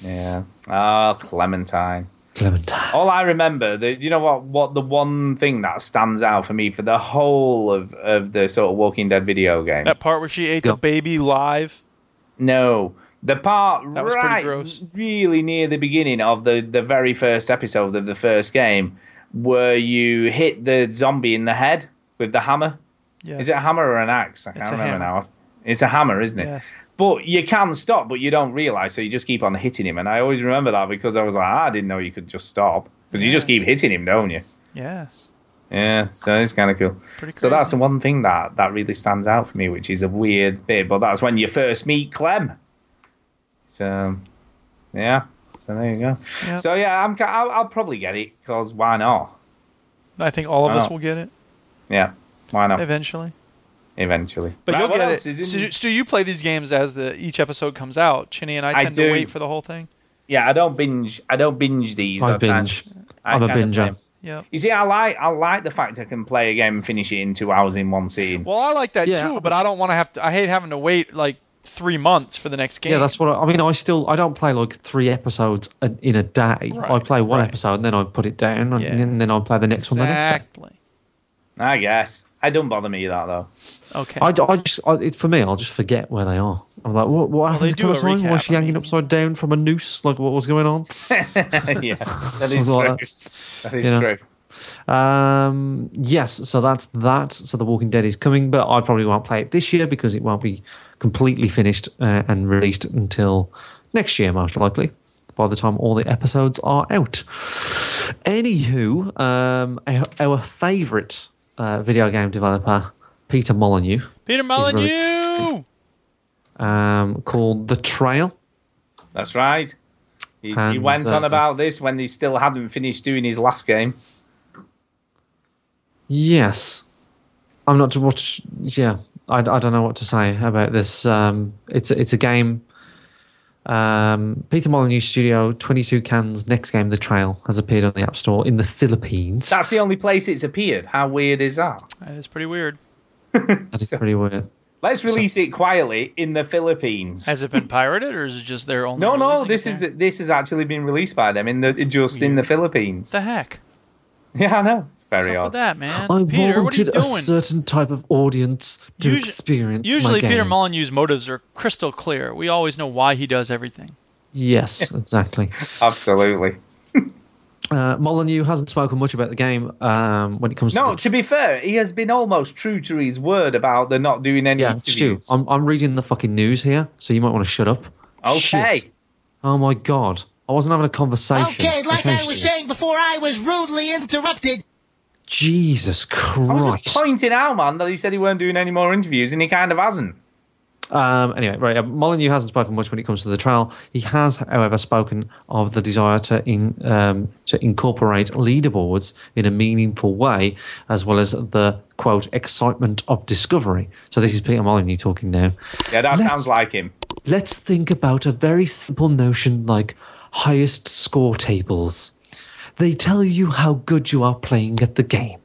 Yeah. Ah, Clementine. Clementine. All I remember, the, you know what? What the one thing that stands out for me for the whole of, of the sort of Walking Dead video game? that part where she ate Yeah. the baby live? No, the part That was pretty right, gross. really near the beginning of the the very first episode of the first game, where you hit the zombie in the head with the hammer. Yeah. Is it a hammer or an axe? I It's can't a remember hammer. now. It's a hammer, isn't it? Yes. But you can stop, but you don't realize, so you just keep on hitting him. And I always remember that because I was like, "Ah, I didn't know you could just stop because you just Yes. keep hitting him, don't you? Yes. Yeah, so it's kind of cool. Pretty So that's the crazy. one thing that that really stands out for me, which is a weird bit. But that's when you first meet Clem. So, yeah. So there you go. Yep. So yeah, I'm. ki- I'll, I'll probably get it because why not? I think all of I us know. will get it Yeah, why not? eventually. Eventually. But Right, you'll what get else it. is So, in- you- so you play these games as the each episode comes out. Chinny and I I tend do. to wait for the whole thing. yeah, I don't binge. I don't binge these. I I try- binge. I I'm a kind of binger. play- Yeah. You see, I like. I like the fact I can play a game and finish it in two hours in one scene. Well, I like that Yeah. too, but I don't want to have to. I hate having to wait like three months for the next game. Yeah, that's what I, I mean. I still I don't play like three episodes a- in a day. I Right, play one right. episode and then I put it down, and, Yeah. and then I play the next one the next day. exactly. I guess. I don't bother me that though. Okay. I, I just I, it, for me, I'll just forget where they are. I'm like, what? What they happened to do a Clementine? recap, Was she I hanging mean. upside down from a noose? Like, what was going on? yeah, that is Something like true. uh, That is You know. true. Um, yes, so that's that. So The Walking Dead is coming, but I probably won't play it this year because it won't be completely finished uh, and released until next year, most likely, by the time all the episodes are out. Anywho, um, our, our favourite uh, video game developer, Peter Molyneux, Peter Molyneux. um, called The Trail. That's right. He, he And, went on uh, about this when he still hadn't finished doing his last game. Yes. I'm not what. Yeah, I, I don't know what to say about this. Um, it's a, it's a game. Um, Peter Molyneux Studio 22 Cans next game The Trail has appeared on the App Store in the Philippines. That's the only place it's appeared. How weird is that? That is pretty weird. That is pretty weird. Let's release it quietly in the Philippines. Has it been pirated, or is it just their only? No, no, releasing it this there? is this has actually been released by them in the just in the Philippines. the heck. Yeah, I know. It's What's up very with odd. that, man? I Peter, what are you wanted a doing? certain type of audience to Usu- experience. my Usually, Peter game. Molyneux's motives are crystal clear. We always know why he does everything. Yes, exactly. Absolutely. Uh, Molyneux hasn't spoken much about the game um, when it comes No, to. to be fair, he has been almost true to his word about the not doing any yeah, Stu, interviews. I'm, I'm reading the fucking news here, so you might want to shut up. Okay. Shit. Oh my god. I wasn't having a conversation. Okay, like I was Stu. saying before, I was rudely interrupted. Jesus I was Christ. just pointing out, man, that he said he weren't doing any more interviews, and he kind of hasn't. Um, anyway, right. Uh, Molyneux hasn't spoken much when it comes to the trial. He has, however, spoken of the desire to in, um, to incorporate leaderboards in a meaningful way, as well as the quote excitement of discovery. So this is Peter Molyneux talking now. Yeah, that sounds like him. Let's think about a very simple notion like highest score tables. They tell you how good you are playing at the game.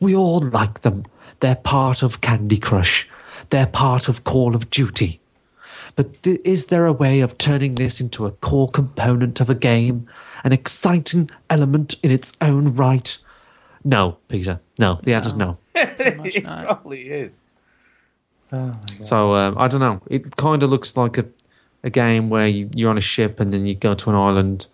We all like them. They're part of Candy Crush. They're part of Call of Duty. But th- is there a way of turning this into a core component of a game, an exciting element in its own right? No, Peter. No, the answer's no. it probably is. So um, I don't know. It kind of looks like a, a game where you, you're on a ship and then you go to an island,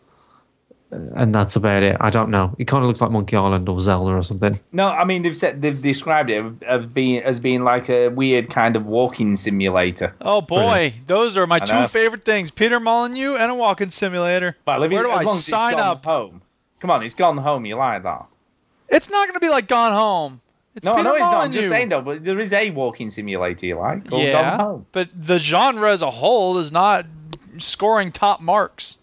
uh, and that's about it. I don't know. It kind of looks like Monkey Island or Zelda or something. No, I mean they've said they've described it of, of being as being like a weird kind of walking simulator. Oh boy, those are my I two know. favorite things: Peter Molyneux and a walking simulator. Well, if you- Where do as I long as it's sign gone up? Home. Come on, it's gone home. You like that? It's not going to be like Gone Home. It's no, Peter no, it's Molyneux. not. I'm just saying though, but there is a walking simulator you like. called yeah, Gone Home. but the genre as a whole is not scoring top marks.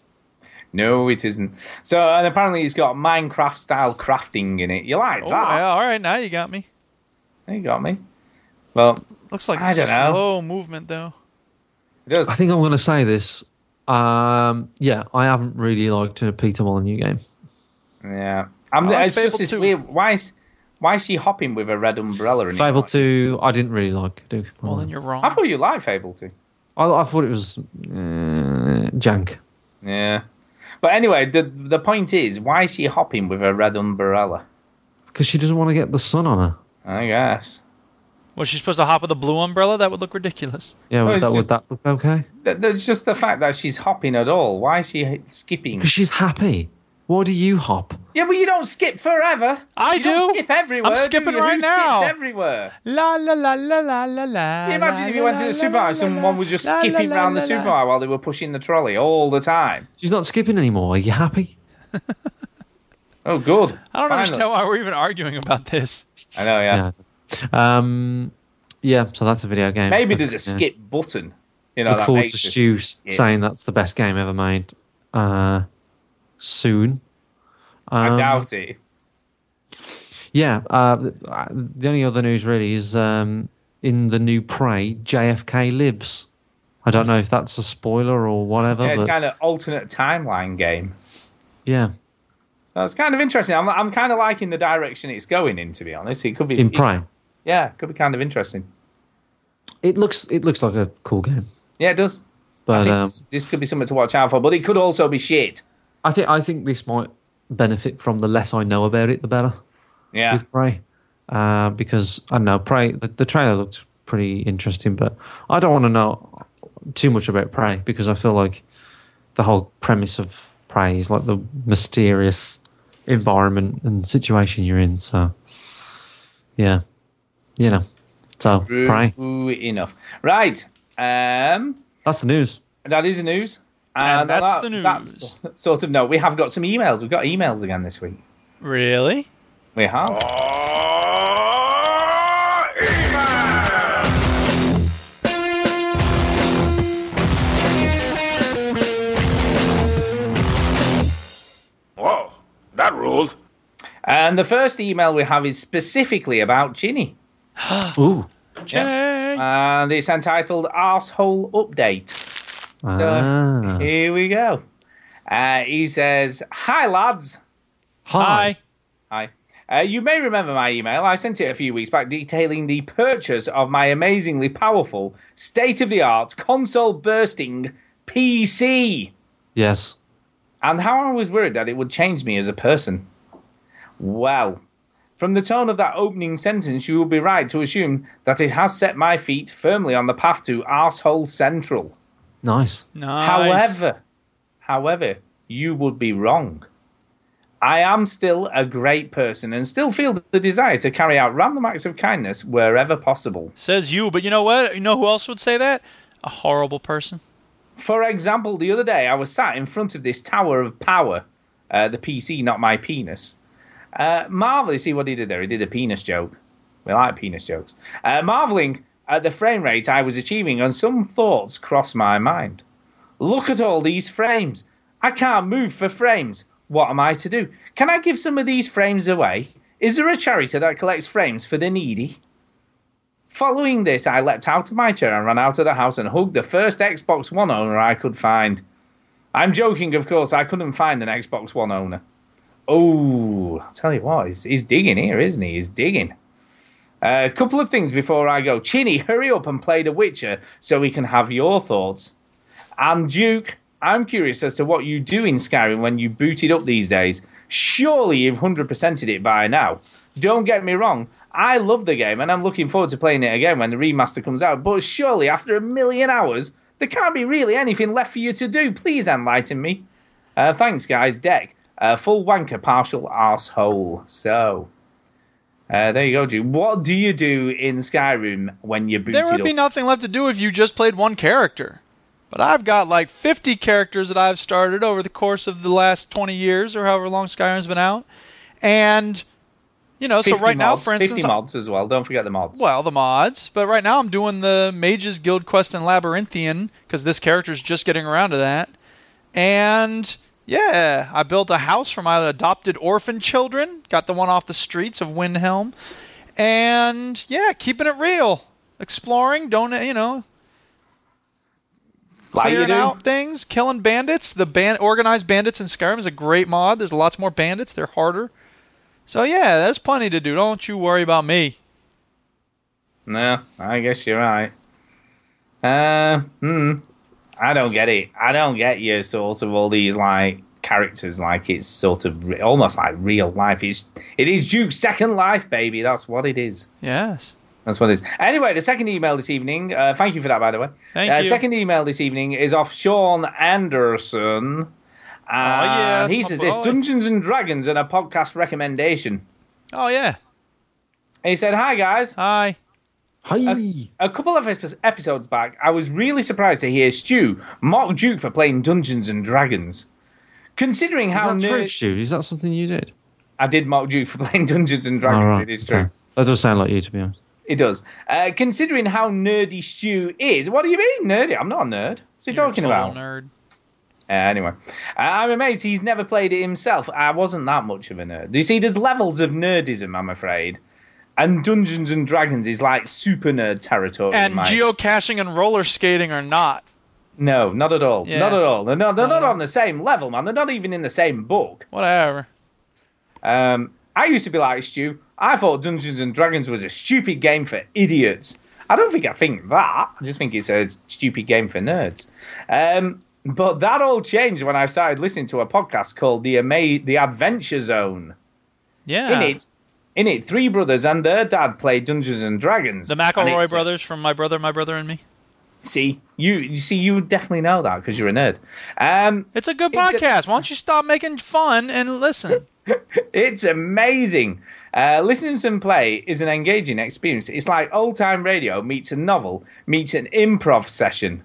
No, it isn't. So, and apparently it's got Minecraft style crafting in it. You like Oh, that? yeah, all right, now you got me. You got me. Well, Looks like I don't know. slow movement though. I think I'm going to say this. Um, yeah, I haven't really liked a Peter Molyneux game. Yeah, I'm, I like it's just Fable this 2. weird. Why is why is she hopping with a red umbrella? And Fable 2, I didn't really like. Duke. Well, then you're wrong. Mm. I thought you liked Fable 2. I, I thought it was uh, jank. Yeah. But anyway, the the point is, why is she hopping with a red umbrella? Because she doesn't want to get the sun on her. I guess. Was she supposed to hop with a blue umbrella? That would look ridiculous. Yeah, Well, would, it's that, just- would that look okay? Th- There's just the fact that she's hopping at all. Why is she skipping? Because she's happy. Why do you hop? Yeah, but you don't skip forever. I you don't do. skip everywhere. I'm do skipping you? right Who now. Skips everywhere. La la la la la la la. Can you imagine if you went to the supermarket, someone was just skipping around the supermarket while they were pushing the trolley all the time. She's not skipping anymore. Are you happy? Oh, good. I don't Finally. understand why we're even arguing about this. I know, yeah. Um, yeah, so that's a video game. Maybe That's- there's a yeah. skip button. You know, Look that forward makes to us Stu skip. saying that's the best game ever made uh, soon. I Um, doubt it. Yeah, uh, the only other news really is um, in the new Prey, JFK lives. I don't know if that's a spoiler or whatever, Yeah, it's but kind of alternate timeline game. yeah, So it's kind of interesting. I'm, I'm kind of liking the direction it's going in, to be honest. It could be in it- Prey, yeah, it could be kind of interesting. it looks it looks like a cool game, Yeah, it does. I but think um, this, this could be something to watch out for, but it could also be shit. I think I think this might benefit from the less I know about it, the better. Yeah. with Prey. Uh, because I don't know Prey, the, the trailer looked pretty interesting, but I don't want to know too much about Prey because I feel like the whole premise of Prey is like the mysterious environment and situation you're in. So, yeah, you know, so Prey. True enough. Right. Um, That's the news. that is the news. And on that's the news. That's sort of no. We have got some emails. We've got emails again this week. Really? We have. Oh. Whoa, that ruled. And the first email we have is specifically about Ginny. Ooh. Yeah. And it's entitled Arsehole Update. So Ah. here we go. Uh, he says, Hi, lads. Hi. Hi. Uh, you may remember my email. I sent it a few weeks back detailing the purchase of my amazingly powerful, state of the art, console bursting PC Yes. and how I was worried that it would change me as a person. Well, from the tone of that opening sentence, you will be right to assume that it has set my feet firmly on the path to arsehole central. Nice. Nice. However, however, you would be wrong. I am still a great person and still feel the desire to carry out random acts of kindness wherever possible. Says you, but you know what? You know who else would say that? A horrible person. For example, the other day I was sat in front of this tower of power, uh, the PC, not my penis. Uh, marveling, see what he did there? He did a penis joke. We like penis jokes. Uh, marveling at the frame rate I was achieving, and some thoughts crossed my mind. Look at all these frames. I can't move for frames. What am I to do? Can I give some of these frames away? Is there a charity that collects frames for the needy? Following this, I leapt out of my chair and ran out of the house and hugged the first Xbox One owner I could find. I'm joking, of course, I couldn't find an Xbox One owner. Oh, I'll tell you what, he's, he's digging here, isn't he? He's digging. A uh, couple of things before I go. Chinny, hurry up and play The Witcher so we can have your thoughts. And Duke, I'm curious as to what you do in Skyrim when you boot it up these days. Surely you've 100%ed it by now. Don't get me wrong, I love the game and I'm looking forward to playing it again when the remaster comes out, but surely after a million hours, there can't be really anything left for you to do. Please enlighten me. Uh, thanks, guys. Deck, uh, full wanker, partial arsehole. So. Uh, there you go, Jude. What do you do in Skyrim when you boot There would it be up? nothing left to do if you just played one character. But I've got like 50 characters that I've started over the course of the last 20 years or however long Skyrim's been out. And, you know, so 50 right now, mods. for instance. 50 mods as well. Don't forget the mods. Well, the mods. But right now I'm doing the Mages Guild Quest and Labyrinthian because this character's just getting around to that. And yeah, I built a house for my adopted orphan children. Got the one off the streets of Windhelm. And yeah, keeping it real, exploring. Don't you know? Like you clearing do. out things, killing bandits. The ban- organized bandits in Skyrim is a great mod. There's lots more bandits. They're harder. So yeah, there's plenty to do. Don't you worry about me. No, I guess you're right. Uh, hmm. I don't get it. I don't get you sort of all these like characters like it's sort of re- almost like real life. It's it is Duke's second life, baby. That's what it is. Yes. That's what it is. Anyway, the second email this evening. Uh, thank you for that, by the way. Thank uh, you. Second email this evening is off Sean Anderson. Oh yeah, that's he my says this boy. Dungeons and Dragons and a podcast recommendation. Oh yeah. He said, "Hi guys." Hi. A, a couple of epis- episodes back, I was really surprised to hear Stu mock Duke for playing Dungeons and Dragons. Considering how Is that true, nerd- Stu? Is that something you did? I did mock Duke for playing Dungeons and Dragons, Alright, it is true. okay. That does sound like you, to be honest. It does. Uh, considering how nerdy Stu is, what do you mean nerdy? I'm not a nerd. What's he talking about? Nerd. Uh, anyway, uh, I'm amazed he's never played it himself. I wasn't that much of a nerd. You see, there's levels of nerdism, I'm afraid. And Dungeons and Dragons is like super nerd territory. in And my geocaching and roller skating are not. No, not at all. Yeah. Not at all. They're not, they're not on the same level, man. They're not even in the same book. Whatever. Um, I used to be like Stu. I thought Dungeons and Dragons was a stupid game for idiots. I don't think I think that. I just think it's a stupid game for nerds. Um, but that all changed when I started listening to a podcast called the Ama- the Adventure Zone. Yeah. In it, in it, three brothers and their dad play Dungeons and Dragons. The And McElroy it's- brothers from My Brother, My Brother and Me. See you. You see you would definitely know that because you're a nerd. Um, It's a good It's a- podcast. Why don't you stop making fun and listen? it's amazing. Uh, listening to them play is an engaging experience. It's like old time radio meets a novel meets an improv session.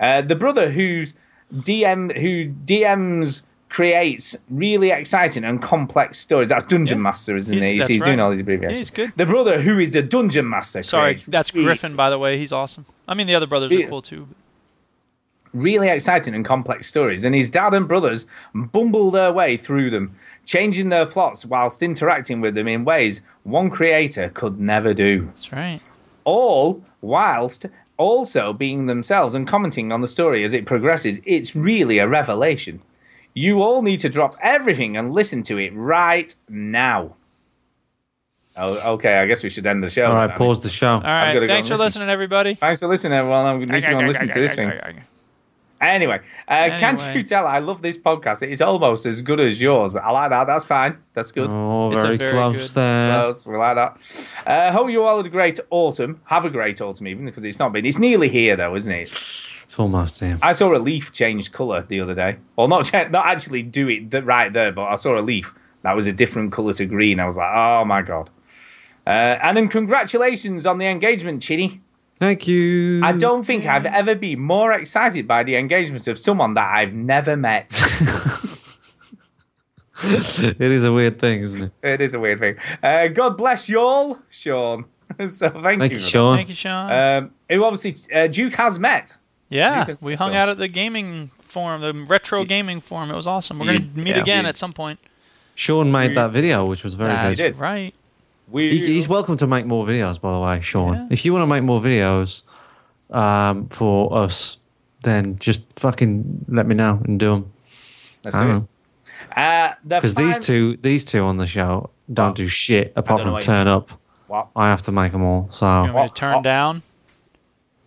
Uh, the brother who's DM who DMs creates really exciting and complex stories. That's Dungeon Master, isn't He's- he? He's, that's he's doing right. all these abbreviations. Yeah, he's good. The brother who is the Dungeon Master. Sorry, creates that's really Griffin, by the way. He's awesome. I mean, the other brothers are Yeah. cool too. really exciting and complex stories, and his dad and brothers bumble their way through them, changing their plots whilst interacting with them in ways one creator could never do. That's right. All whilst also being themselves and commenting on the story as it progresses. It's really a revelation. You all need to drop everything and listen to it right now. Oh, okay, I guess we should end the show. All right, then, I pause the show. All right. gotta go Thanks for listen. listening, everybody. Thanks for listening, everyone. I'm going to go and listen to this thing. Anyway, uh, Anyway. can't you tell I love this podcast? It's almost as good as yours. I like that. That's fine. That's good. Oh, It's a very, very close good- there. Close. We like that. Uh, hope you all had a great autumn. Have a great autumn, even because it's not been. It's nearly here, though, isn't it? It's almost him. I saw a leaf change colour the other day. Well, not cha- not actually do it th- right there, but I saw a leaf that was a different colour to green. I was like, oh my god. Uh, and then congratulations on the engagement, Chinny. Thank you. I don't think I've ever been more excited by the engagement of someone that I've never met. it is a weird thing, isn't it? It is a weird thing. Uh, God bless y'all, Sean. so thank, Thank you. you, Sean. Thank you, Sean. Um, who obviously uh, Duke has met. yeah, Duke has- we hung so- out at the gaming forum, the retro gaming forum. It was awesome. We're gonna meet yeah. again You- at some point. Sean made that video, which was very That's good. right. Uh, We He, he's welcome to make more videos, by the way, Sean. If you want to make more videos um, for us, then just fucking let me know and do them. Let's do it. Uh, the Because these fin- two, these two on the show don't do shit apart know from what you- turn up. What? I have to make them all. So You want me to turn down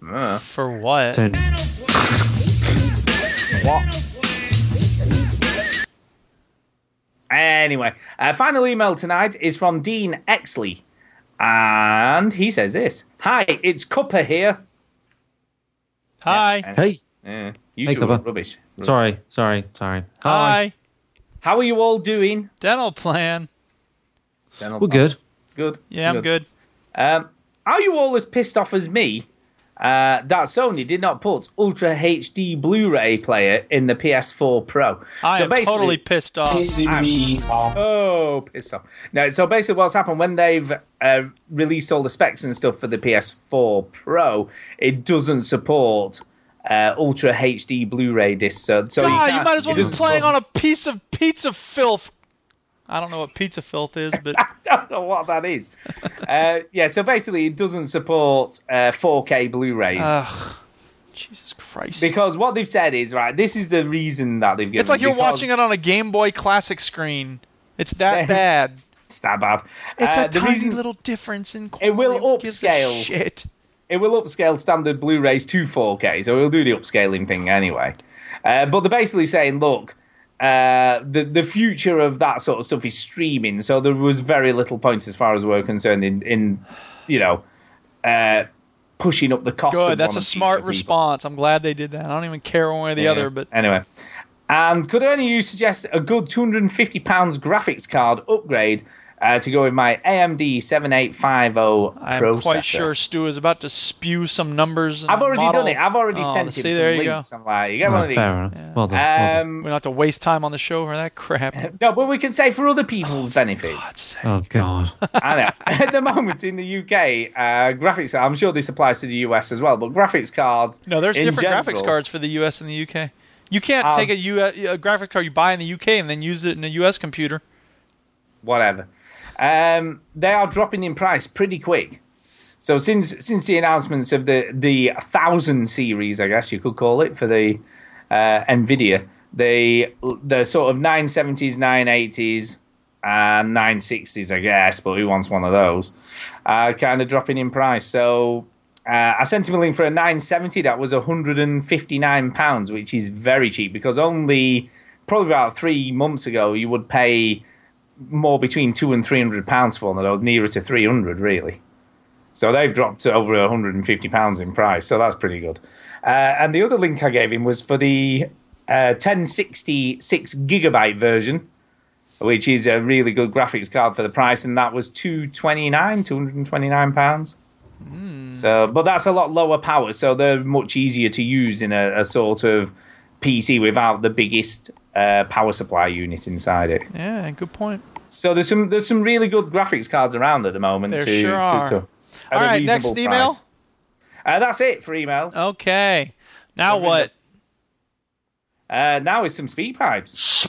Uh, for what? turn. what? Anyway, uh, final email tonight is from Dean Exley, and he says this: "Hi, it's Cooper here. Hi. Hey, Uh, you Hey, two Cooper. are rubbish. Rubbish. sorry, sorry, sorry. Hi. How are you all doing? Dental plan. Donald We're good. Good. Yeah, I'm good. Um, are you all as pissed off as me uh, that Sony did not put Ultra HD Blu-ray player in the PS4 Pro? I So am basically- totally pissed off. I'm so pissed off. No, so basically, what's happened when they've uh, released all the specs and stuff for the PS4 Pro, it doesn't support uh, Ultra HD Blu-ray discs. So, so God, can't- Ah, you might as well it be doesn't playing support- on a piece of pizza filth. I don't know what pizza filth is, but I don't know what that is. uh, yeah, so basically, it doesn't support uh, 4K Blu-rays. ugh, Jesus Christ! because what they've said is right. This is the reason that they've given. it's like you're because watching it on a Game Boy Classic screen. It's Yeah. that bad. It's that bad. It's Uh, a the tiny reason- little difference in quality. It will Who gives a upscale. Shit. It will upscale standard Blu-rays to 4K, so it'll do the upscaling thing anyway. Uh, but they're basically saying, look, uh, the the future of that sort of stuff is streaming. So there was very little point, as far as we're concerned, in in you know. Uh, Pushing up the cost. Good. of That's one a of these smart for people. response. I'm glad they did that. I don't even care one way or the other, but anyway. And could any of you suggest a good two hundred and fifty pounds graphics card upgrade uh, to go with my AMD seven eight five zero I'm processor? quite sure Stu is about to spew some numbers. And I've already model. done it. I've already Oh, sent him see, some there you go. links. I'm like, you get Oh, one of these. fair enough. Well done. well done. We Um, don't have to waste time on the show for that crap. no, but we can say for other people's benefits. God's sake. Oh God. I know. At the moment in the UK, uh, graphics. I'm sure this applies to the US as well, but graphics cards. No, there's in different graphics general- cards for the U.S. and the U.K. You can't Um, take a, U- a graphics card you buy in the U.K. and then use it in a U.S. computer. whatever. Um, they are dropping in price pretty quick. So since since the announcements of the the thousand series, I guess you could call it for the uh, Nvidia, the the sort of nine seventies, nine eighties, and nine sixties, I guess. But who wants one of those? Uh, kind of dropping in price. So. Uh, I sent him a link for a 970 that was 159 pounds, which is very cheap because only probably about three months ago you would pay more between two and three hundred pounds for one of those, nearer to three hundred really. So they've dropped to over one hundred and fifty pounds in price, so that's pretty good. Uh, and the other link I gave him was for the uh, ten sixty six gigabyte version, which is a really good graphics card for the price, and that was two twenty nine, two hundred and twenty nine pounds. So, but that's a lot lower power, so they're much easier to use in a, a sort of PC without the biggest uh, power supply unit inside it. Yeah, good point. So there's some there's some really good graphics cards around at the moment. There to, sure to- are. so- at All a right, next reasonable email? Oh. price. Uh, that's it for emails. Okay. Now There is what? Uh, now is some speed pipes.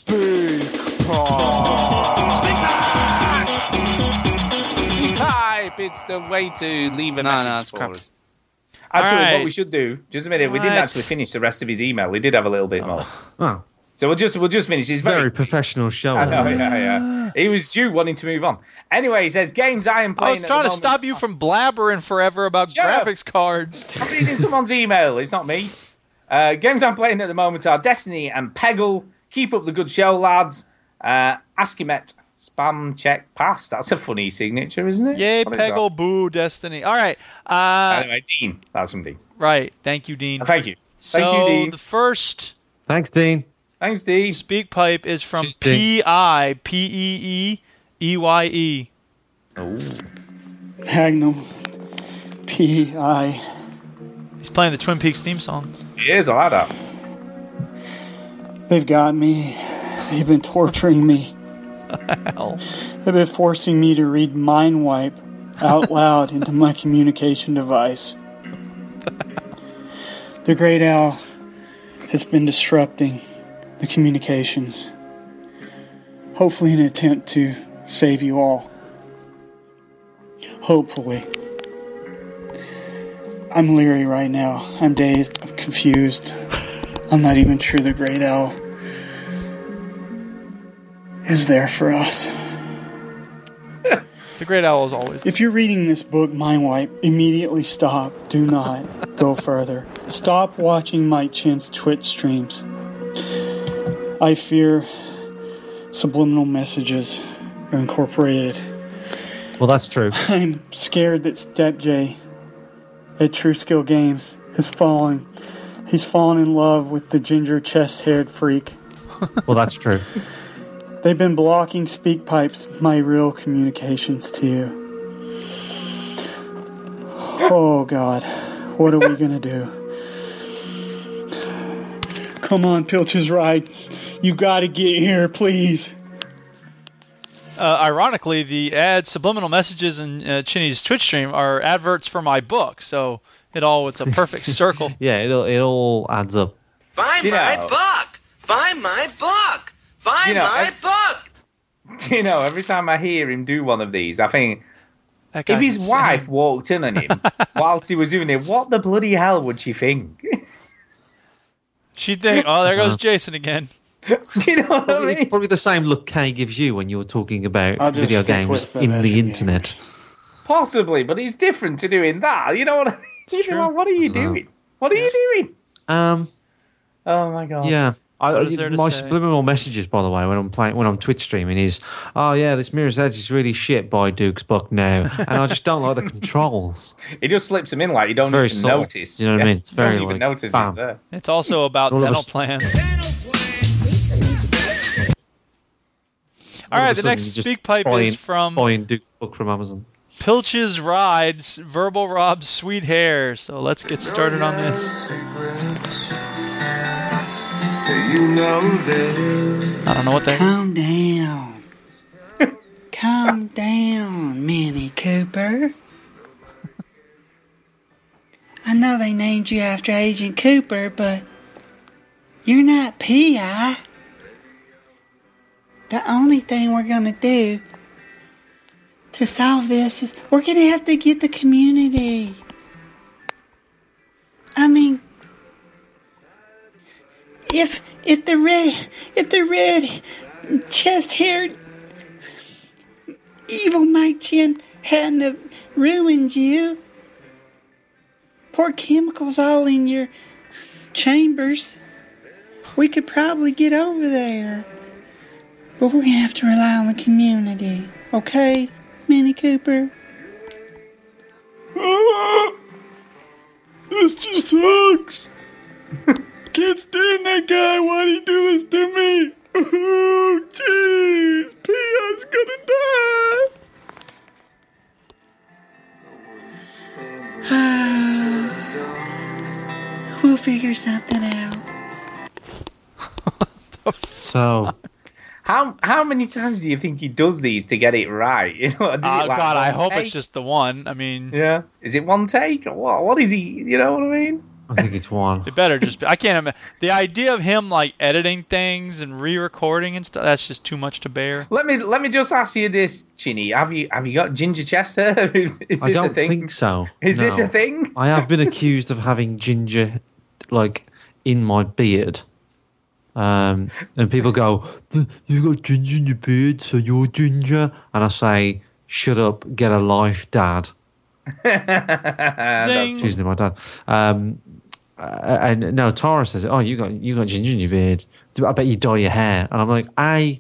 Speed pipe. It's the way to leave a No, no, message it's for crap. us. Actually, right. what we should do, just a minute, we didn't Right. actually finish the rest of his email. We did have a little Oh. bit more. Wow. So we'll just we'll just finish. It's very Very professional show. I know, yeah, yeah. He was due wanting to move on. Anyway, he says games I am I playing. was trying to at the moment- stop you from blabbering forever about Shut up. graphics cards. I'm reading someone's email. It's not me. Uh, games I'm playing at the moment are Destiny and Peggle. Keep up the good show, lads. Uh, Askimet spam check pass. That's a funny signature, isn't it? Yay, What is that? Peggle, boo, Destiny. All right. Uh, Anyway, Dean. That's from Dean. right. Thank you, Dean. Uh, Thank you. So Thank you, Dean. the first Thanks, Dean. Thanks, Dean. Speak pipe is from Dean. P I P E E E Y E. Oh. Magnum. P I. He's playing the Twin Peaks theme song. He is, I like that. They've got me. They've been torturing me. They've been forcing me to read Mindwipe out loud into my communication device. The great owl has been disrupting the communications, hopefully, in an attempt to save you all. Hopefully. I'm leery right now. I'm dazed. I'm confused. I'm not even sure the great owl is there for us. The Great Owl is always. If you're reading this book, Mindwipe, immediately stop. Do not go further. Stop watching Mike Chin's Twitch streams. I fear subliminal messages are incorporated. Well, that's true. I'm scared that Step J at True Skill Games is falling. He's fallen in love with the ginger chest haired freak. Well, that's true. They've been blocking speak pipes, my real communications to you. Oh God, what are we gonna do? Come on, Pilch's ride. You gotta get here, please. Uh, ironically, the ad subliminal messages in uh, Chinny's Twitch stream are adverts for my book, so it all it's a perfect circle. Yeah, it all, it all adds up. Find Do you my know- book! Find my book! Find Do you know, my ev- book! Do you know, every time I hear him do one of these, I think, if guy's his insane. wife walked in on him whilst he was doing it, what the bloody hell would she think? She'd think, oh, there goes Jason again. you know what I It's mean? probably the same look Kay gives you when you're talking I'll about just video stick games with the in video the internet. Possibly, but he's different to doing that. You know what I mean? You'd be like, what are you know. doing? What are you doing? Um, Oh my god. yeah. I, What is there to my say? subliminal messages, by the way, when I'm playing, when I'm Twitch streaming, is, "Oh yeah, this Mirror's Edge is really shit by Duke's Buck now," and I just don't like the controls. It just slips him in like you don't Very even subtle. notice. You know what I mean? It's you very, don't even like, notice bam. it's there. It's also about All of dental us- plans. All right, the next speak pipe is from buying Duke's Buck from Amazon. Pilch's Rides, Verbal Rob's Sweet Hair. So let's get started on this. I don't know what that is. Calm down. Calm down, Minnie Cooper. I know they named you after Agent Cooper, but you're not P.I. The only thing we're going to do to solve this is we're going to have to get the community. I mean, if if the red if the red chest haired evil Mike Chin hadn't have ruined you, pour chemicals all in your chambers, we could probably get over there. But we're gonna have to rely on the community, okay, Minnie Cooper? This just sucks. Can't stand that guy. Why'd he do this to me? Oh, jeez. P.I.'s gonna die. we'll figure something out. So How how many times do you think he does these to get it right? You know, Oh does it, like, God, I one hope take? it's just the one. I mean, yeah. Is it one take or what? What is he? You know what I mean? I think it's one. it better just. Be, I can't imagine the idea of him like editing things and re-recording and stuff. That's just too much to bear. Let me let me just ask you this, Chinny. Have you have you got ginger chest hair? Is this I don't a thing? think so. Is this a No. thing? I have been accused of having ginger, like, in my beard. Um, and people go, "Th- "You got ginger in your beard, so you're ginger." And I say, "Shut up, get a life, Dad." That's Zing. true. Excuse me, my dad. Um, uh, and no, Tara says, "Oh, you got you got ginger in your beard. Do- I bet you dye your hair." And I'm like, a,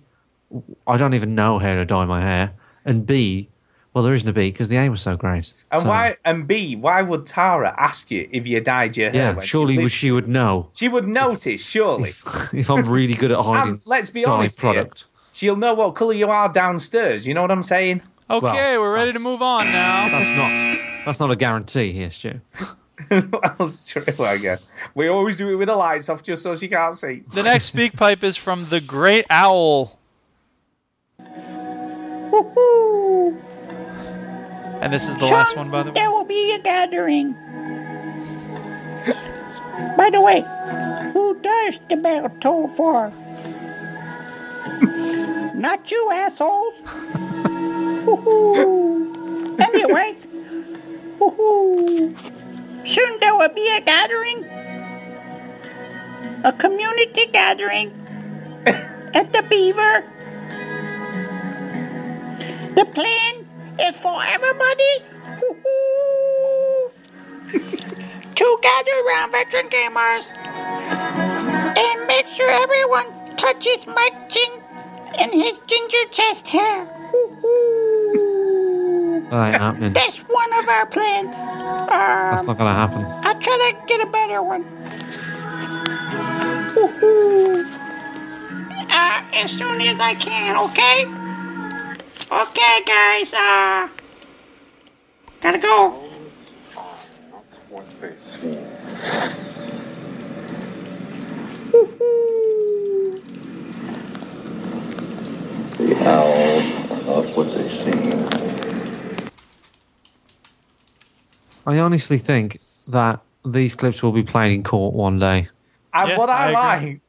I don't even know how to dye my hair, and b, Well, there isn't a B because the A was so great. And So- why? And B, why would Tara ask you if you dyed your hair? Yeah, when she surely lived? would- she would know She would notice, surely. if I'm really good at hiding. and Um, let's be dye honest, here, product. she'll know what colour you are downstairs. You know what I'm saying? Okay, we're ready to move on now. That's not that's not a guarantee here, Stu. well, it's true, I guess. We always do it with the lights off just so she can't see. The next speak pipe is from the Great Owl. And this is the last one, by the way. There will be a gathering. By the way, who does the bell toll for? Not you assholes. Woohoo. anyway, woohoo. soon there will be a gathering, a community gathering at the Beaver. The plan is for everybody woo-hoo, to gather around veteran gamers and make sure everyone touches Mike Chin and his ginger chest hair. That ain't happening. That's one of our plans. That's Um, not gonna happen. I'll try to get a better one. Woo-hoo. Uh, as soon as I can, okay? Okay, guys, uh, gotta go. The owl of what they sing. I honestly think that these clips will be played in court one day. And Yeah, what I, I like,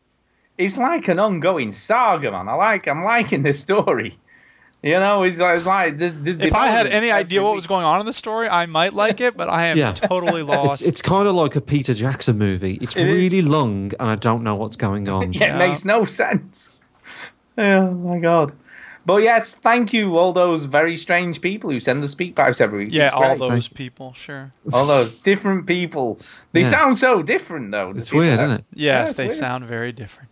it's like an ongoing saga, man. I like, I'm liking this story. You know, it's, like- it's like this. this If I had any developments every idea what week. was going on in the story, I might like it, but I am Yeah. totally It's, lost. it's kind of like a Peter Jackson movie. It's It is. really long, and I don't know what's going on. Yeah, it makes no sense. Oh my god. But yes, thank you all those very strange people who send the speak pipes every week. yeah, It's all great. those people, sure. all those different people. They Yeah. sound so different though. the It's weird, people. isn't it? Yeah, Yes, it's they weird. sound very different.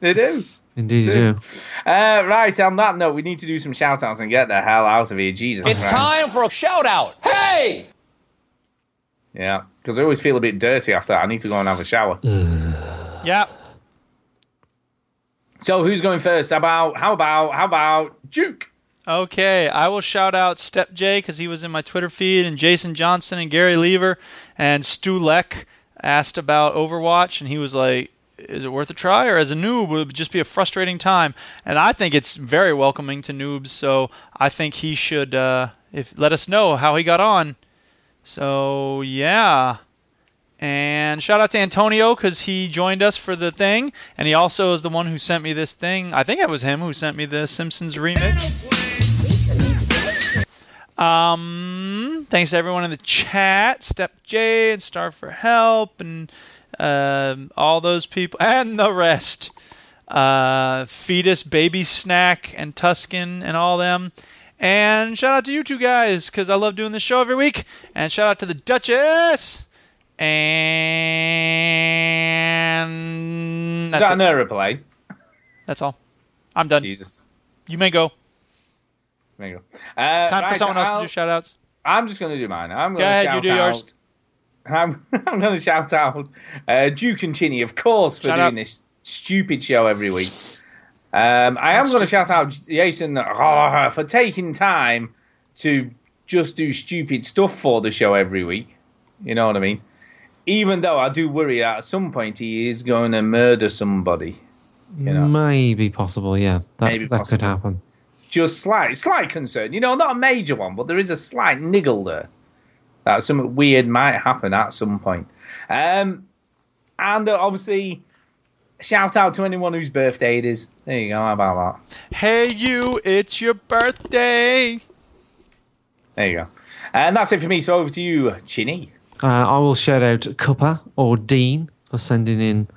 They do. Indeed, you do. Uh, right, on that note, we need to do some shout outs and get the hell out of here. Jesus Christ. for a shout out. Hey! Yeah, because I always feel a bit dirty after that. I need to go and have a shower. Yep. So who's going first? How about, how about, how about Duke? Okay, I will shout out Step J because he was in my Twitter feed, and Jason Johnson and Gary Lever and Stu Leck asked about Overwatch, and he was like, "Is it worth a try, or as a noob, would it just be a frustrating time?" And I think it's very welcoming to noobs, so I think he should uh, if let us know how he got on. So yeah. And shout out to Antonio because he joined us for the thing, and he also is the one who sent me this thing. I think it was him who sent me the Simpsons remix. Um, thanks to everyone in the chat, Step J and Star for help, and um all those people, and the rest. Uh, Fetus, Baby Snack, and Tuscan, and all them. And shout out to you two guys because I love doing this show every week. And shout out to the Duchess. And Is that's that an it. aeroplane? That's all. I'm done. Jesus. You may go. There you go. Uh, Time for right, someone else to I'll- do shout outs. I'm just going to do mine. I'm Go going ahead, to you shout do out. yours. I'm, I'm going to shout out uh, Duke and Chinny, of course, for Shout doing out. this stupid show every week. Um, I am going to shout out Jason Rohrer for taking time to just do stupid stuff for the show every week. You know what I mean? Even though I do worry that at some point he is going to murder somebody. Maybe possible, yeah. That, Maybe that could possible. happen. just slight, slight concern. You know, not a major one, but there is a slight niggle there. That something weird might happen at some point. Um, and uh, obviously, shout out to anyone whose birthday it is. There you go. How about that? Hey, you, it's your birthday. There you go. And that's it for me. So over to you, Chinny. Uh, I will shout out Cuppa or Dean for sending in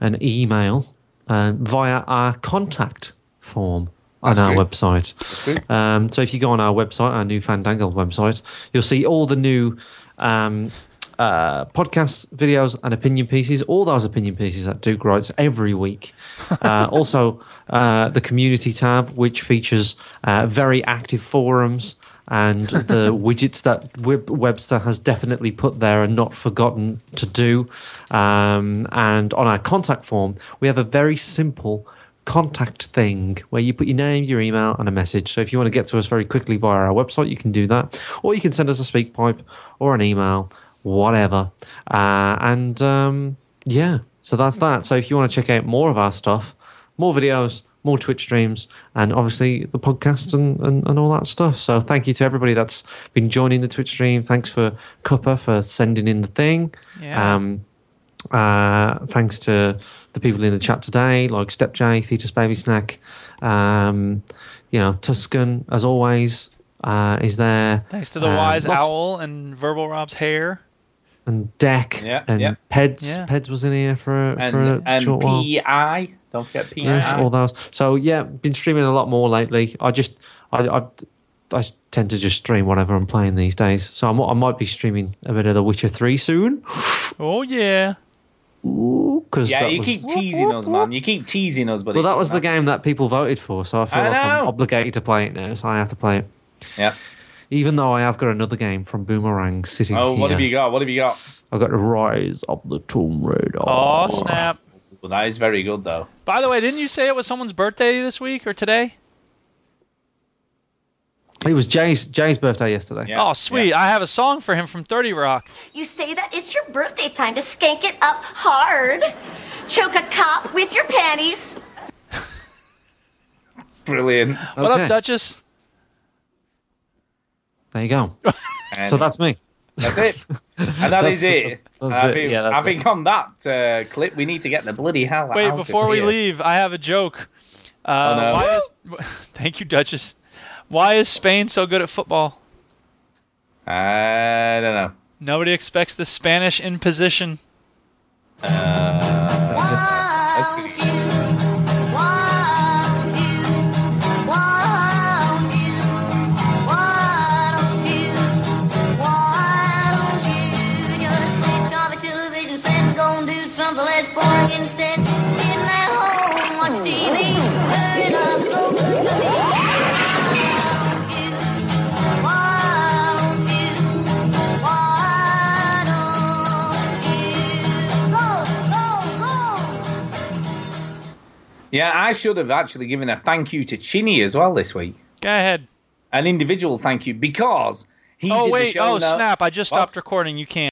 an email uh, via our contact form on That's our true. website. Um, so if you go on our website, our new Fandangle website, you'll see all the new um, uh, podcasts, videos, and opinion pieces. All those opinion pieces that Duke writes every week. Uh, also, uh, the community tab, which features uh, very active forums and the widgets that Web- Webster has definitely put there and not forgotten to do. Um, and on our contact form, we have a very simple contact thing where you put your name, your email, and a message. So if you want to get to us very quickly via our website, you can do that, or you can send us a speak pipe or an email, whatever. Uh, and um, yeah, so that's that. So if you want to check out more of our stuff, more videos, more Twitch streams, and obviously the podcasts and, and, and, all that stuff. So thank you to everybody that's been joining the Twitch stream. Thanks for Cuppa for sending in the thing. Yeah. Um, uh, thanks to the people in the chat today, like Step J, Fetus Baby Snack, um, you know, Tuscan, as always, uh, is there. Uh, Thanks to the um, Wise Owl and Verbal Rob's hair and Deck yeah, and yeah. Peds. Yeah. Peds was in here for, and, for a and short while. PI. Don't forget PI. Yeah, all those. So yeah, been streaming a lot more lately. I just I, I I tend to just stream whatever I'm playing these days. So I'm, I might be streaming a bit of The Witcher Three soon. Oh yeah. Because Yeah, you keep teasing us, man. You keep teasing us, but well, that was the game that people voted for, so I feel I like I'm know. obligated to play it now. So I have to play it, Yeah. even though I have got another game from Boomerang sitting Oh, here. what have you got? What have you got? I've got Rise of the Tomb Raider. Oh snap! Well, that is very good, though. By the way, didn't you say it was someone's birthday this week or today? It was Jay's Jay's birthday yesterday. oh sweet! I have a song for him from Thirty Rock. You say that it's your birthday time to skank it up hard. Choke a cop with your panties. Brilliant. What Okay. up, Duchess? There you go. so And that's me. that's it. And that is it. That's- that's I it. think, Yeah, that's I think on that uh, clip, we need to get the bloody hell out Wait, of before we here. leave, I have a joke. Uh, Oh, no. why is, thank you, Duchess. Why is Spain so good at football? Uh, I don't know. Nobody expects the Spanish Inquisition. Uh, Instead, sitting at home, watch TV, learning love, slow good to me. Yeah, I should have actually given a thank you to Chinny as well this week. Go ahead. An individual thank you because he oh did wait! the show oh notes. snap! I just What? stopped recording. You can't.